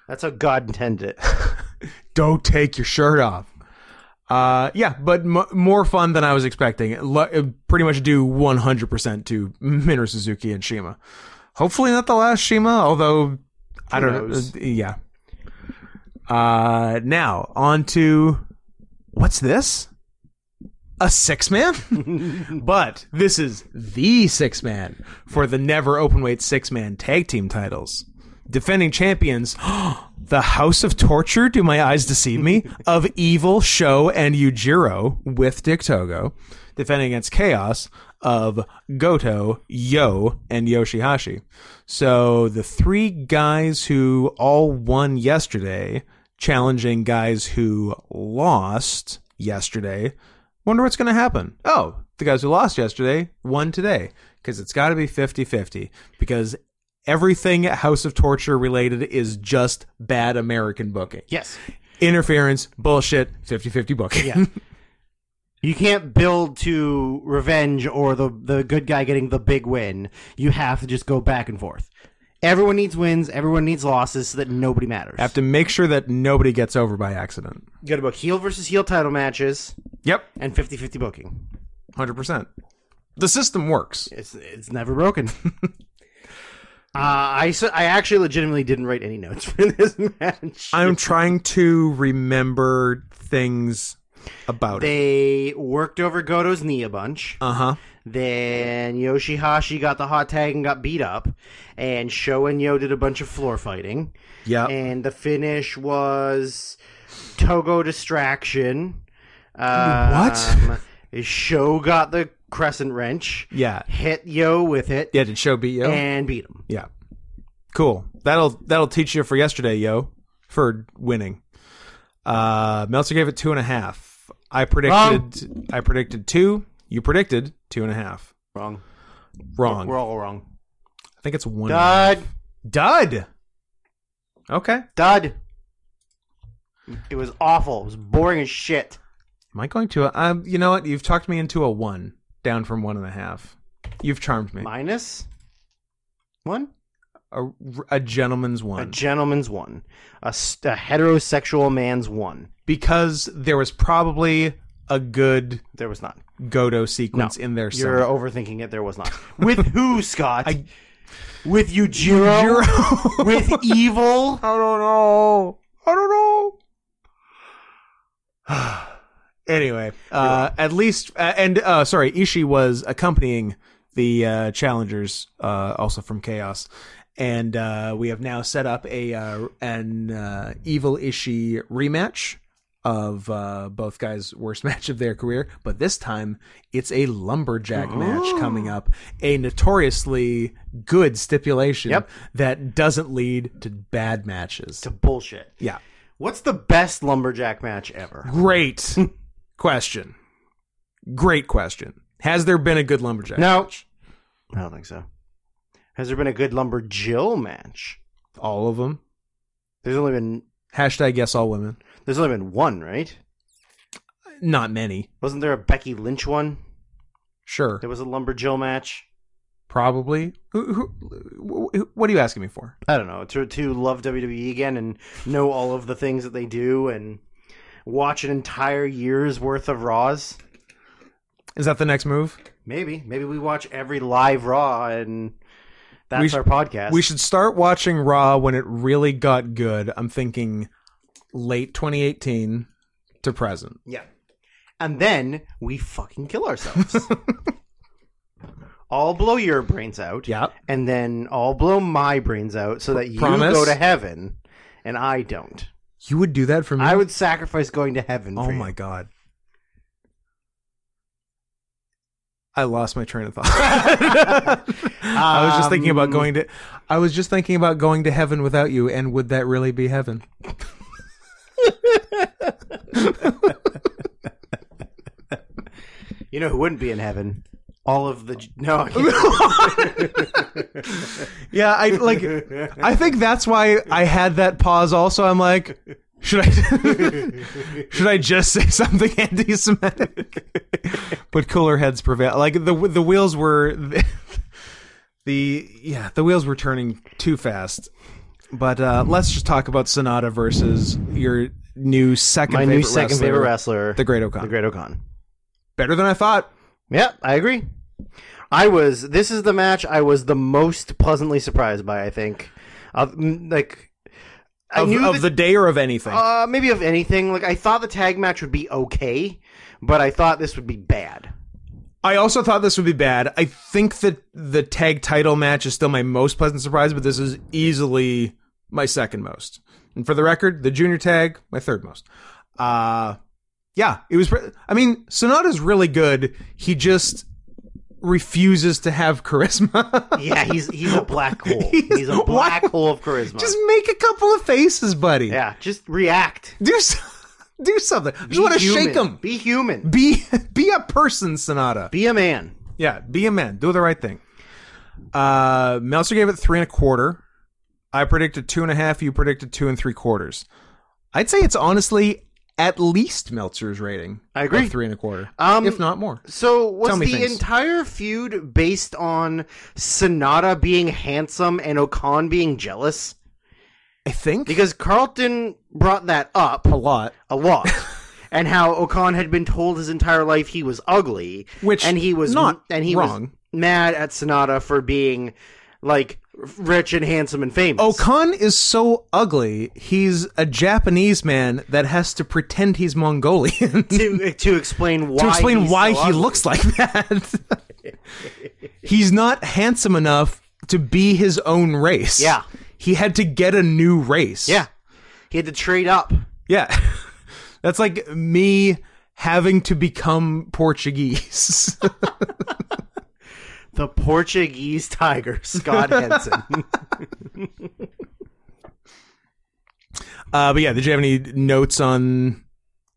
That's how God intended it.
Don't take your shirt off. Uh, yeah, but m- more fun than I was expecting. Lo- pretty much due 100% to Minoru Suzuki and Shima. Hopefully not the last Shima, although I
Who
don't know.
knows?
Yeah. Uh, now on to what's this? A six man, but this is the six man for the never open weight six man tag team titles. Defending champions, oh, the House of Torture. Do my eyes deceive me? of Evil, Show, and Yujiro with Dick Togo, defending against Chaos of Goto, Yo, and Yoshihashi. So the three guys who all won yesterday, challenging guys who lost yesterday. Wonder what's going to happen. Oh, the guys who lost yesterday won today because it's got to be 50 50 because everything House of Torture related is just bad American booking.
Yes.
Interference, bullshit, 50 50 booking.
Yeah. You can't build to revenge or the the good guy getting the big win. You have to just go back and forth. Everyone needs wins. Everyone needs losses, so that nobody matters.
Have to make sure that nobody gets over by accident.
you got to book heel versus heel title matches
Yep,
and 50-50 booking.
100%. The system works.
It's it's never broken. uh, I s- I actually legitimately didn't write any notes for this match.
I'm trying to remember things about it.
they worked over Goto's knee a bunch.
Uh huh.
Then Yoshihashi got the hot tag and got beat up, and Sho and Yo did a bunch of floor fighting.
Yeah.
and the finish was Togo distraction. Um, Show got the crescent wrench,
yeah.
hit Yo with it,
Yeah. Did show beat yo?
and beat him.
yeah. Cool. That'll that'll teach you for yesterday, yo, for winning. Uh, Meltzer gave it two and a half. I predicted. I predicted two. You predicted two and a half.
Wrong.
Wrong.
We're all wrong.
I think it's one.
Dud,
Dud. Okay.
dud. It was awful. It was boring as shit.
Am I going to? A, um, you know what? You've talked me into a one, down from one and a half. You've charmed me.
Minus one.
A, a gentleman's one.
A gentleman's one. A, st- a heterosexual man's one.
because there was probably a good
There was not.
Godo sequence in there somewhere.
You're overthinking it. There was not. With who, Scott?
I-
With Yujiro?
Euro.
With evil?
I don't know. I don't know. anyway, uh, at least, uh, and uh, sorry, Ishii was accompanying the uh, challengers, uh, also from Chaos, and uh, we have now set up a uh, an uh, evil Ishii rematch of uh, both guys' worst match of their career, but this time it's a lumberjack
Oh.
match coming up, a notoriously good stipulation
Yep.
that doesn't lead to bad matches.
To bullshit.
Yeah.
What's the best lumberjack match ever?
Great question. Great question. Has there been a good lumberjack?
No. I don't think so. Has there been a good lumberjill match?
All of them.
There's only been
Hashtag yes, all women.
there's only been one, right?
Not many.
Wasn't there a Becky Lynch one?
Sure.
There was a lumberjill match.
Probably. Who, who, who, what are you asking me for?
I don't know, to to love WWE again and know all of the things that they do and watch an entire year's worth of Raws.
Is that the next move?
Maybe, maybe we watch every live Raw and that's
sh-
our podcast.
We should start watching Raw when it really got good. I'm thinking late 2018 to present.
yeah, and then we fucking kill ourselves. I'll blow your brains out.
Yeah.
and then I'll blow my brains out so that you
promise?
go to heaven and I don't.
You would do that for me?
I would sacrifice going to heaven.
Mm-hmm. Oh
for
my
You.
god. I lost my train of thought. I was just thinking about
Um,
going to I was just thinking about going to heaven without you and would that really be heaven?
You know who wouldn't be in heaven? All of the no. I can't.
Yeah, I like I think that's why I had that pause also. I'm like should I should I just say something anti-Semitic? but cooler heads prevail. Like the the wheels were the, yeah the wheels were turning too fast. But uh, let's just talk about Sonata versus your new second
my
favorite
new second
wrestler,
favorite wrestler,
the Great O'Connor.
the Great O'Con.
Better than I thought.
Yeah, I agree. I was. This is the match I was the most pleasantly surprised by. I think, of, mm, like, I
of,
knew
of
that-
the day or of anything.
uh, maybe of anything. Like, I thought the tag match would be okay, but I thought this would be bad.
I also thought this would be bad. I think that the tag title match is still my most pleasant surprise, but this is easily my second most. And for the record, the junior tag, my third most. Uh yeah, it was. Pre- I mean, Sonata's really good. He just refuses to have charisma.
Yeah, he's he's a black hole.
He's-
He's, a black
why-
hole of charisma.
just make a couple of faces, buddy.
yeah, just react.
Do so- do something. I just want to
human.
shake him.
Be human.
Be be a person, Sonata.
Be a man.
Yeah, be a man. Do the right thing. Uh, Meltzer gave it three and a quarter. I predicted two and a half. You predicted two and three quarters. I'd say it's honestly at least Meltzer's rating.
I agree.
of three and a quarter,
Um,
if not more.
So was
Tell me
the
things.
entire feud based on Sonata being handsome and Okan being jealous?
I think
Because Carlton brought that up
a lot.
a lot. and how Okan had been told his entire life he was ugly.
Which
and he was
not
and he
wrong.
was mad at Sonata for being like rich and handsome and famous.
Okan is so ugly. He's a Japanese man that has to pretend he's Mongolian to
to, to explain why
explain
he's
why
so
he
ugly.
looks like that. he's not handsome enough to be his own race.
Yeah.
He had to get a new race.
Yeah. He had to trade up.
Yeah. That's like me having to become Portuguese.
The Portuguese tiger, Scott Henson.
uh, but yeah, did you have any notes on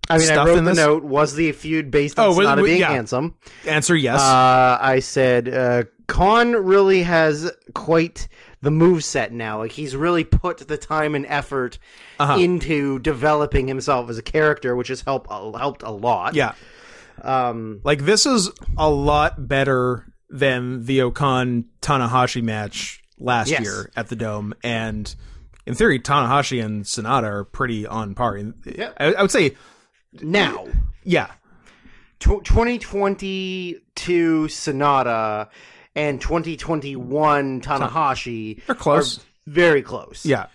I mean,
Stuff
I wrote
in
the
this?
note. Was the feud based on
Oh, was-
Sonata
was-
being
yeah.
handsome?
answer? Yes.
Uh, I said uh, Khan really has quite the move set now. Like he's really put the time and effort
Uh-huh.
into developing himself as a character, which has helped helped a lot.
yeah.
Um,
Like this is a lot better than the Okan Tanahashi match last
Yes.
year at the Dome, and in theory, Tanahashi and Sonata are pretty on par. Yeah. I, I would say,
now,
yeah,
tw- 2022 Sonata and 2021 Tanahashi
They're close.
are very close.
yeah,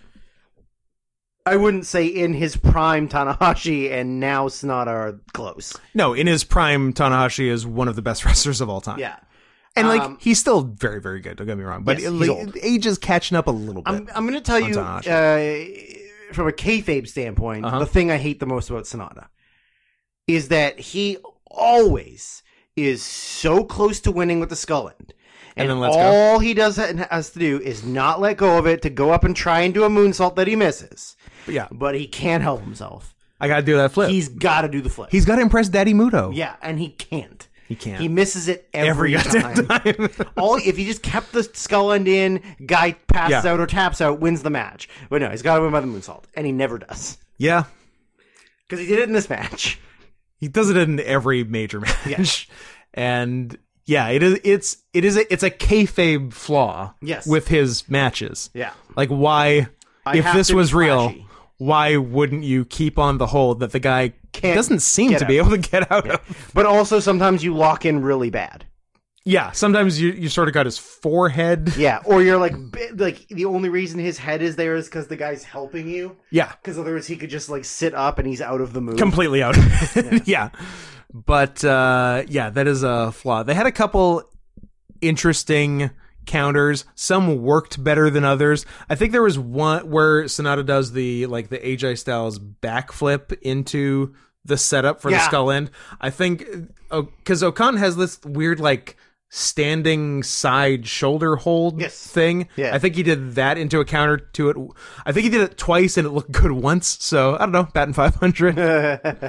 I wouldn't say in his prime Tanahashi and now Sonata are close.
no. In his prime, Tanahashi is one of the best wrestlers of all time.
Yeah.
and like
Um,
he's still very, very good. Don't get me wrong, but
Yes,
it-
he's
like,
old. Um,
age is catching up a little bit.
I'm, I'm going to tell you
Tanahashi.
uh, from a kayfabe standpoint,
Uh-huh.
the thing I hate the most about Sonata is that he always is so close to winning with the skull end.
And
And,
then lets go.
all he does has to do is not let go of it to go up and try and do a moonsault that he misses.
But yeah,
But he can't help himself.
I gotta do that flip.
He's got to do the flip.
he's got to impress Daddy Muto.
yeah, and he can't.
he can't.
He misses it every, time.
goddamn time.
All if he just kept the skull end in, guy passes
Yeah.
out or taps out, wins the match. But no, he's got to win by the moonsault, and he never does
yeah,
because he did it in this match.
he does it in every major match, and yeah, it is. It's it is. A, it's a kayfabe flaw.
Yes.
with his matches.
Yeah,
Like why,
I
if
have
this
to be
was real,
flashy.
why wouldn't you keep on the hold that the guy
Can't
doesn't seem
get
to be able to get out of?
but also sometimes you lock in really bad.
Yeah, sometimes you you sort of got his forehead.
Yeah, or you're like bi- like the only reason his head is there is because the guy's helping you.
Yeah,
Because otherwise he could just like sit up and he's out of the move.
completely out. yeah. But uh, yeah, that is a flaw. They had a couple interesting counters. Some worked better than others. I think there was one where Sonata does the like the AJ Styles backflip into the setup for the
Yeah.
skull end. I think because Okan has this weird like standing side shoulder hold
Yes.
thing.
Yeah.
I think he did that into a counter to it. I think he did it twice and it looked good once. So I don't know, batting 500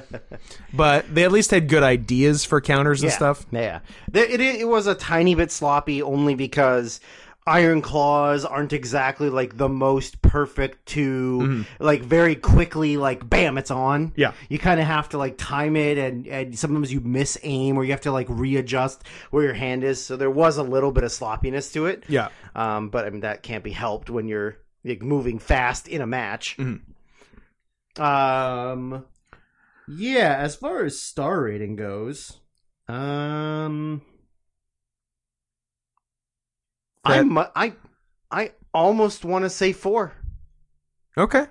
but they at least had good ideas for counters and
Yeah.
stuff.
Yeah, There- it, it it was a tiny bit sloppy only because iron claws aren't exactly like the most perfect to like very quickly like bam it's on.
Mm-hmm. Yeah.
you kind of have to like time it and and sometimes you miss aim or you have to like readjust where your hand is. So there was a little bit of sloppiness to it.
Yeah.
um, but I mean that can't be helped when you're like moving fast in a match. Um,
Yeah, as far as star rating goes, um,
I mu- I I almost want to say four.
Okay.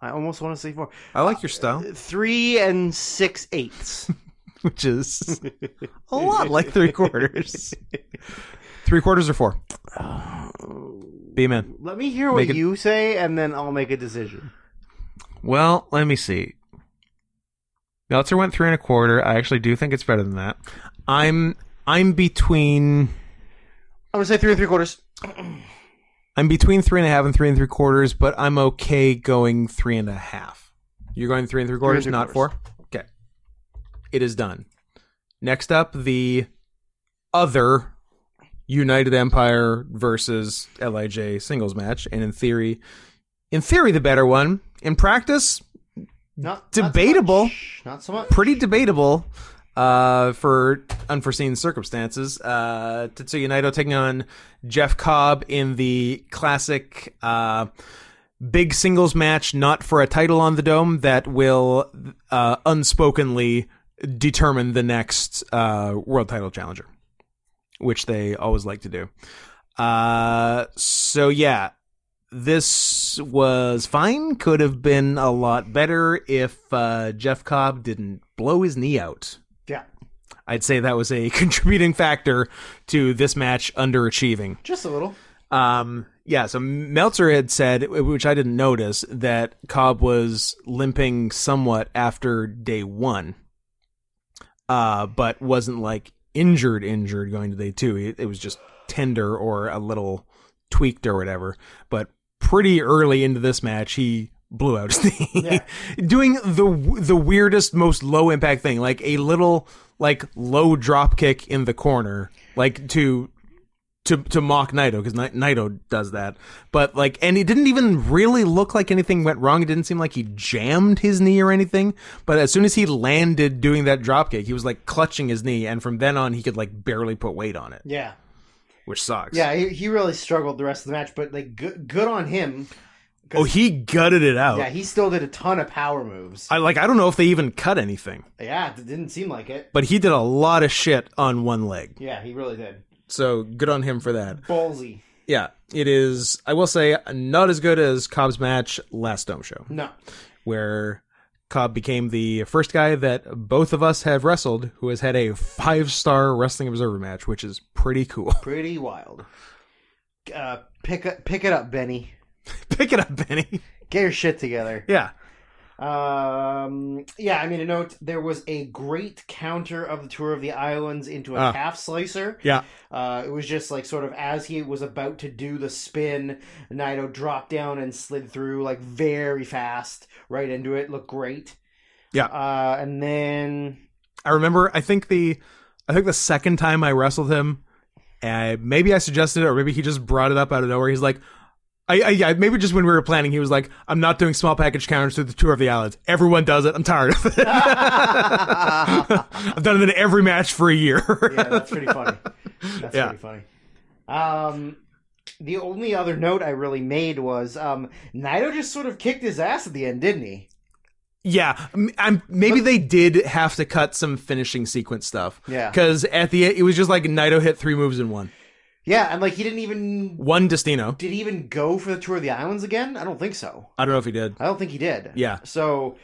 I almost want to say four.
I like your style,
Three and six eighths.
which is a lot like three quarters. three quarters or four? Be a man.
Let me hear what
Make it-
you say, and then I'll make a decision.
Well, let me see. Meltzer went three and a quarter. I actually do think it's better than that. I'm I'm between
I'm gonna say three and three quarters.
I'm between three and a half and three and three quarters, but I'm okay going three and a half. You're going three and three quarters,
three
not
quarters.
four? Okay. It is done. Next up, the other United Empire versus LIJ singles match. And in theory, in theory, the better one. In practice,
Not
Debatable.
Not so much.
pretty debatable uh, for unforeseen circumstances. Uh, Tetsuya Naito taking on Jeff Cobb in the classic uh, big singles match, not for a title on the dome, that will uh, unspokenly determine the next uh, world title challenger, which they always like to do. Uh, so yeah, this was fine. Could have been a lot better if uh, Jeff Cobb didn't blow his knee out.
Yeah.
I'd say that was a contributing factor to this match underachieving.
Just a little.
Um, yeah, so Meltzer had said, which I didn't notice, that Cobb was limping somewhat after day one, uh, but wasn't like injured, injured going to day two. It, it was just tender or a little tweaked or whatever. But pretty early into this match, he blew out his knee,
Yeah.
doing the the weirdest, most low impact thing, like a little like low drop kick in the corner, like to to to mock Naito because Naito does that. But like, and it didn't even really look like anything went wrong. It didn't seem like he jammed his knee or anything. But as soon as he landed doing that dropkick, he was like clutching his knee, and from then on, he could like barely put weight on it,
Yeah.
which sucks.
Yeah. He, he really struggled the rest of the match, but like good, good on him.
Oh, he gutted it out.
Yeah. He still did a ton of power moves.
I like. I don't know if they even cut anything,
yeah. It didn't seem like it.
but he did a lot of shit on one leg.
Yeah. He really did.
So good on him for that.
Ballsy.
Yeah, it is. I will say, not as good as Cobb's match last Dome Show.
No.
where Cobb became the first guy that both of us have wrestled who has had a five star Wrestling Observer match, which is pretty cool.
Pretty wild. Uh, pick up, pick it up, Benny.
Pick it up, Benny.
Get your shit together.
Yeah.
Um, yeah, I mean, a note there was a great counter of the Tour of the Islands into a
Ah.
calf slicer.
Yeah.
Uh, it was just like sort of as he was about to do the spin, Naito dropped down and slid through like very fast right into it. Looked great.
Yeah.
Uh, and then
I remember I think the I think the second time I wrestled him, uh, maybe I suggested it or maybe he just brought it up out of nowhere. He's like I, I yeah, maybe just when we were planning, he was like, I'm not doing small package counters through the tour of the islands. Everyone does it. I'm tired of it. I've done it in every match for a year.
yeah, that's pretty funny. That's
Yeah.
pretty funny. Um, the only other note I really made was um, Naito just sort of kicked his ass at the end, didn't he?
Yeah, m- I'm, maybe they did have to cut some finishing sequence stuff.
Yeah.
because at the e, it was just like Naito hit three moves in one.
Yeah, and like he didn't even
One Destino.
did he even go for the tour of the islands again? I don't think so.
I don't know if he did.
I don't think he did.
Yeah.
So,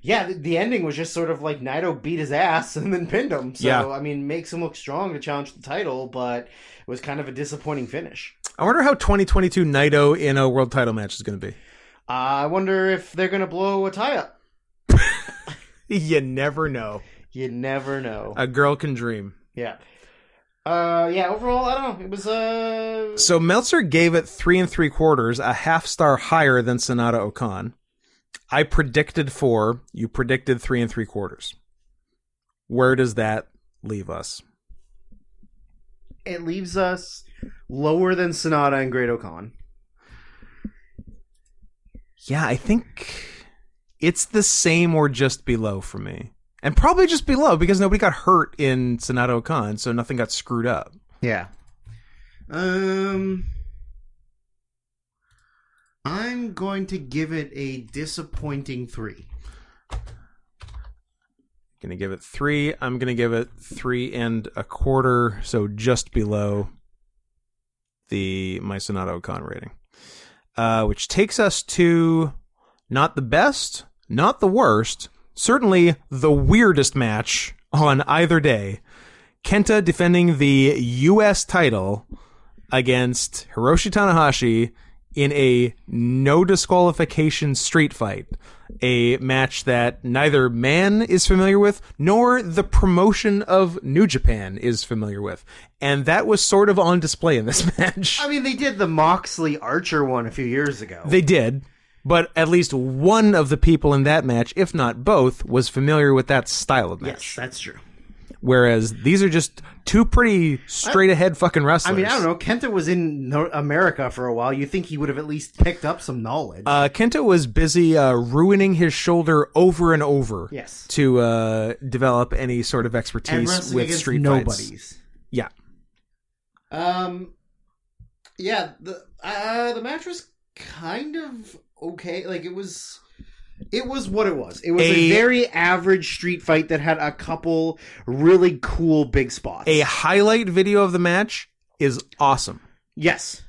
yeah, the, the ending was just sort of like Naito beat his ass and then pinned him. So,
Yeah.
I mean, makes him look strong to challenge the title, but it was kind of a disappointing finish.
I wonder how 2022 Naito in a world title match is going to be.
I wonder if they're gonna blow a tie up.
You never know.
You never know.
A girl can dream.
yeah. Uh, yeah. Overall, I don't know. It was uh.
So Meltzer gave it three and three quarters, a half star higher than Sonata Okan. I predicted four. You predicted three and three quarters. Where does that leave us?
It leaves us lower than Sonata and Great Okan.
Yeah, I think it's the same or just below for me. And probably just below because nobody got hurt in Sonato Khan, so nothing got screwed up.
Yeah. Um I'm going to give it a disappointing 3.
Gonna give it three. I'm gonna give it three and a quarter, so just below the my Sonato Con rating, uh, which takes us to not the best, not the worst, certainly the weirdest match on either day. Kenta defending the U.S. title against Hiroshi Tanahashi in a no disqualification street fight, a match that neither man is familiar with nor the promotion of New Japan is familiar with. And that was sort of on display in this match.
I mean, they did the Moxley Archer one a few years ago.
They did, but at least one of the people in that match, if not both, was familiar with that style of match.
yes, that's true.
Whereas these are just two pretty straight ahead fucking
I
wrestlers.
mean, I don't know. Kenta was in Nor- America for a while. You think he would have at least picked up some knowledge?
Uh, Kenta was busy uh, ruining his shoulder over and over.
Yes.
To uh, develop any sort of
and
expertise
wrestling
with
against
street fights.
nobodies.
Yeah.
Um, yeah the uh, the match was kind of okay. Like it was, it was what it was. It was a,
A-
very average street fight that had a couple really cool big spots.
A highlight video of the match is awesome.
yes,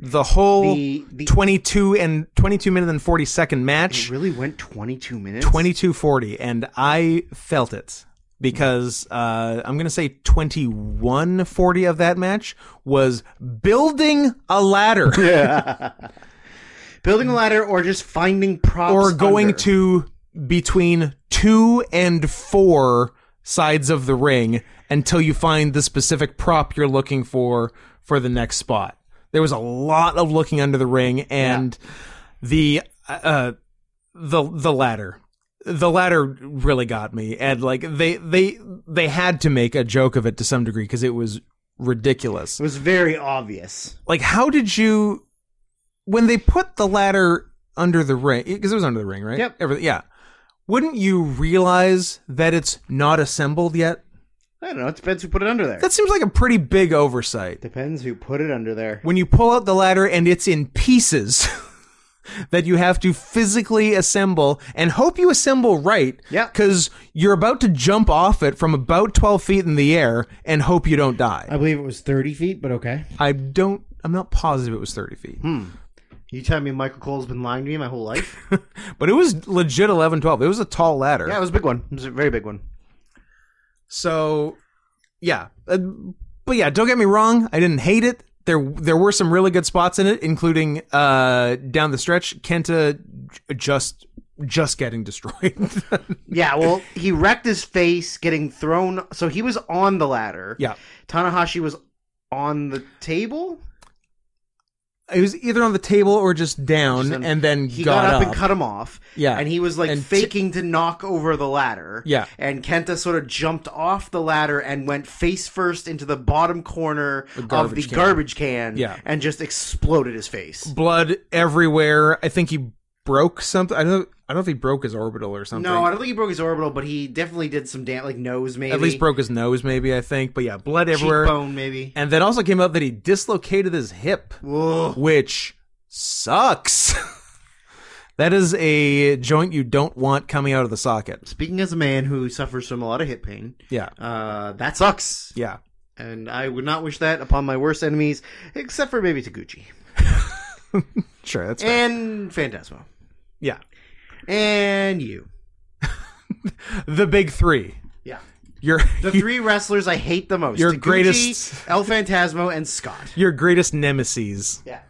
The whole
the the
22 and 22 minute and 40 second
it
match,
really went twenty two minutes.
2240, and I felt it because uh, I'm going to say 2140 of that match was building a ladder.
building a ladder or just finding props
or going
under.
to between two and four sides of the ring until you find the specific prop you're looking for for the next spot. There was a lot of looking under the ring and the uh the the ladder. The ladder really got me and like they they they had to make a joke of it to some degree because it was ridiculous
It was very obvious.
like how did you when they put the ladder under the ring because it was under the ring right
Yep.
Everything, yeah wouldn't you realize that it's not assembled yet
I don't know. It depends who put it under there.
that seems like a pretty big oversight
depends who put it under there.
when you pull out the ladder and it's in pieces that you have to physically assemble and hope you assemble right
Yeah.
because you're about to jump off it from about 12 feet in the air and hope you don't die
I believe it was 30 feet, but okay.
i don't i'm not positive it was 30 feet
Hmm. You tell me Michael Cole's been lying to me my whole life?
But it was legit 11 12. It was a tall ladder.
yeah, it was a big one. It was a very big one.
So, yeah. Uh, but yeah, don't get me wrong. I didn't hate it. There, there were some really good spots in it, including uh, down the stretch, Kenta j- just just getting destroyed.
Yeah, well, he wrecked his face getting thrown. So he was on the ladder.
yeah,
Tanahashi was on the table.
it was either on the table or just down,
Just then-
and then
He
got,
got, up, and cut him off.
Yeah.
And he was like
And t-
faking to knock over the ladder.
Yeah.
And Kenta sort of jumped off the ladder and went face first into the bottom corner of the
garbage can.
garbage can
Yeah.
and just exploded his face.
blood everywhere. I think he broke something. I don't, I don't know if he broke his orbital or something.
No, I don't think he broke his orbital, but he definitely did some damn, like nose maybe.
at least broke his nose, maybe. I think, but yeah, blood everywhere.
cheekbone maybe.
And then also came out that he dislocated his hip,
Whoa.
which sucks. that is a joint you don't want coming out of the socket.
Speaking as a man who suffers from a lot of hip pain,
Yeah.
uh, that sucks.
Yeah.
And I would not wish that upon my worst enemies, except for maybe Taguchi.
Sure, that's fair.
And Phantasmo.
yeah.
And you.
The big 3.
Yeah.
Your
The three wrestlers I hate the most.
Your
Taguchi,
greatest-
El Phantasmo, and Scott.
your greatest nemesis.
Yeah.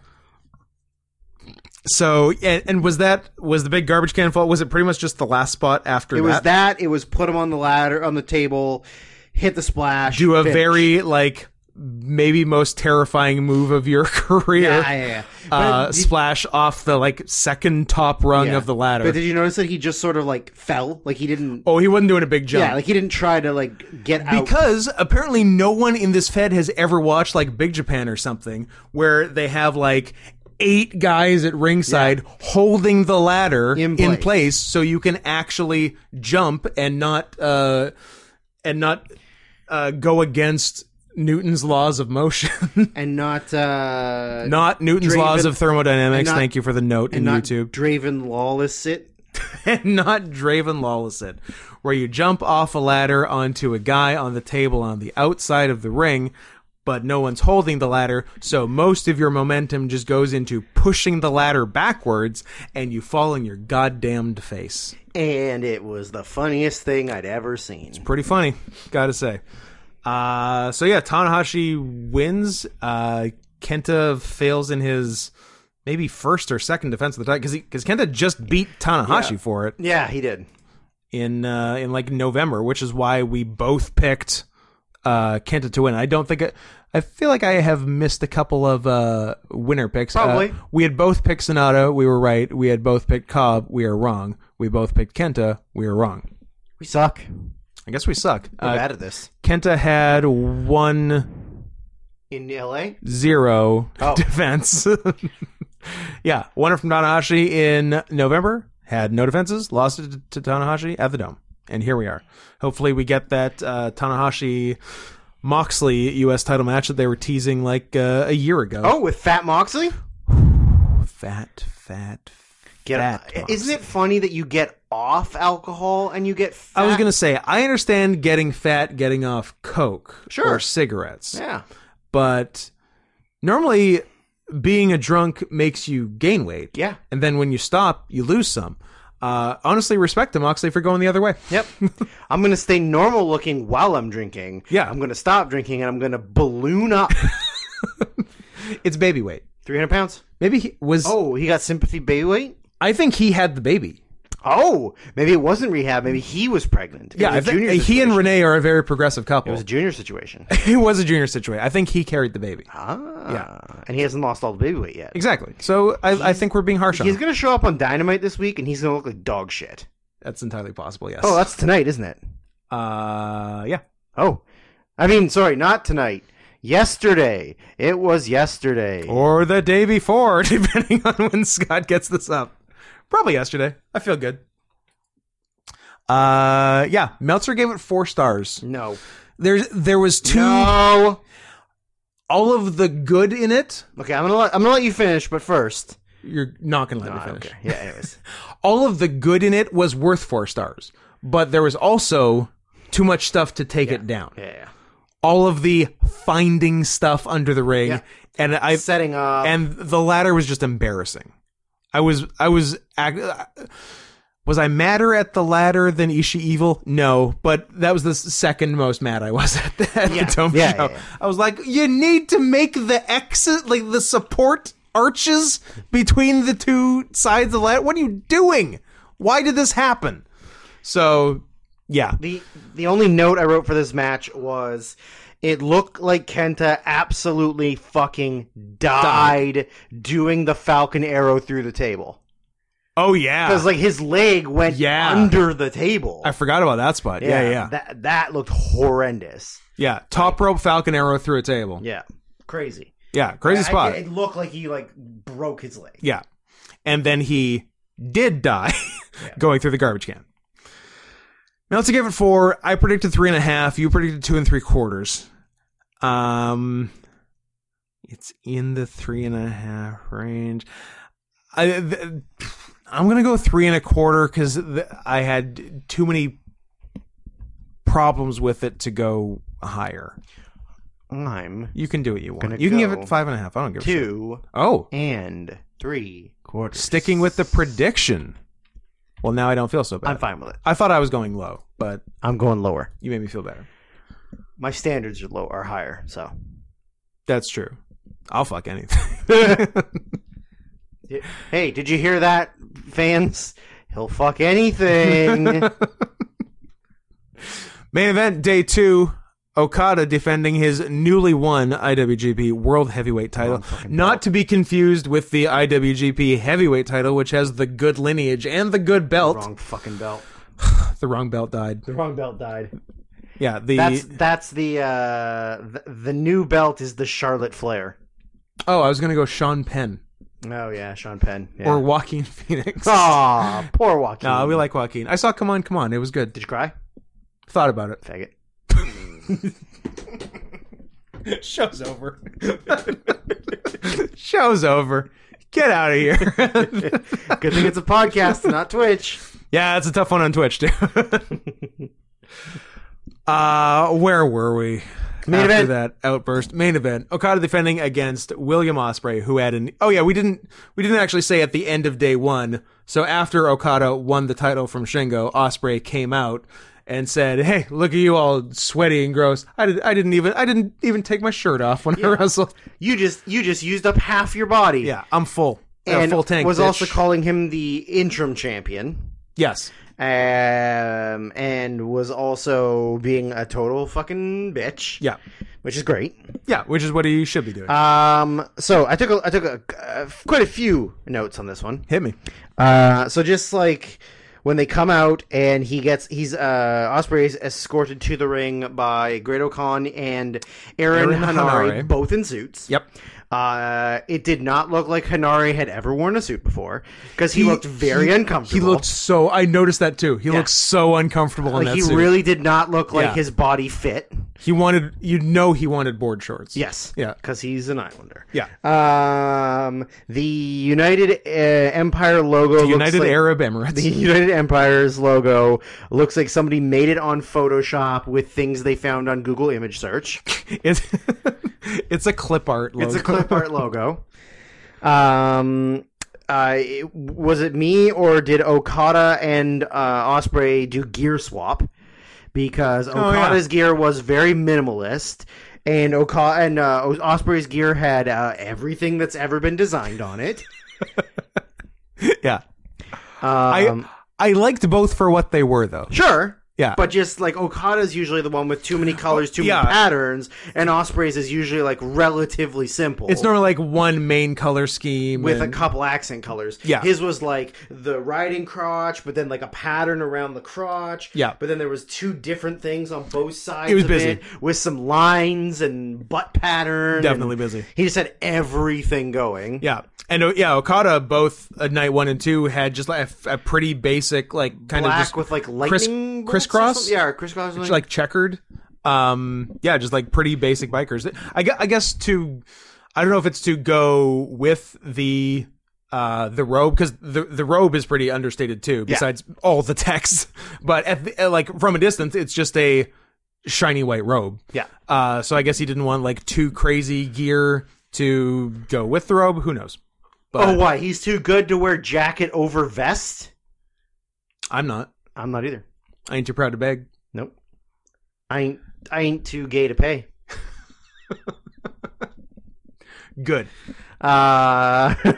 So, and, and was that was the big garbage can fault? Was it pretty much just the last spot after
It
that?
was that, it was put him on the ladder on the table, hit the splash.
Do a
finish.
very like maybe most terrifying move of your career.
yeah, yeah, yeah. But
uh,
did-
splash off the like second top rung
yeah.
of the ladder.
But did you notice that he just sort of like fell? Like he didn't
Oh, he wasn't doing a big jump.
Yeah, like he didn't try to like get out.
because apparently no one in this Fed has ever watched like Big Japan or something where they have like eight guys at ringside holding the ladder
In
in
place.
place. so you can actually jump and not uh and not uh go against Newton's laws of motion,
and not uh
not Newton's
Draven-
laws of
and
thermodynamics.
not-
thank you for the note in
not
YouTube.
Draven Lawless it.
and not Draven Lawless it, where you jump off a ladder onto a guy on the table on the outside of the ring, but no one's holding the ladder, so most of your momentum just goes into pushing the ladder backwards, and you fall in your goddamned face.
and it was the funniest thing I'd ever seen.
Pretty funny, gotta say. Uh, so yeah, Tanahashi wins. Uh, Kenta fails in his maybe first or second defense of the title because Kenta just beat Tanahashi for it.
Yeah, he did.
in uh, in like November, which is why we both picked uh, Kenta to win. I don't think I, I feel like I have missed a couple of uh, winner picks. Uh,
Probably.
we had both picked Sonata, we were right. We had both picked Cobb, we are wrong. We both picked Kenta, we are wrong.
We suck.
I guess we suck.
We're
Uh,
bad at this.
Kenta had one
In LA?
zero
Oh.
defense. yeah, one from Tanahashi in November had no defenses, lost it to Tanahashi at the Dome, and here we are. Hopefully, we get that uh, Tanahashi Moxley U.S. title match that they were teasing like uh, a year ago.
Oh, with Fat Moxley?
fat, fat.
Oh. Get
Fat
uh, Isn't it funny that you get off alcohol and you get fat?
I was gonna say I understand getting fat, getting off coke
Sure.
or cigarettes,
Yeah.
but normally being a drunk makes you gain weight.
Yeah.
and then when you stop, you lose some. Uh, honestly, respect to Moxley for going the other way.
Yep. I'm going to stay normal looking while I'm drinking.
Yeah.
I'm going to stop drinking and I'm going to balloon up
It's baby weight.
300 pounds.
Maybe he was.
Oh, he got sympathy bay weight?
I think he had the baby.
Oh, maybe it wasn't rehab. Maybe he was pregnant. It
Yeah, I
was a
thi-
junior
he and
situation.
Renee are a very progressive
It
couple.
was a junior situation.
junior situation. I think he carried the baby.
Ah. Yeah. And he hasn't lost all the baby weight yet.
Exactly. So I, I think we're being harsh on.
He's
Him.
going to show up on Dynamite this week and he's going to look like dog shit.
That's entirely possible. Yes.
Oh, that's tonight, isn't it?
uh, yeah.
Oh. I mean, sorry, not tonight. Yesterday. It was yesterday.
Or the day before, depending on when Scott gets this up. Probably yesterday. I feel good. Uh, yeah. Meltzer gave it four stars.
No.
There's there was two.
No.
all of the good in it.
Okay, I'm gonna let, I'm gonna let you finish, but first,
You're not gonna let me
Ah,
finish.
okay. Yeah. Anyways,
All of the good in it was worth four stars, but there was also too much stuff to take it down.
yeah, yeah.
All of the finding stuff under the ring,
Yeah.
and I
setting up.
and the latter was just embarrassing. I was I was ac- was I madder at the latter than Ishii Evil? No, but that was the s- second most mad I was at the, at the
Yeah.
Dome
Yeah,
show.
yeah, yeah.
I was like, you need to make the exit like the support arches between the two sides of the ladder. What are you doing? Why did this happen? So yeah,
the the only note I wrote for this match was it looked like Kenta absolutely fucking died, doing the Falcon arrow through the table
oh yeah,
because like his leg went
Yeah.
under the table.
I forgot about that spot. Yeah, yeah, yeah.
That that looked horrendous.
Top rope Falcon arrow through a table. Yeah,
Yeah, crazy,
crazy
I-
spot.
it looked like he like broke his leg.
Yeah. And then he did die going through the garbage can. Meltzer gave it four. I predicted three and a half. You predicted two and three quarters. Um, it's in the three and a half range. I, th- I'm gonna go three and a quarter because th- I had too many problems with it to go higher.
I'm
You can do what you want.
Gonna
You can give
go
it five and a half. I don't give a shit.
two
Oh,
and three quarters.
sticking with the prediction. Well, now I don't feel so bad.
I'm fine with it.
I thought I was going low, but
I'm going lower.
you made me feel better.
my standards are low are higher. So
That's true. I'll fuck anything.
hey, did you hear that, fans? He'll fuck anything.
Main event day two. Okada defending his newly won IWGP World Heavyweight
Oh,
title, not to be confused with the IWGP Heavyweight title, which has the good lineage and the good belt.
wrong fucking belt.
The wrong belt died.
The wrong belt died.
Yeah, the
That's that's the uh the, the new belt is the Charlotte Flair.
oh, I was gonna go Sean Penn
Oh yeah, Sean Penn. Yeah. Oh.
or Joaquin Phoenix.
Aw, poor Joaquin.
Uh, we like Joaquin. I saw Come On, Come On. It was good.
Did you cry?
Thought about it.
Faggot.
Show's over. Show's over. Get out of here.
Good thing it's a podcast, not Twitch.
yeah, that's a tough one on Twitch, too. uh, where were we?
Main
after
event.
that outburst. Main event. Okada defending against William Osprey, who had an oh yeah, we didn't we didn't actually say at the end of day one. So after Okada won the title from Shingo, Osprey came out and said, "Hey, look at you all sweaty and gross. I did I didn't even I didn't even take my shirt off when I wrestled.
You just you just used up half your body.
Yeah, I'm full. Yeah,
and
full tank.
was
bitch.
also calling him the interim champion.
yes.
Um, and was also being a total fucking bitch.
Yeah.
which is great.
Yeah, which is what he should be doing.
Um, so I took a, I took a, uh, quite a few notes on this one.
Hit me.
Uh, so just like when they come out and he gets he's uh Osprey's escorted to the ring by Great O'Con and Aaron,
Aaron
Hanare,
Hanare.
both in suits.
Yep.
Uh, it did not look like Hanare had ever worn a suit before because he,
He-
looked very
he- He
uncomfortable.
looked so. I noticed that too. He looked so uncomfortable in
like
that
he
suit.
really did not look like
Yeah.
his body fit.
he wanted. You know, he wanted board shorts.
Yes.
Yeah.
Because he's an Islander.
Yeah.
Um, the United uh, Empire logo. looks
United
like-
Arab Emirates.
The United Empire's logo looks like somebody made it on Photoshop with things they found on Google image search.
it's, it's a clip art. Logo.
It's a clip art logo. Um, uh, it- was it me or did Okada and uh, Osprey do gear swap? Because
yeah.
Okada's gear was very minimalist, and Okada and uh, Osprey's gear had uh, everything that's ever been designed on it.
Yeah.
Um,
I liked both for what they were, though.
Sure.
Yeah.
But just like Okada's usually the one with too many colors, too
Yeah.
many patterns, and Osprey's is usually like relatively simple.
It's normally like one main color scheme
with a
and-
couple accent colors.
Yeah.
His was like the riding crotch, but then like a pattern around the crotch.
Yeah.
But then there was two different things on both sides
It was
of
busy.
it with some lines and butt pattern.
Definitely
and
busy.
He just had everything going.
Yeah, and uh, yeah, Okada both uh, night one and two had just like a, a pretty basic like kind
Black
of just
with like
criss-
lightning bolts or
crisscross?
something? Yeah, crisscross.
It's, like checkered. Um, yeah, just like pretty basic bikers. I guess, I guess to, I don't know if it's to go with the, uh, the robe because the the robe is pretty understated too. Besides all the text, but at the, uh, like from a distance, it's just a shiny white robe.
Yeah.
Uh, so I guess he didn't want like too crazy gear to go with the robe. Who knows?
Oh, why? He's too good to wear jacket over vest?
I'm not.
I'm not either.
I ain't too proud to beg.
Nope. I ain't I ain't too gay to pay.
Good.
Uh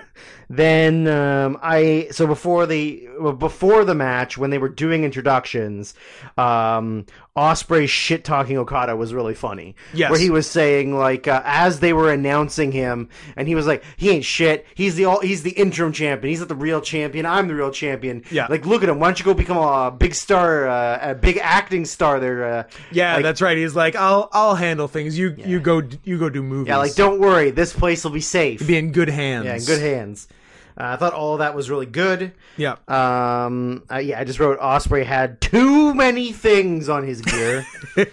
then um I so before the well, before the match when they were doing introductions, um Osprey shit talking Okada was really funny.
Yes.
Where he was saying like uh, as they were announcing him and he was like he ain't shit. He's the all he's the interim champion. He's not the real champion. I'm the real champion.
Yeah.
Like look at him. Why don't you go become a big star uh, a big acting star there uh,
Yeah,
Like-
that's right. He's like, I'll I'll handle things. You you go you go do movies.
Yeah, like don't worry, this place will be safe.
be in good hands.
yeah, in good hands. Uh, I thought all of that was really good.
Yeah.
Um, uh, yeah, I just wrote Osprey had too many things on his gear.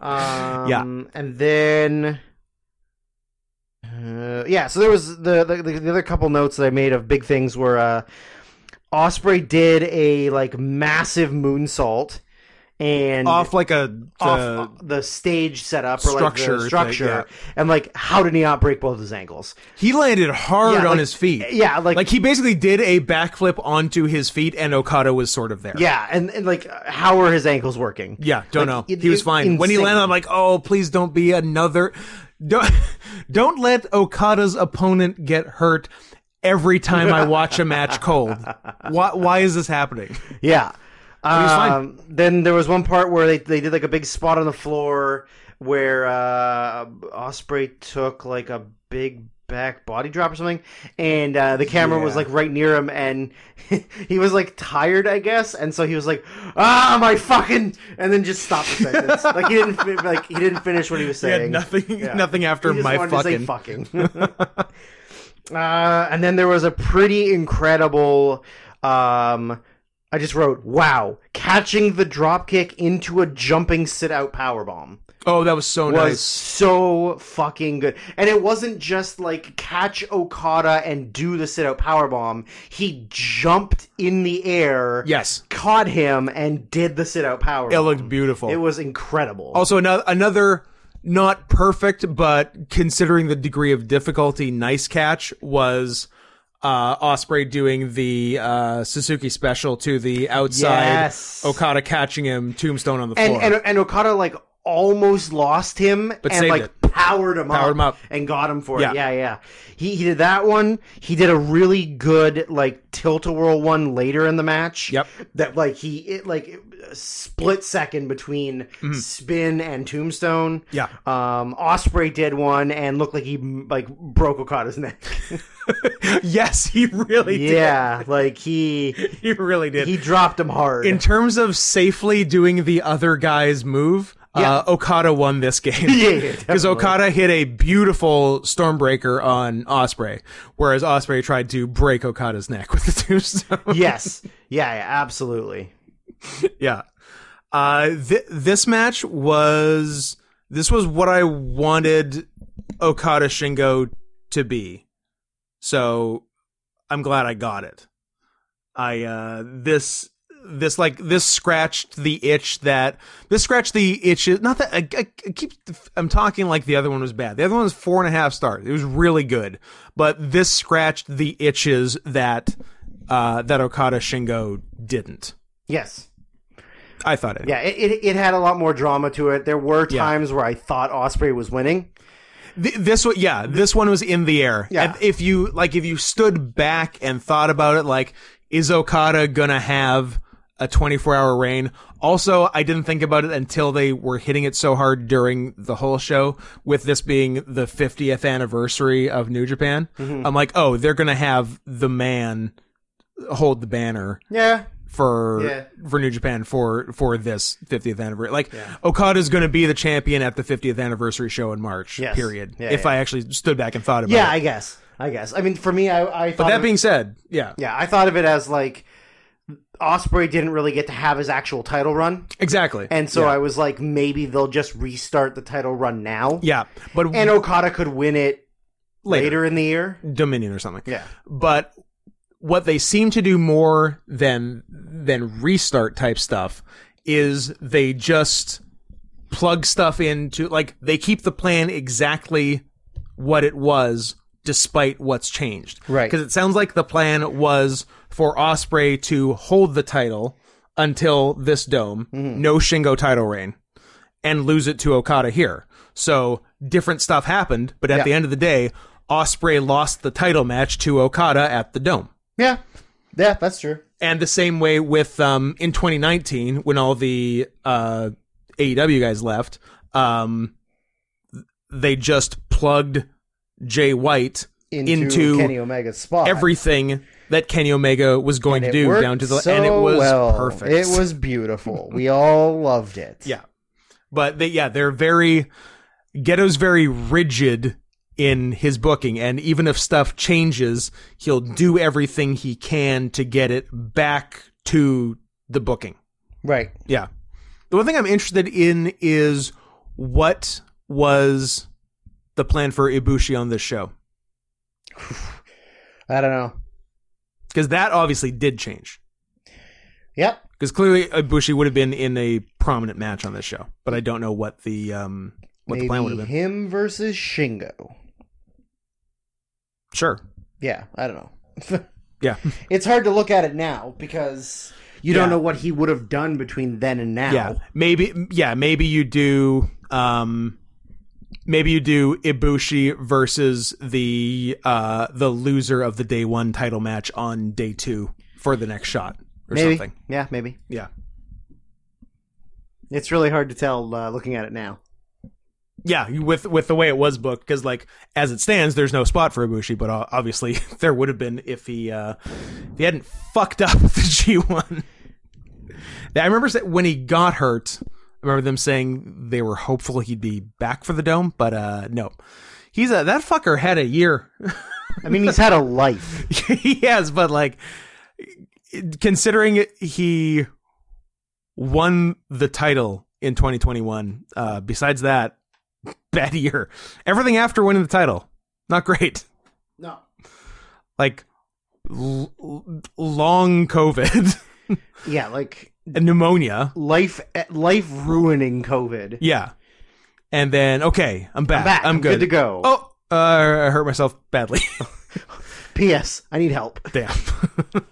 um,
Yeah.
and then. Uh, yeah, so there was the, the the other couple notes that I made of big things were uh, Osprey did a like massive moonsault and
off like a
off uh,
the-
the stage setup or
Structure
like
thing,
the structure and like how did he not break both his ankles
he landed hard
Yeah,
on
like-
his feet.
yeah like,
Like, he basically did a backflip onto his feet, and Okada was sort of there.
yeah and, and like how are his ankles working
Yeah, don't
Like,
know.
it-
he was
it-
fine. When he
insane.
landed, I'm like, oh, please don't be another. Don't don't let Okada's opponent get hurt every time I watch a match cold. Why why is this happening?
yeah
he's fine.
um, then there was one part where they, they did like a big spot on the floor where uh osprey took like a big back body drop or something and uh, the camera was
Yeah.
like right near him and he was like tired i guess and so he was like ah my fucking and then just stopped the sentence like he didn't fi- like he didn't finish what he was
He
saying
had nothing
Yeah.
nothing after
He just
my
wanted
fucking.
To say fucking. uh, and then there was a pretty incredible. Um, I just wrote, "Wow, catching the dropkick into a jumping sit-out power bomb
Oh, that was so
was
nice.
so fucking good." And it wasn't just like catch Okada and do the sit-out power bomb. He jumped in the air,
Yes,
caught him, and did the sit-out power.
it
bomb.
looked beautiful.
It was incredible.
also, another another not perfect, but considering the degree of difficulty, nice catch was uh, Osprey doing the uh, Suzuki special to the outside,
Yes.
Okada catching him, tombstone on the
and,
floor.
and and Okada like almost lost him
But
and
saved
like
it.
powered him
Powered
up,
him up.
and got him for
Yeah.
it. Yeah, yeah. He he did that one. He did a really good like tilt a whirl one later in the match.
Yep.
That like he it like a split second between spin and tombstone.
Mm-hmm. Yeah.
Um Osprey did one and looked like he like broke Okada's neck.
yes, he really
yeah, like he
did. He really did.
he dropped him hard.
In terms of safely doing the other guy's move, uh, Okada won this game.
yeah, yeah,
Because Okada hit a beautiful Stormbreaker on Osprey, whereas Osprey tried to break Okada's neck with the tombstone.
yes. Yeah, yeah, absolutely.
yeah. Uh, th- this match was this was what I wanted Okada Shingo to be. So I'm glad I got it. I uh this this like this scratched the itch that this scratched the itch not that I, I, I keep I'm talking like the other one was bad the other one was four and a half stars it was really good but this scratched the itches that uh that Okada Shingo didn't
Yes.
I thought it
Yeah, it, it, it had a lot more drama to it. There were
Yeah.
times where I thought Osprey was winning.
Th- this one, yeah, this one was in the air.
Yeah.
And if you like, if you stood back and thought about it, like, is Okada gonna have a 24 hour reign? Also, I didn't think about it until they were hitting it so hard during the whole show. With this being the 50th anniversary of New Japan, I'm like, oh, they're gonna have the man hold the banner
Yeah.
for
Yeah.
for New Japan for for this 50th anniversary. Like Okada's going to be the champion at the 50th anniversary show in March.
Yes.
Period.
Yeah,
if
yeah.
I actually stood back and thought about
Yeah,
it.
I guess. I guess. I mean, for me, I, I thought.
But
of-
that being said, yeah,
yeah, I thought of it as like Osprey didn't really get to have his actual title run.
exactly.
And so
yeah.
I was like, maybe they'll just restart the title run now.
yeah, but
And Okada could win it
Later.
later, in the year.
Dominion or something.
Yeah.
But what they seem to do more than than restart type stuff is they just plug stuff into like they keep the plan exactly what it was despite what's changed.
Right.
Because it sounds like the plan was for Osprey to hold the title until this dome, no Shingo title reign, and lose it to Okada here. So different stuff happened, but at the end of the day, Osprey lost the title match to Okada at the dome.
Yeah.
Yeah, that's true.
And the same way with um, in 2019 when all the uh, AEW guys left, um, they just plugged Jay White
Into,
Into
Kenny Omega's spot.
everything that Kenny Omega was going to
It
do
worked
down to the
so
and it was
well.
perfect.
It was beautiful. we all loved it.
Yeah. but they yeah they're very ghetto's very rigid in his booking and even if stuff changes he'll do everything he can to get it back to the booking
Right.
yeah the one thing i'm interested in is what was the plan for ibushi on this show
I don't know.
because that obviously did change
Yep.
because clearly ibushi would have been in a prominent match on this show but i don't know what the um what the plan would
Maybe
have been
him versus Shingo.
sure
Yeah, I don't know.
yeah
it's hard to look at it now because
You
Yeah.
don't know what he would have done between then and now.
Yeah, maybe. Yeah, maybe you do. Um, maybe you do Ibushi versus the uh the loser of the day one title match on day two for the next shot or
Maybe.
something.
Yeah, maybe.
Yeah,
It's really hard to tell uh, looking at it now.
yeah. you- With with the way it was booked, because like as it stands, there's no spot for Ibushi, but uh, obviously there would have been if he uh if he hadn't fucked up the G one. I remember sa- when he got hurt. I remember them saying they were hopeful he'd be back for the dome, but uh, no, he's a that fucker had a year.
I mean, he's had a life.
he has, but like considering he won the title in 2021. Uh, besides that, bad year. Everything after winning the title, not great.
No.
Like l- l- long COVID,
Yeah, like
and pneumonia.
life, life ruining COVID.
Yeah. and then okay, I'm back. I'm,
back. I'm
good.
good to go.
Oh, uh, I hurt myself badly.
P.S. I need help.
Damn.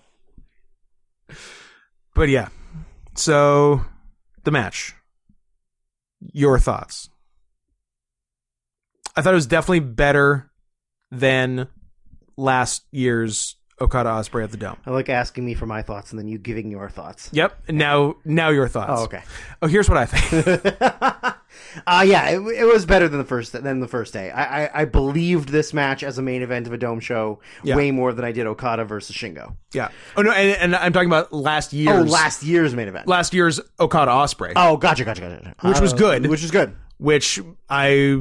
but yeah, so the match. Your thoughts? I thought it was definitely better than last year's Okada Osprey at the Dome.
I like asking me for my thoughts and then you giving your thoughts.
Yep. And now, now your thoughts.
Oh, okay.
Oh, here's what I think.
uh, yeah, it, it was better than the first than the first day. I, I, I believed this match as a main event of a dome show
Yeah.
way more than I did Okada versus Shingo.
yeah. Oh no, and, and I'm talking about last year's.
Oh, last year's main event.
last year's Okada Osprey,
oh, gotcha, gotcha, gotcha. Uh,
Which was good.
Which was good.
which I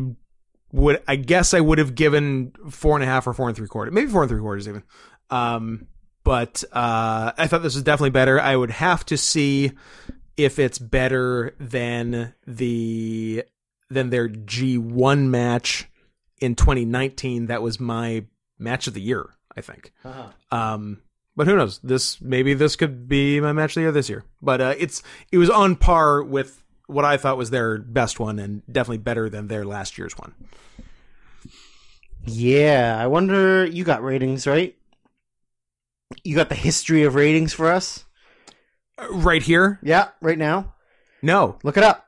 would, I guess, I would have given four and a half or four and three quarters, maybe four and three quarters even. Um, but uh, I thought this was definitely better. I would have to see if it's better than the than their G1 match in 2019. That was my match of the year, I think.
Uh-huh.
Um, but who knows? This maybe this could be my match of the year this year. But uh, it's it was on par with what I thought was their best one, and definitely better than their last year's one.
Yeah, I wonder. You got ratings, right? You got the history of ratings for us.
Uh, Right here?
Yeah, right now.
No.
Look it up.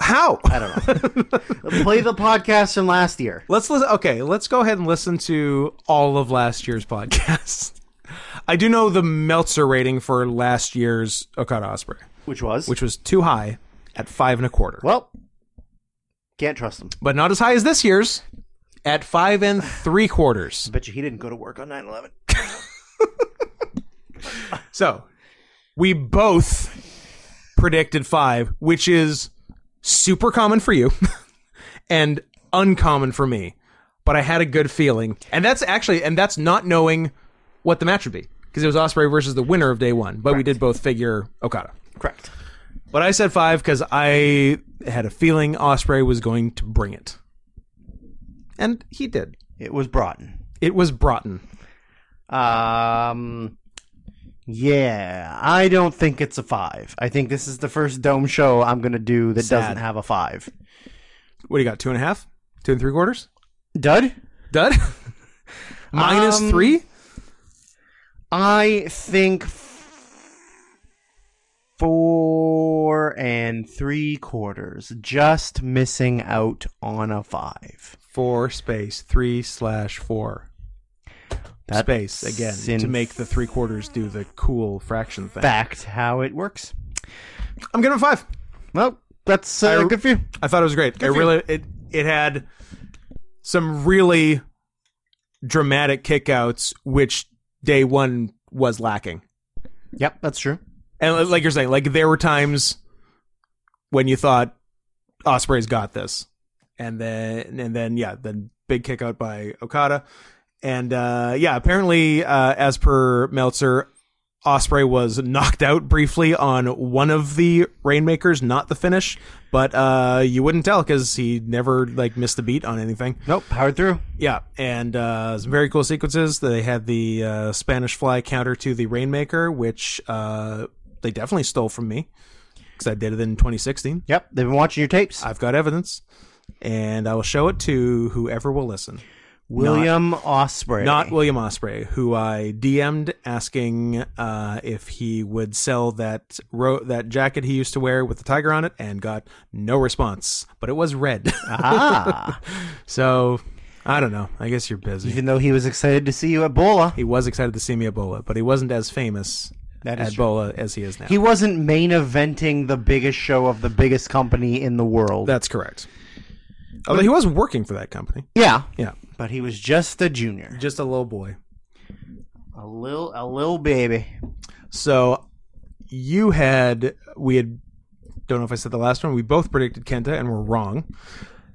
How?
I don't know. Play the podcast from last year.
Let's listen. Okay, let's go ahead and listen to all of last year's podcast. I do know the Meltzer rating for last year's Okada Osprey,
Which was?
which was too high at five and a quarter,
well, can't trust him.
but not as high as this year's at five and three quarters.
Bet you he didn't go to work on 9-11.
So we both predicted five, which is super common for you and uncommon for me. But I had a good feeling, and that's actually, and that's not knowing what the match would be because it was Osprey versus the winner of day one. But we did both figure Okada.
Correct.
But I said five because I had a feeling Osprey was going to bring it, and he did.
It was Broughton.
It was Broughton.
Um, yeah, I don't think it's a five. I think this is the first dome show I'm gonna do that
Sad.
doesn't have a five.
What do you got? Two and a half, two and three quarters.
Dud,
Dud? Minus
Um,
three?
I think f- four and three quarters, just missing out on a five.
Four space three slash four.
That's
space again
in
to make the three quarters do the cool fraction thing.
fact how it works.
I'm giving it five.
Well, that's uh,
I-
good for you.
I thought it was great. It
for you.
really it it had some really dramatic kickouts, which day one was lacking.
Yep, that's true.
And like you're saying, like there were times when you thought Osprey's got this, and then and then yeah, the big kick out by Okada, and uh, yeah, apparently uh, as per Meltzer, Osprey was knocked out briefly on one of the Rainmakers, not the finish, but uh, you wouldn't tell because he never like missed the beat on anything.
Nope, powered through.
Yeah, and uh, some very cool sequences. They had the uh, Spanish Fly counter to the Rainmaker, which uh, they definitely stole from me because I did it in 2016.
Yep, they've been watching your tapes.
I've got evidence, and I will show it to whoever will listen.
William Osprey.
Not William Osprey, who I DM'd asking uh, if he would sell that ro- that jacket he used to wear with the tiger on it, and got no response. But it was red,
ah,
so I don't know. I guess you're busy.
even though he was excited to see you at Bola,
he was excited to see me at Bola, but he wasn't as famous
That is
at Bola as he is now.
he wasn't main eventing the biggest show of the biggest company in the world.
That's correct. Although he was working for that company.
yeah,
Yeah.
but he was just a junior,
Just a little boy.
a little, a little baby.
So you had we had don't know if I said the last one, we both predicted Kenta and were wrong.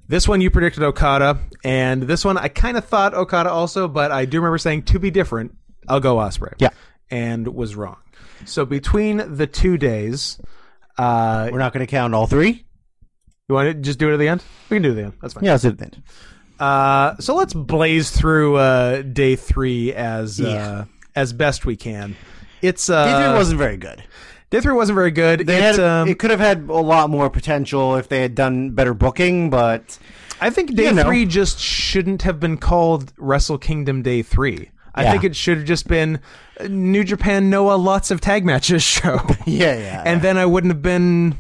This one you predicted Okada, and this one I kind of thought Okada also, but I do remember saying to be different, I'll go Osprey.
Yeah.
And was wrong. So between the two days, uh
We're not going to count all three.
you want to just do it at the end? We can do it at the end. That's fine.
Yeah, that's it then.
Uh, so let's blaze through uh, day three as
Yeah.
uh, as best we can. It's uh,
Adrian wasn't very good.
Death Ray wasn't very good.
They
it,
had,
um,
it could have had a lot more potential if they had done better booking, but
I think day
you know.
three just shouldn't have been called Wrestle Kingdom Day Three. I
Yeah.
think it should have just been uh, New Japan Noah lots of tag matches show,
yeah, yeah.
and then I wouldn't have been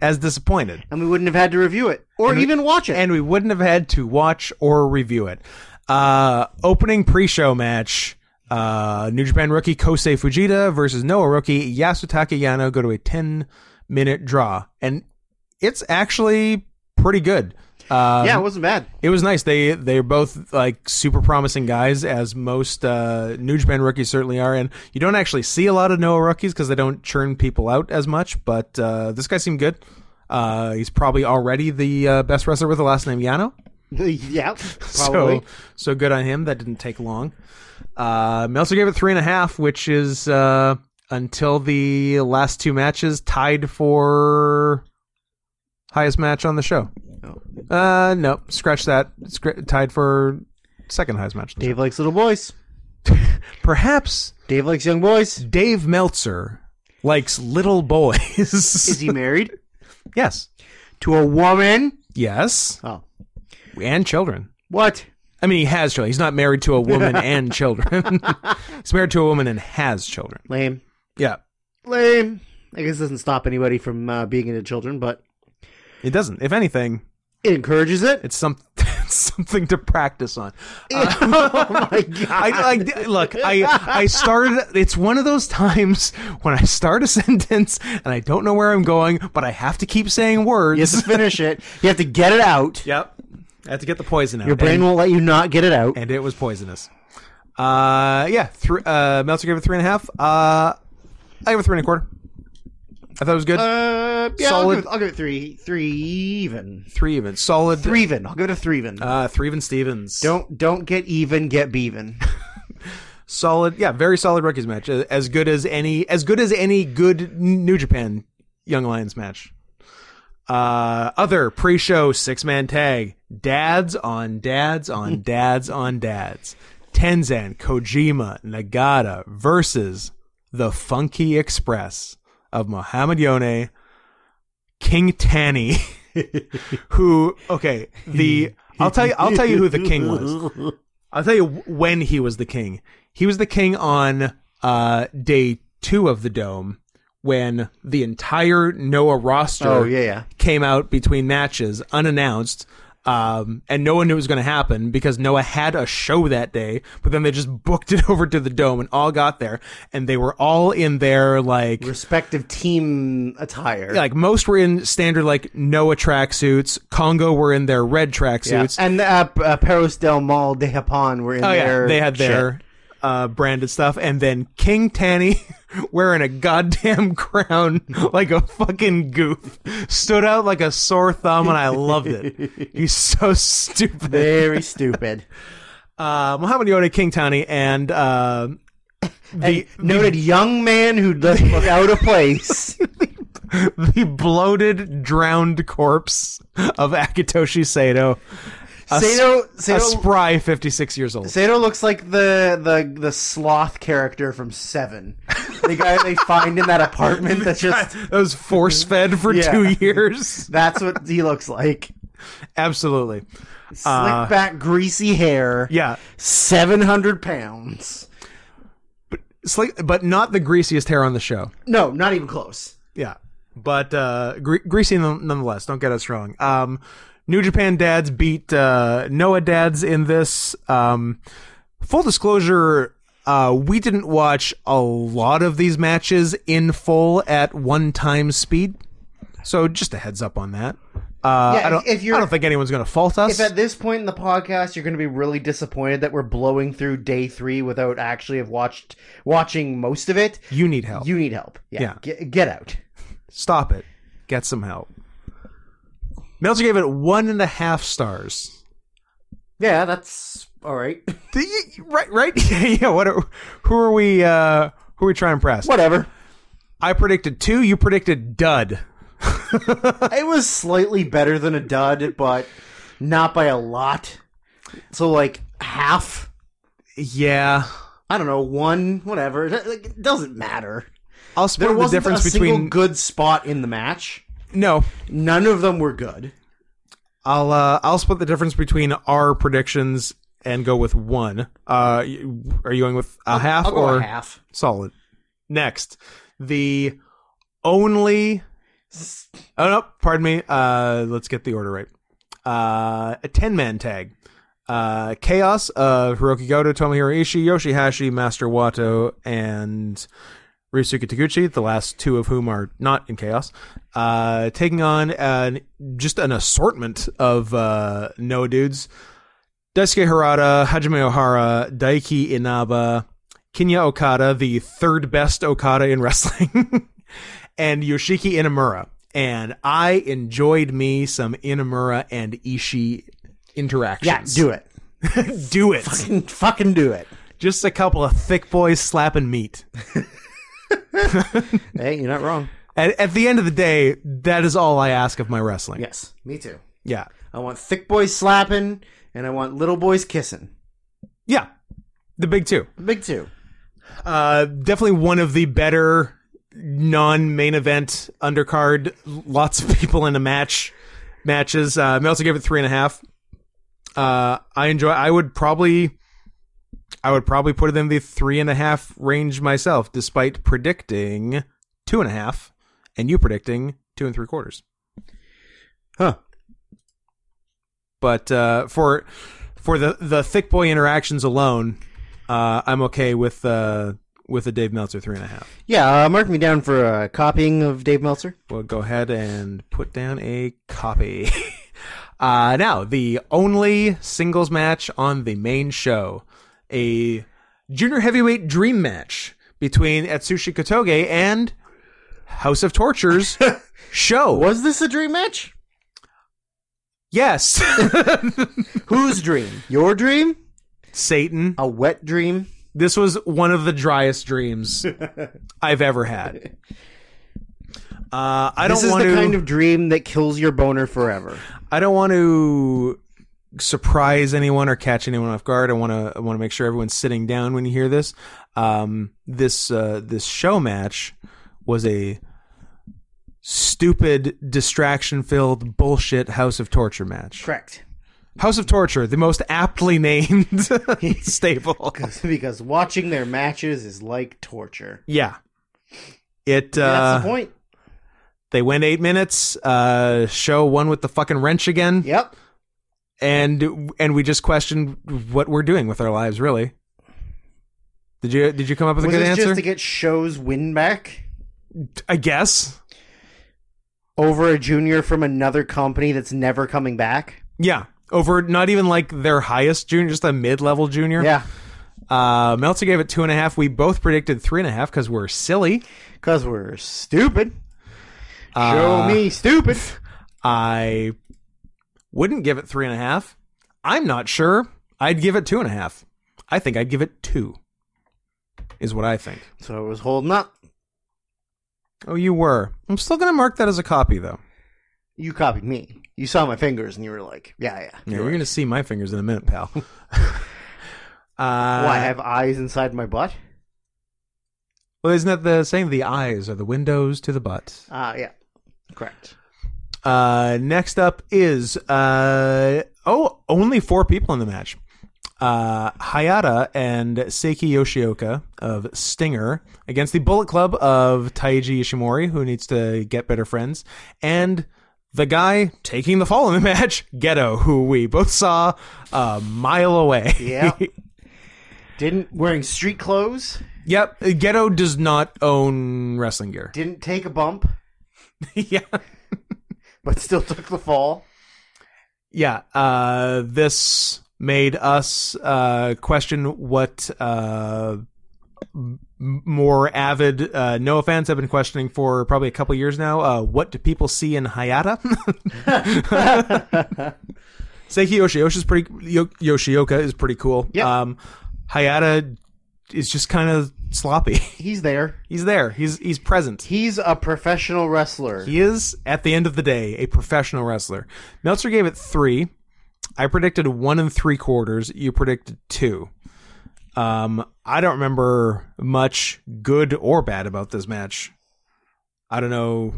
as disappointed.
and we wouldn't have had to review it or even watch it.
and we wouldn't have had to watch or review it. Uh, opening pre-show match: uh, New Japan rookie Kosei Fujita versus Noah rookie Yasutaka Yano go to a ten-minute draw, and it's actually pretty good. Um,
yeah, it wasn't bad.
it was nice. They they're both like super promising guys, as most uh, New Japan rookies certainly are. And you don't actually see a lot of Noah rookies because they don't churn people out as much. But uh, this guy seemed good. Uh, he's probably already the uh, best wrestler with the last name Yano.
yeah, probably.
So so good on him. That didn't take long. Uh, Meltzer gave it three and a half, which is uh, until the last two matches tied for highest match on the show.
Oh,
Uh, no, scratch that. Scr- tied for second highest match. on the show.
Dave likes little boys.
Perhaps
Dave likes young boys.
Dave Meltzer likes little boys.
Is he married
yes,
to a woman?
yes,
Oh,
and children.
what?
I mean, he has children. He's not married to a woman and children. He's married to a woman and has children.
Lame,
Yeah.
lame. I guess it doesn't stop anybody from uh, being into children, but
It doesn't. If anything,
it encourages it.
it's some it's something to practice on.
oh my god!
I, I look. I I started. It's one of those times when I start a sentence and I don't know where I'm going, but I have to keep saying words.
You have to finish it. You have to get it out.
Yep. I have to get the poison out.
Your brain
and,
won't let you not get it out.
and it was poisonous. Uh, yeah. Thr uh, Meltzer gave it three and a half. Uh, I gave it three and a quarter. I thought it was good.
Uh, yeah, I'll
Solid.
give, it, I'll give it three, three even,
three even. Solid.
three even. I'll give it a three even.
Uh, three even Stevens.
don't don't get even, get beaven.
solid yeah very solid rookies match Uh, as good as any as good as any good new japan young lions match uh other pre-show six-man tag dads on dads on dads on dads tenzan kojima nagata versus the funky express of Muhammad Yone, King Tanny, who okay, the I'll tell you I'll tell you who the king was. I'll tell you when he was the king. He was the king on uh day 2 of the dome when the entire Noah roster
Oh yeah, yeah.
came out between matches unannounced. Um, and no one knew it was going to happen because Noah had a show that day, but then they just booked it over to the dome and all got there and they were all in their like
Respective team attire.
like most were in standard like Noah tracksuits. Congo were in their red
Yeah.
tracksuits.
And uh, P- uh, Peros del Mal de Japón were in
Oh yeah,
their
they had
shit.
their uh, branded stuff, and then King Tanny wearing a goddamn crown like a fucking goof stood out like a sore thumb, and I loved it. He's so stupid.
very stupid.
Uh, Muhammad Yoda, King Tanny, and uh, the
Noted young man who doesn't look out of place.
the bloated, drowned corpse of Akitoshi Sato, s-
Sato
a
Sato,
spry fifty six years old.
Sato looks like the, the the sloth character from Seven, the guy they find in that apartment. That's just
that was force fed for
Yeah.
two years.
that's what he looks like.
Absolutely. Uh,
Slick back, greasy hair.
Yeah.
seven hundred pounds.
Slick, but not the greasiest hair on the show.
No, not even close.
Yeah. But uh, gre- greasy none- nonetheless. Don't get us wrong. Um, New Japan dads beat uh, Noah dads in this. Um, full disclosure, uh, we didn't watch a lot of these matches in full at one time speed. So just a heads up on that. Uh,
Yeah,
I, don't,
if- if you're-
I don't think anyone's going to fault us.
If at this point in the podcast you're going to be really disappointed that we're blowing through day three without actually have watched watching most of it,
you need help.
you need help. Yeah,
Yeah.
Get, get out.
Stop it. Get some help. Meltzer gave it one and a half stars.
Yeah, that's all right.
Do you- right, right? Yeah, yeah. What? Are, who are we? Uh, who are we trying to impress?
Whatever.
I predicted two. You predicted dud.
it was slightly better than a dud, but not by a lot. So like half.
Yeah,
I don't know, one, whatever. It- It doesn't matter.
I'll split
There
the
wasn't
difference
a single
between
good spot in the match.
no.
None of them were good.
I'll uh, I'll split the difference between our predictions and go with one. Uh, you- are you going with a half
I'll go
or
a half.
solid? Next, the only. Oh no! Pardon me. Uh, let's get the order right. Uh, a ten man tag. Uh, Chaos of Hiroki Goto, Tomohiro Ishii, Yoshihashi, Master Wato, and Ryusuke Taguchi, the last two of whom are not in Chaos, uh, taking on an, just an assortment of uh, no dudes. Daisuke Harada, Hajime Ohara, Daiki Inaba, Kinya Okada, the third best Okada in wrestling, and Yoshiki Inamura. And I enjoyed me some Inamura and Ishii
Yeah,
interactions.
do it.
it. do it.
Fucking do it.
Just a couple of thick boys slapping meat.
Hey, you're not wrong.
At, at the end of the day, that is all I ask of my wrestling.
Yes, me too.
Yeah.
I want thick boys slapping, and I want little boys kissing.
Yeah. The big two.
Big two.
Uh, definitely one of the better non main event undercard, lots of people in a match matches. Uh, I also gave it three and a half. Uh, I enjoy, I would probably, I would probably put it in the three and a half range myself, despite predicting two and a half and you predicting two and three quarters.
Huh.
but uh, for for the the thick boy interactions alone, uh, I'm okay with uh, with a Dave Meltzer three and a half.
Yeah, uh, mark me down for uh, copying of Dave Meltzer.
Well, go ahead and put down a copy. uh, now, the only singles match on the main show, a junior heavyweight dream match between Atsushi Kotoge and House of Tortures show.
Was this a dream match?
Yes,
Whose dream? Your dream?
Satan.
A wet dream?
This was one of the driest dreams I've ever had. Uh, I
This
don't
is
want
the
to.
kind of dream that kills your boner forever.
I don't want to surprise anyone or catch anyone off guard. I want to. I want to make sure everyone's sitting down when you hear this. Um, this uh, this show match was a stupid, distraction-filled bullshit House of Torture match.
Correct.
House of Torture, the most aptly named staple.
because watching their matches is like torture.
Yeah. It. Uh,
That's the point.
They went eight minutes. Uh, show one with the fucking wrench again,
Yep.
and and we just questioned what we're doing with our lives. Really? Did you did you come up with
Was
a good
this
answer?
just to get Show's win back
I guess.
over a junior from another company that's never coming back?
Yeah. Over not even like their highest junior, just a mid level junior.
Yeah.
Uh, Meltzer gave it two and a half. We both predicted three and a half because we're silly.
Because we're stupid.
Uh,
Show me stupid.
I wouldn't give it three and a half. I'm not sure. I'd give it two and a half. I think I'd give it two. Is what I think.
So it was holding up.
Oh, you were. I'm still going to mark that as a copy, though.
You copied me. You saw my fingers and you were like, yeah, yeah.
Yeah, you're going to see my fingers in a minute, pal. uh,
Well, I have eyes inside my butt.
well, isn't that the saying? The eyes are the windows to the butt.
Ah, yeah. Correct.
Uh, next up is uh, oh, only four people in the match. Uh, Hayata and Seiki Yoshioka of Stinger against the Bullet Club of Taiji Ishimori, who needs to get better friends, and the guy taking the fall in the match, Ghetto, who we both saw a mile away.
Yeah. Didn't wearing street clothes.
yep. Ghetto does not own wrestling gear.
Didn't take a bump,
yeah.
but still took the fall.
yeah, uh, this made us uh, question what uh, m- more avid uh, no fans have been questioning for probably a couple years now. Uh, what do people see in Hayata? Seiki Yoshiosha's pretty. Yo- Yoshioka is pretty cool.
Yeah.
Um, Hayata is just kind of sloppy.
He's there.
he's there. He's he's present.
He's a professional wrestler.
He is, at the end of the day, a professional wrestler. Meltzer gave it three. I predicted one and three quarters. You predicted two. Um, I don't remember much good or bad about this match. I don't know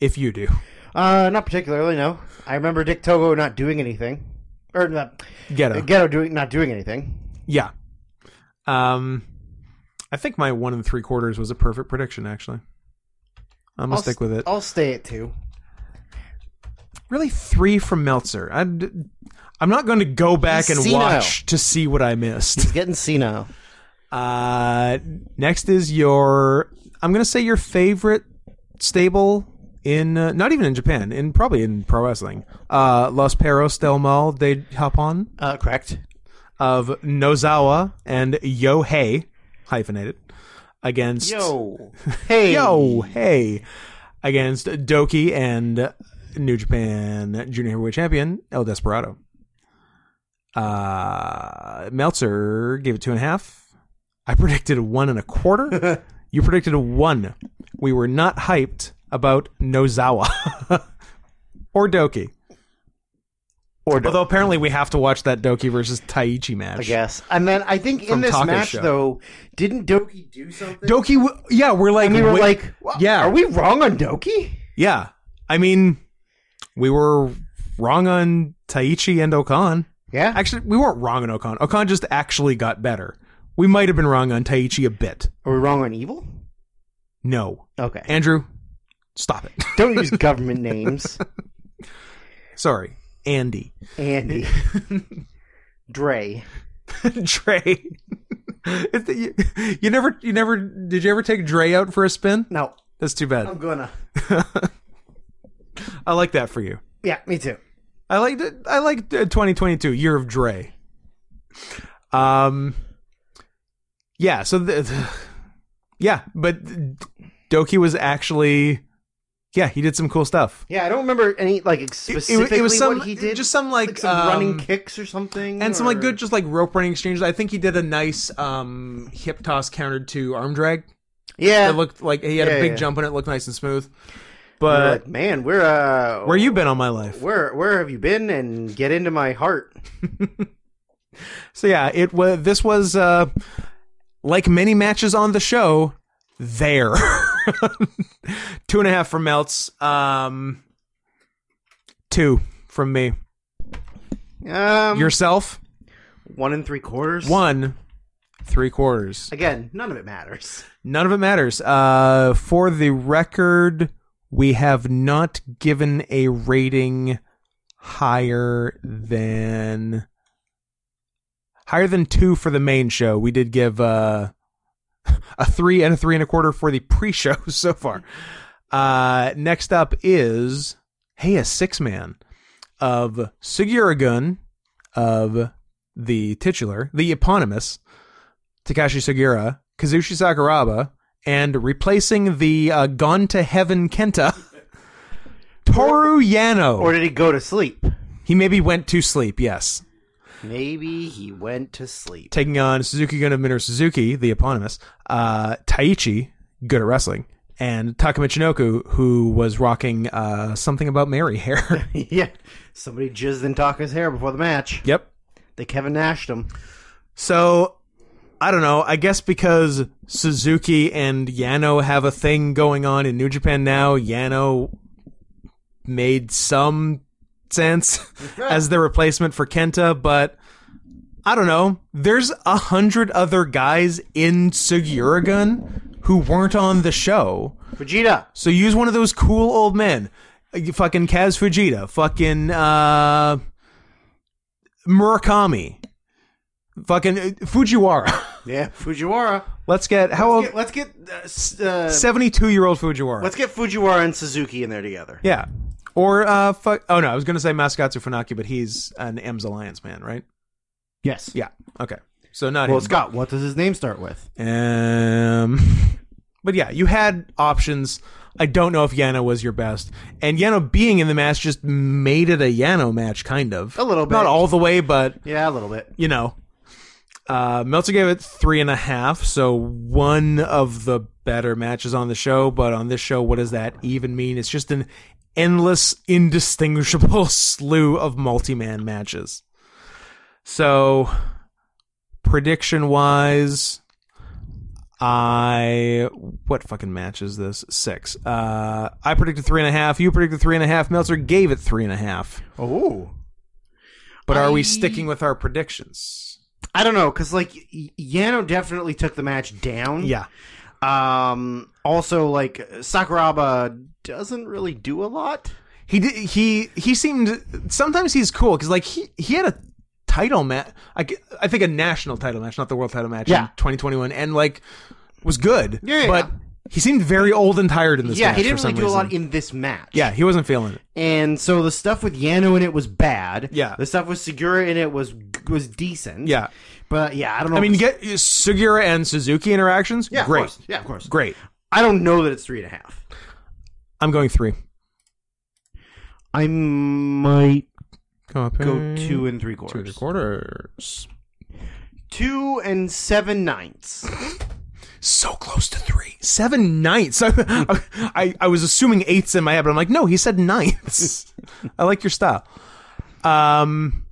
if you do.
Uh, not particularly. No, I remember Dick Togo not doing anything, or not,
Ghetto.
Ghetto doing not doing anything.
Yeah. Um, I think my one and three quarters was a perfect prediction. Actually, I'm gonna
I'll
stick
st-
with it.
I'll stay at two.
Really, three from Meltzer. I'm, I'm not going to go back
He's
and
senile.
watch to see what I missed.
He's getting senile.
Uh, next is your. I'm gonna say your favorite stable in uh, not even in Japan, in probably in pro wrestling. Uh, Los Perros del Mal de Japón
Uh, correct.
of Nozawa and Yohei hyphenated against
Yo. Hey.
Yo, hey. Against Doki and New Japan Junior Heavyweight Champion El Desperado. Uh, Meltzer gave it two and a half. I predicted a one and a quarter. you predicted a one. We were not hyped about Nozawa or Doki.
Or don't.
Although apparently we have to watch that Doki versus Taichi
I
match.
guess. And then I think
From
in this
Taco
match
Show.
though, didn't Doki do something?
Doki, w- yeah, we're like,
and we were
wait-
like, "Wha-
yeah.
Are we wrong on Doki?
Yeah. I mean, we were wrong on Taichi and Okan.
Yeah.
Actually, we weren't wrong on Okan. Okan just actually got better. We might have been wrong on Taichi a bit.
are we wrong on evil?
No.
Okay.
Andrew, stop it.
Don't use government names.
Sorry. Andy.
Andy. Dre.
Dre. It's the- you, you never you never did you ever take Dre out for a spin?
No,
That's too bad.
I'm gonna.
I like that for you.
Yeah, me too.
I like I like 2022 year of Dre. Um, yeah. So the, the- yeah, but Doki was actually yeah he did some cool stuff.
Yeah, I don't remember any like ex-
It- it-
specifically
it, was some
what he did.
just some like,
like some
um,
running kicks or something,
and some like
or-
good just like rope running exchanges. I think he did a nice um hip toss countered to arm drag.
Yeah,
It looked like he had
Yeah,
a big
yeah.
jump and it looked nice and smooth.
We were
But
like, man, we're uh,
where you been all my life?
Where where have you been? And get into my heart.
So yeah, it was. This was uh, like many matches on the show. There, two and a half from Melts. Um, two from me.
Um,
Yourself,
one and three quarters.
one, three quarters.
again. None of it matters.
None of it matters. Uh, for the record, we have not given a rating higher than higher than two for the main show. We did give uh, a three and a three and a quarter for the pre-show so far. Uh, next up is hey a six man of Sugiura Gun of the titular, the eponymous Takashi Sugira, Kazushi Sakuraba, and replacing the uh, Gone to Heaven Kenta, Toru Yano.
Or did he go to sleep?
he maybe went to sleep, yes.
Maybe he went to sleep.
Taking on Suzuki Gun of Minoru Suzuki, the eponymous, uh, Taichi, good at wrestling, and Takuma Chinoku, who was rocking uh, something about Mary hair.
yeah, somebody jizzed in Taka's hair before the match.
yep.
They Kevin Nashed him.
So I don't know. I guess because Suzuki and Yano have a thing going on in New Japan now, Yano made some sense as the replacement for Kenta, but I don't know. There's a hundred other guys in Sugiuragun who weren't on the show.
Vegeta.
So use one of those cool old men. Uh, you Fucking Kaz Fujita. Fucking uh, Murakami. Fucking uh, Fujiwara.
Yeah, Fujiwara.
Let's get how old?
Let's get, let's get uh, s- uh,
Seventy-two-year-old Fujiwara.
let's get Fujiwara and Suzuki in there together.
yeah. Or uh, fuck. Oh no, I was gonna say Masakatsu Funaki, but he's an M's Alliance man, right?
Yes.
Yeah. Okay. So not
Well,
him.
Scott, what does his name start with?
Um, but yeah, you had options. I don't know if Yano was your best, and Yano being in the match just made it a Yano match, kind of
A little bit.
not all the way, but
Yeah, a little bit.
you know. Uh, Meltzer gave it three and a half, so one of the better matches on the show. But on this show, what does that even mean? It's just an endless, indistinguishable slew of multi-man matches. So, prediction wise, I what fucking match is this? Six. Uh, I predicted three and a half. You predicted three and a half. Meltzer gave it three and a half.
Oh,
But are
I-
we sticking with our predictions?
I don't know, because like Y- Yano definitely took the match down. Um. Also, like Sakuraba doesn't really do a lot.
He did. He he seemed. Sometimes he's cool because like he he had a title match. I, g- I think a national title match, not the world title match.
Yeah.
in 2021, and like was good.
Yeah, yeah,
but
yeah.
he seemed very old and tired in this.
yeah,
match
he
for
didn't
some
really do a lot
reason.
in this match.
yeah, he wasn't feeling it.
And so the stuff with Yano in it was bad.
Yeah.
The stuff with Segura in it was was decent.
Yeah.
But yeah, I don't know.
I mean, get Sugira and Suzuki interactions.
yeah,
great,
Of course. Yeah, of course.
great.
I don't know that it's three and a half.
I'm going three.
I might
Come up
go
here.
Mm. two and three
Two and
quarters.
quarters.
Two and seven ninths.
So close to three. Seven ninths. I, I, I was assuming eighths in my head, but I'm like, no, he said ninths. I like your style. Um,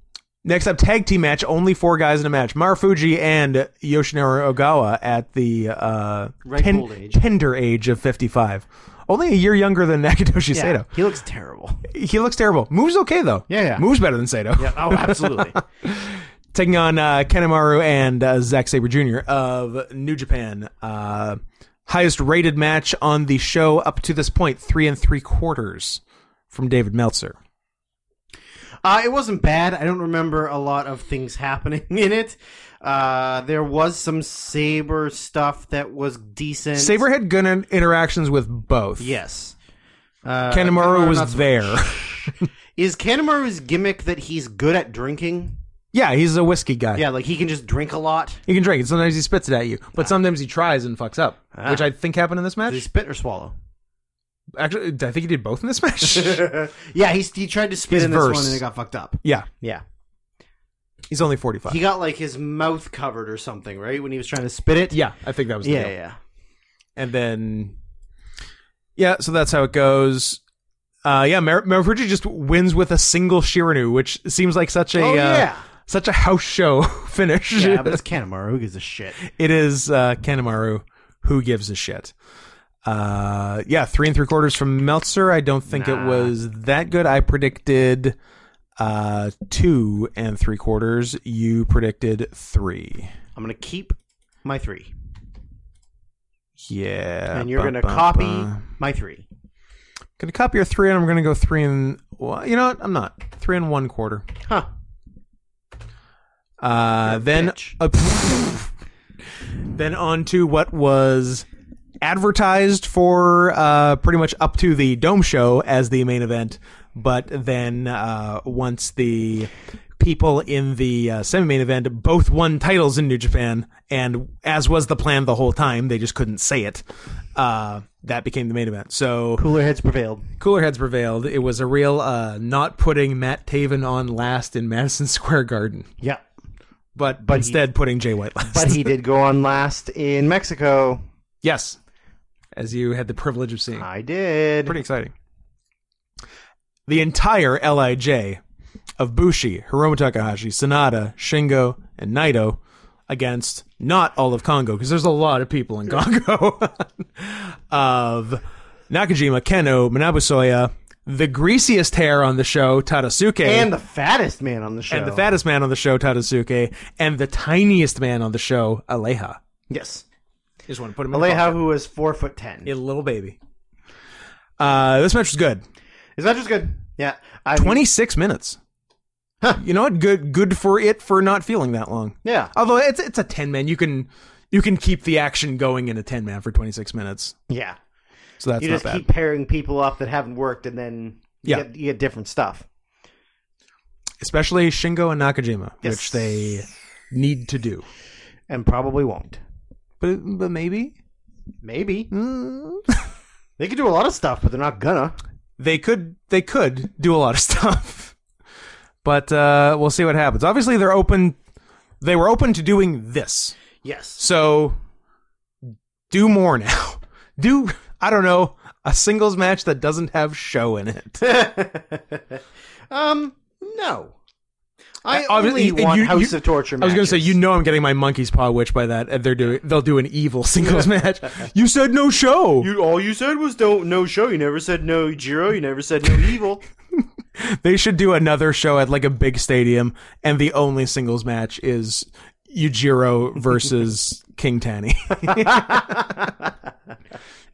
next up, tag team match. Only four guys in a match. Marufuji and Yoshinori Ogawa at the uh,
Ripe old age.
tender age of 55. Only a year younger than Nakatoshi
Yeah,
Sato.
he looks terrible.
He looks terrible. Moves okay, though.
Yeah, yeah.
Moves better than Sato.
Yeah, oh, absolutely.
taking on uh, Kanemaru and uh, Zack Sabre Jr. of New Japan. Uh, highest rated match on the show up to this point, three and three quarters from David Meltzer.
Uh, it wasn't bad. I don't remember a lot of things happening in it. Uh, there was some saber stuff that was decent.
Sabre had good in- interactions with both.
yes. Uh,
Kanemaru
not
was
so
there.
Is Kanemaru's gimmick that he's good at drinking?
yeah, he's a whiskey guy.
Yeah, like he can just drink a lot.
He can drink, and sometimes he spits it at you, but sometimes he tries and fucks up,
Ah.
which I think happened in this
Did he
match.
spit or swallow?
Actually, I think he did both in this match.
yeah, he, he tried to spit
His
in this
verse.
one and it got fucked up.
yeah,
Yeah.
he's only forty-five.
He got like his mouth covered or something, right? When he was trying to spit it?
yeah, I think that was the
Yeah, Oh,
deal.
yeah.
and then yeah so that's how it goes uh yeah Mar- Marufuji just wins with a single shiranu which seems like such a
oh,
uh,
yeah.
such a house show finish
Yeah, but it's Kanemaru. Who gives a shit?
it is uh kanemaru who gives a shit uh yeah three and three quarters from meltzer i don't think it
Nah.
was that good i predicted uh two and three quarters you predicted three
I'm going to keep my three.
yeah
and you're
ba-
going to
ba-
copy
ba.
my three.
Gonna copy your three, and I'm gonna go three and well, you know what? I'm not three and one quarter.
Huh.
Uh, then
bitch.
uh, then on to what was advertised for uh, pretty much up to the dome show as the main event, but then uh, once the people in the uh, semi-main event both won titles in New Japan, and as was the plan the whole time, they just couldn't say it. Uh, that became the main event. So
Cooler heads prevailed.
cooler heads prevailed. It was a real uh, not putting Matt Taven on last in Madison Square Garden,
Yeah.
but, instead putting Jay White last.
But he did go on last in Mexico.
yes, as you had the privilege of seeing,
I did.
Uh, pretty exciting. The entire Lij of Bushi, Hiromu Takahashi, Sonata, Shingo, and Naito against not all of Congo because there's a lot of people in Congo of Nakajima, Keno, Manabu Soya, the greasiest hair on the show, Tadasuke,
and the fattest man on the show.
and the fattest man on the show, Tadasuke, and the tiniest man on the show, Aleha.
Yes.
Just want to put him in the
Aleha,
pocket.
who is four foot ten.
Yeah, little baby. Uh, this match was good.
His match was good. Yeah. I,
Twenty six minutes.
Huh.
You know what? Good, good for it for not feeling that long.
Yeah.
Although it's it's a ten man, you can you can keep the action going in a ten man for twenty six minutes.
Yeah.
So that's
you
not
just
bad.
keep pairing people up that haven't worked, and then you,
Yeah.
get, you get different stuff.
Especially Shingo and Nakajima,
Yes.
which they need to do.
And probably won't.
But but maybe.
Maybe
Mm.
they could do a lot of stuff, but they're not gonna.
they could they could do a lot of stuff but uh we'll see what happens obviously they're open they were open to doing this
Yes.
so do more now do i don't know a singles match that doesn't have show in it
um. No.
I-
I
I was-
only
and
want
you-
House
you-
of Torture.
I was gonna
matches.
say you know I'm getting my monkey's paw witch by that. and They're doing they'll do an evil singles match. You said no show.
You all you said was don't no show. You never said no Jiro. You never said no evil.
They should do another show at like a big stadium, and the only singles match is Yujiro versus King Tanny.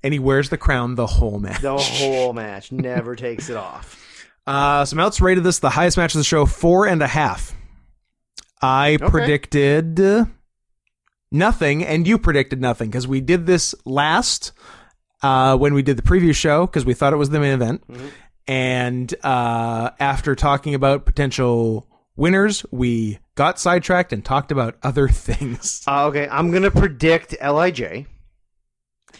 and he wears the crown the whole match.
The whole match never takes it off.
Uh, so Meltz rated this the highest match of the show, four and a half. I predicted uh, nothing, and you predicted nothing because we did this last uh, when we did the preview show because we thought it was the main event.
Mm-hmm.
And uh, after talking about potential winners, we got sidetracked and talked about other things.
Uh, okay, I'm gonna predict Lij.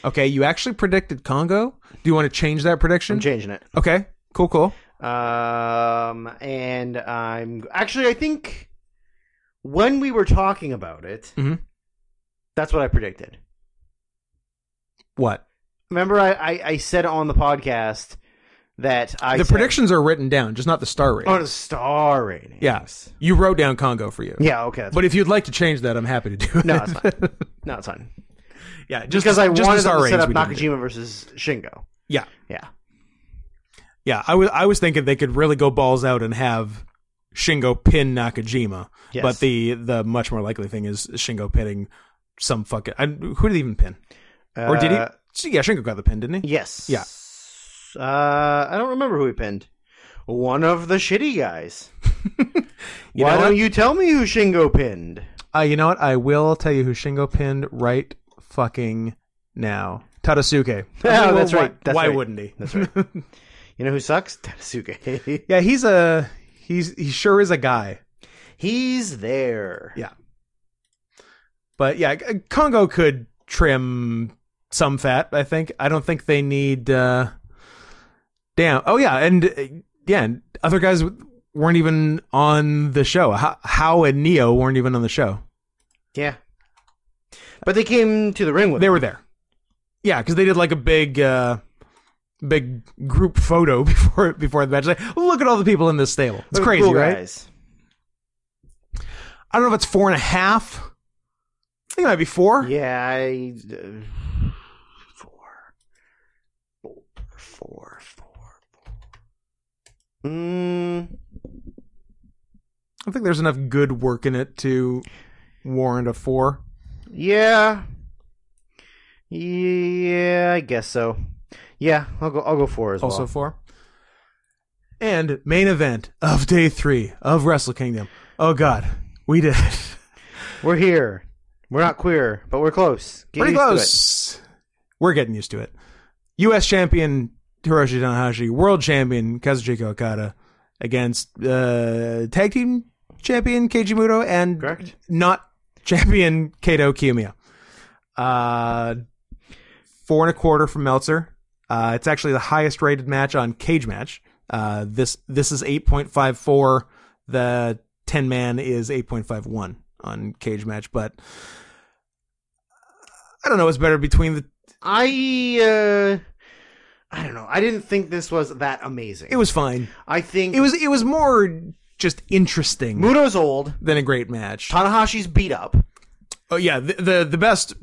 Okay, you actually predicted Congo. Do you want to change that prediction?
I'm changing it.
okay, cool, cool.
Um, and I'm actually I think when we were talking about it,
Mhm.
that's what I predicted.
What?
Remember, I, I, I said on the podcast that I
the
said-
predictions are written down, just not the star rating.
Oh, the star rating.
Yes. You wrote down Congo for you.
Yeah. Okay. That's
But if you'd like to change that, I'm happy to do it.
No, it's fine. no, it's fine.
yeah, just
Because I
just the
wanted
star
them to set
ratings
up
we didn't do.
Nakajima versus Shingo.
Yeah,
Yeah.
yeah. I was I was thinking they could really go balls out and have Shingo pin Nakajima,
Yes.
but the the much more likely thing is Shingo pinning some fucking. I, who did he even pin? Or did
Uh,
he? Yeah, Shingo got the pin, didn't he?
Yes.
Yeah.
Uh, I don't remember who he pinned. One of the shitty guys. Why
know
don't
what?
you tell me who Shingo pinned?
Uh, you know what? I will tell you who Shingo pinned right fucking now. Tadasuke.
Oh, that's
Why-
right. That's
why
right.
wouldn't he?
That's right. you know who sucks? Tatsuke.
Yeah, he's a he's he sure is a guy.
He's there.
Yeah. But yeah, G- Congo could trim some fat, I think. I don't think they need uh damn. Oh yeah, and uh, yeah, and other guys w- weren't even on the show. How, how and Neo weren't even on the show.
Yeah. But they came to the ring with
They
him.
were there. Yeah, cuz they did like a big uh big group photo before before the match. Like, look at all the people in this stable. It's
They were
crazy,
cool
right?
guys.
I don't know if it's four and a half. I think it might be four.
Yeah, I uh, four, four, four, four. Mm,
I think there's enough good work in it to warrant a four.
yeah, yeah, I guess so. Yeah, I'll go. I'll go four as
Also
well.
four. And main event of day three of Wrestle Kingdom. Oh God, we did it.
We're here. We're not queer, but we're close. Get
Pretty
used to it.
close. We're getting used to it. U.S. champion Hiroshi Tanahashi, world champion Kazuchika Okada against uh, tag team champion Keiji Muto and
Correct.
not champion Kato Kiyomiya. Uh, four and a quarter from Meltzer. Uh, it's actually the highest rated match on Cage Match. Uh, this this is eight point five four. The ten man is eight point five one on Cage Match, but I don't know what's better between the.
I. Uh, I don't know. I didn't think this was that amazing.
It was fine.
I think
It was it was more just interesting
Muto's old.
than a great match.
Tanahashi's beat up.
Oh yeah, the the, the best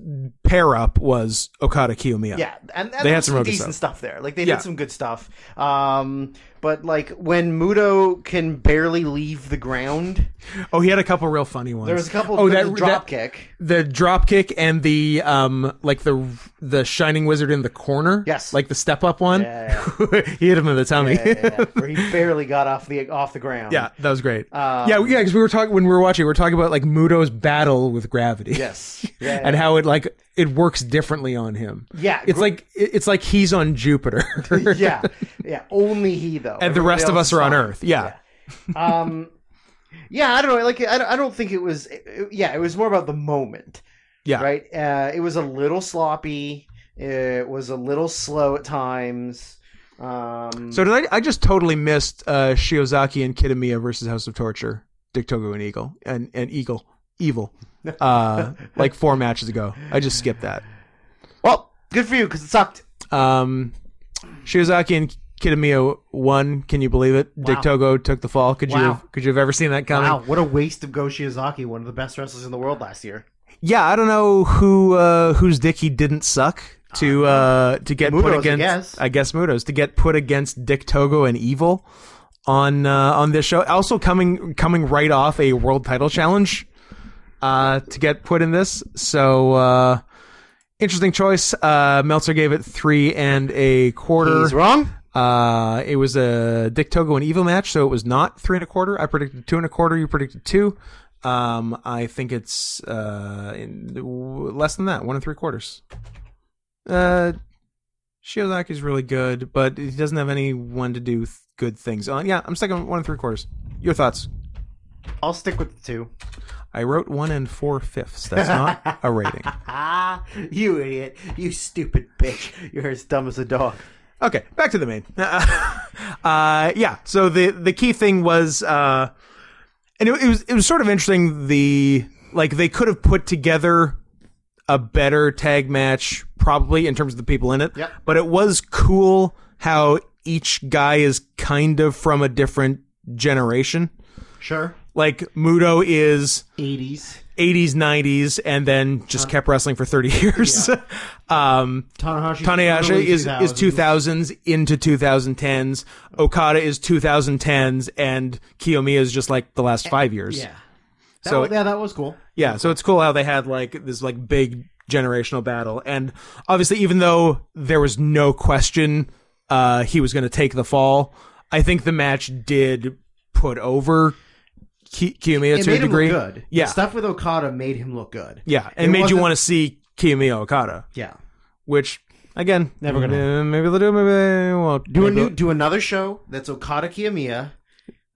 pair up was Okada Kiyomiya.
Yeah, and, and
They
there
had
was
some
some
rogue
decent
stuff.
stuff there. Like they
Yeah.
did some good stuff. Um, but like when Muto can barely leave the ground,
Oh, he had a couple real funny ones.
there was a couple.
Oh,
of
that
the
that-
drop kick.
the drop kick and the um like the the shining wizard in the corner.
Yes.
like the step up one.
Yeah,
he hit him in the tummy.
Yeah, yeah, yeah, where he barely got off the off the ground.
Yeah, that was great.
Um,
yeah, we- yeah, because we were talking when we were watching, we were talking about like Muto's battle with gravity.
Yes. Yeah.
and how it like it works differently on him.
Yeah,
it's
gr-
like it- it's like he's on Jupiter.
yeah, yeah. Only he though,
and the rest of us are on Earth. Yeah.
Um, yeah, I don't know. Like I, don't- I don't think it was. yeah, it was more about the moment.
yeah,
right? Uh, it was a little sloppy. It was a little slow at times. Um,
So did I? I just totally missed uh, Shiozaki and Kitamiya versus House of Torture, Dick Togo and Eagle and and Eagle Evil, uh, like four matches ago. I just skipped that.
well, good for you because it sucked.
Um, Shiozaki and Kitamiya won. Can you believe it? Dick
Wow.
Togo took the fall. Could you
Wow.
have, could you have ever seen that coming?
Wow, what a waste of Go Shiozaki, one of the best wrestlers in the world last year.
Yeah, I don't know who uh, whose dick he didn't suck to uh, to get put
Muto's, I
against.
guess.
Muto's to get put against Dick Togo and Evil on uh, on this show. Also coming coming right off a world title challenge uh, to get put in this. So uh, interesting choice. Uh, Meltzer gave it three and a quarter.
He's wrong.
Uh, it was a Dick Togo and Evil match, so it was not three and a quarter. I predicted two and a quarter. You predicted two. Um, I think it's uh in, w- less than that, one and three quarters. Uh, Shiozaki's really good, but he doesn't have anyone to do th- good things on. Yeah, I'm sticking with one and three quarters. Your thoughts?
I'll stick with the two.
I wrote one and four fifths. That's not a rating.
Ah, you idiot. You stupid bitch. You're as dumb as a dog.
Okay, back to the main. uh, yeah. So the the key thing was, uh, and it, it was it was sort of interesting. The like they could have put together a better tag match, probably in terms of the people in it.
Yep.
But it was cool how each guy is kind of from a different generation.
Sure.
Like Muto is
80s.
80s, 90s, and then just kept wrestling for 30 years. um,
Tanahashi.
Tanahashi is is two thousands into two thousand tens. Okada is two thousand tens, and Kiyomiya is just like the last five years.
Yeah. That
So-
was, yeah, that was cool.
Yeah, so it's cool how they had like this like big generational battle, and obviously, even though there was no question uh, he was going to take the fall, I think the match did put over Ki- Kiyomiya
It
to a
made him
degree.
look good.
Yeah.
The stuff with Okada made him look good.
Yeah, and
It
made you
wasn't-
want to see Kiyomiya Okada,
Yeah.
which again, never gonna. maybe they'll do, it, maybe they won't.
Do a
Maybe
new, do another show that's Okada Kiyomiya,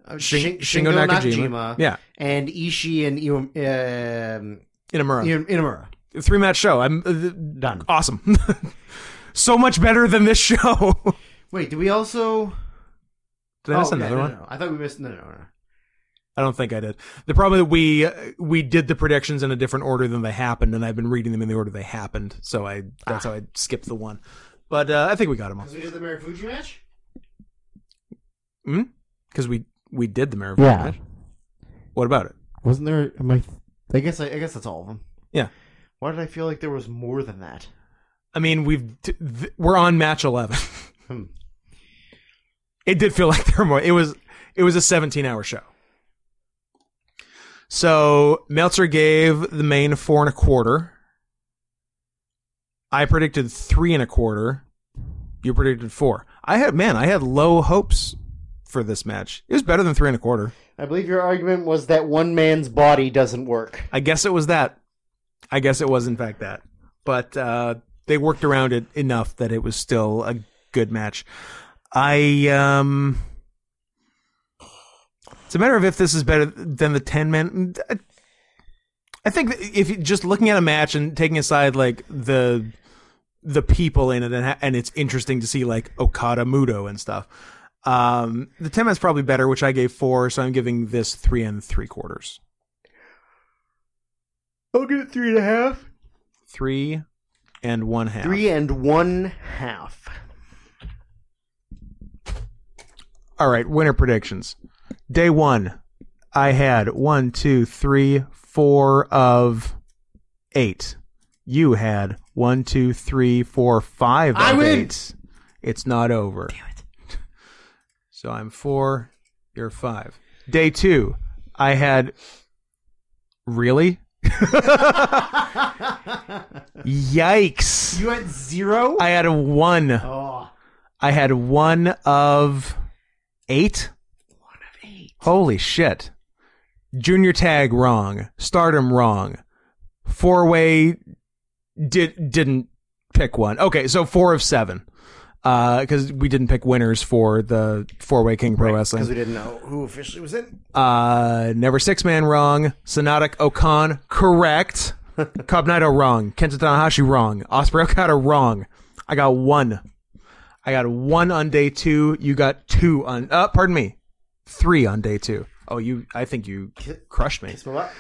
uh, Shin-
Shingo
Shingo
Nakajima.
Nakajima,
Yeah.
and Ishii and Iwa- um,
Inamura.
In- Inamura.
three match show. I'm uh, th-
Done.
awesome. so much better than this show.
Wait, did we also?
did I miss
oh, yeah,
another
no,
one?
no, no. I thought we missed. No, no, no.
I don't think I did. The problem that we uh, we did the predictions in a different order than they happened, and I've been reading them in the order they happened. So I that's how I skipped the one. But uh, I think we got them all
Because we did the Marufuji match. Mm-hmm.
because we we did the Maravilla.
Yeah.
match. What about it?
Wasn't there? Am I?
I guess. I, I guess that's all of them.
Yeah.
Why did I feel like there was more than that?
I mean, we've t- th- we're on match eleven.
Hmm.
It did feel like there were more. It was it was a seventeen hour show. So Meltzer gave the main four and a quarter. I predicted three and a quarter. You predicted four. I had man, I had low hopes for this match. It was better than three and a quarter.
I believe your argument was that one man's body doesn't work.
I guess it was that. I guess it was in fact that. But uh, they worked around it enough that it was still a good match. I um It's a matter of if this is better than the 10 man I think that if you, just looking at a match and taking aside like the the people in it and, ha- and it's interesting to see like Okada Muto and stuff. Um, the 10 man's probably better, which I gave four, so I'm giving this three and three quarters.
I'll give it three and a half.
three and one half.
Three and one half.
All right, winner predictions. Day one, I had one, two, three, four of eight. You had one, two, three, four, five
I
of
win!
eight. It's not over. Damn it. So I'm four, you're five. Day two, I had really? Yikes.
You had zero.
I had a one.
oh,
I had one of eight.
one of eight.
Holy shit. Junior tag wrong. Stardom wrong. Four way did didn't pick one. Okay, so four of seven. Because we didn't pick winners for the four way King Pro Wrestling.
Because we didn't know who officially was in.
Uh, never six man wrong. Sonatic Okan correct. Cobb Naito wrong. Kenta Tanahashi wrong. Osprey Okada wrong. I got one. I got one on day two. You got two on. Uh, pardon me, three on day two. Oh, you. I think you crushed me.
Kiss my butt.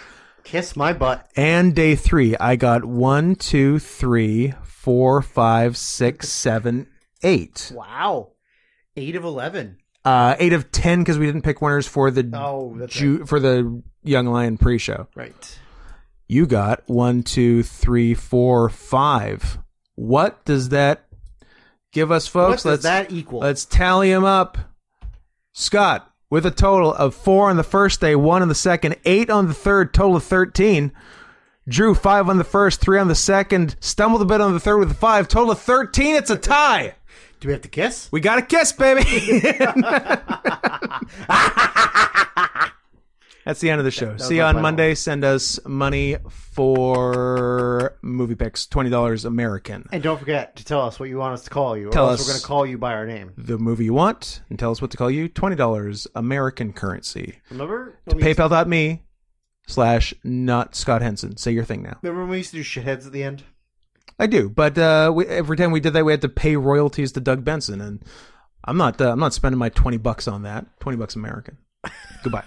Kiss my butt.
And day three, I got one, two, three, four, five, six, seven, eight.
Wow. Eight of eleven.
Uh, eight of ten because we didn't pick winners for the
Oh, that's
Ju- for the Young Lion pre-show.
right.
You got one, two, three, four, five. What does that give us,
What
folks?
does
let's
that equal?
let's tally them up. Scott with a total of four on the first day, one on the second, eight on the third, total of thirteen. Drew five on the first, three on the second, stumbled a bit on the third with a five, total of thirteen. It's a tie.
Do we have to kiss?
We got a kiss, baby. That's the end of the show. See you
my
on
final
Monday. Send us money for movie picks, twenty dollars American.
And don't forget to tell us what you want us to call you.
Tell
or else
us.
we're going to call you by our name.
The movie you want, and tell us what to call you. Twenty dollars American currency.
Remember? When we used to-
PayPal.me slash not Scott Henson. Say your thing now.
remember when we used to do shitheads at the end?
I do, but uh, we, every time we did that, we had to pay royalties to Doug Benson, and I'm not. Uh, I'm not spending my twenty bucks on that. Twenty bucks American. Goodbye.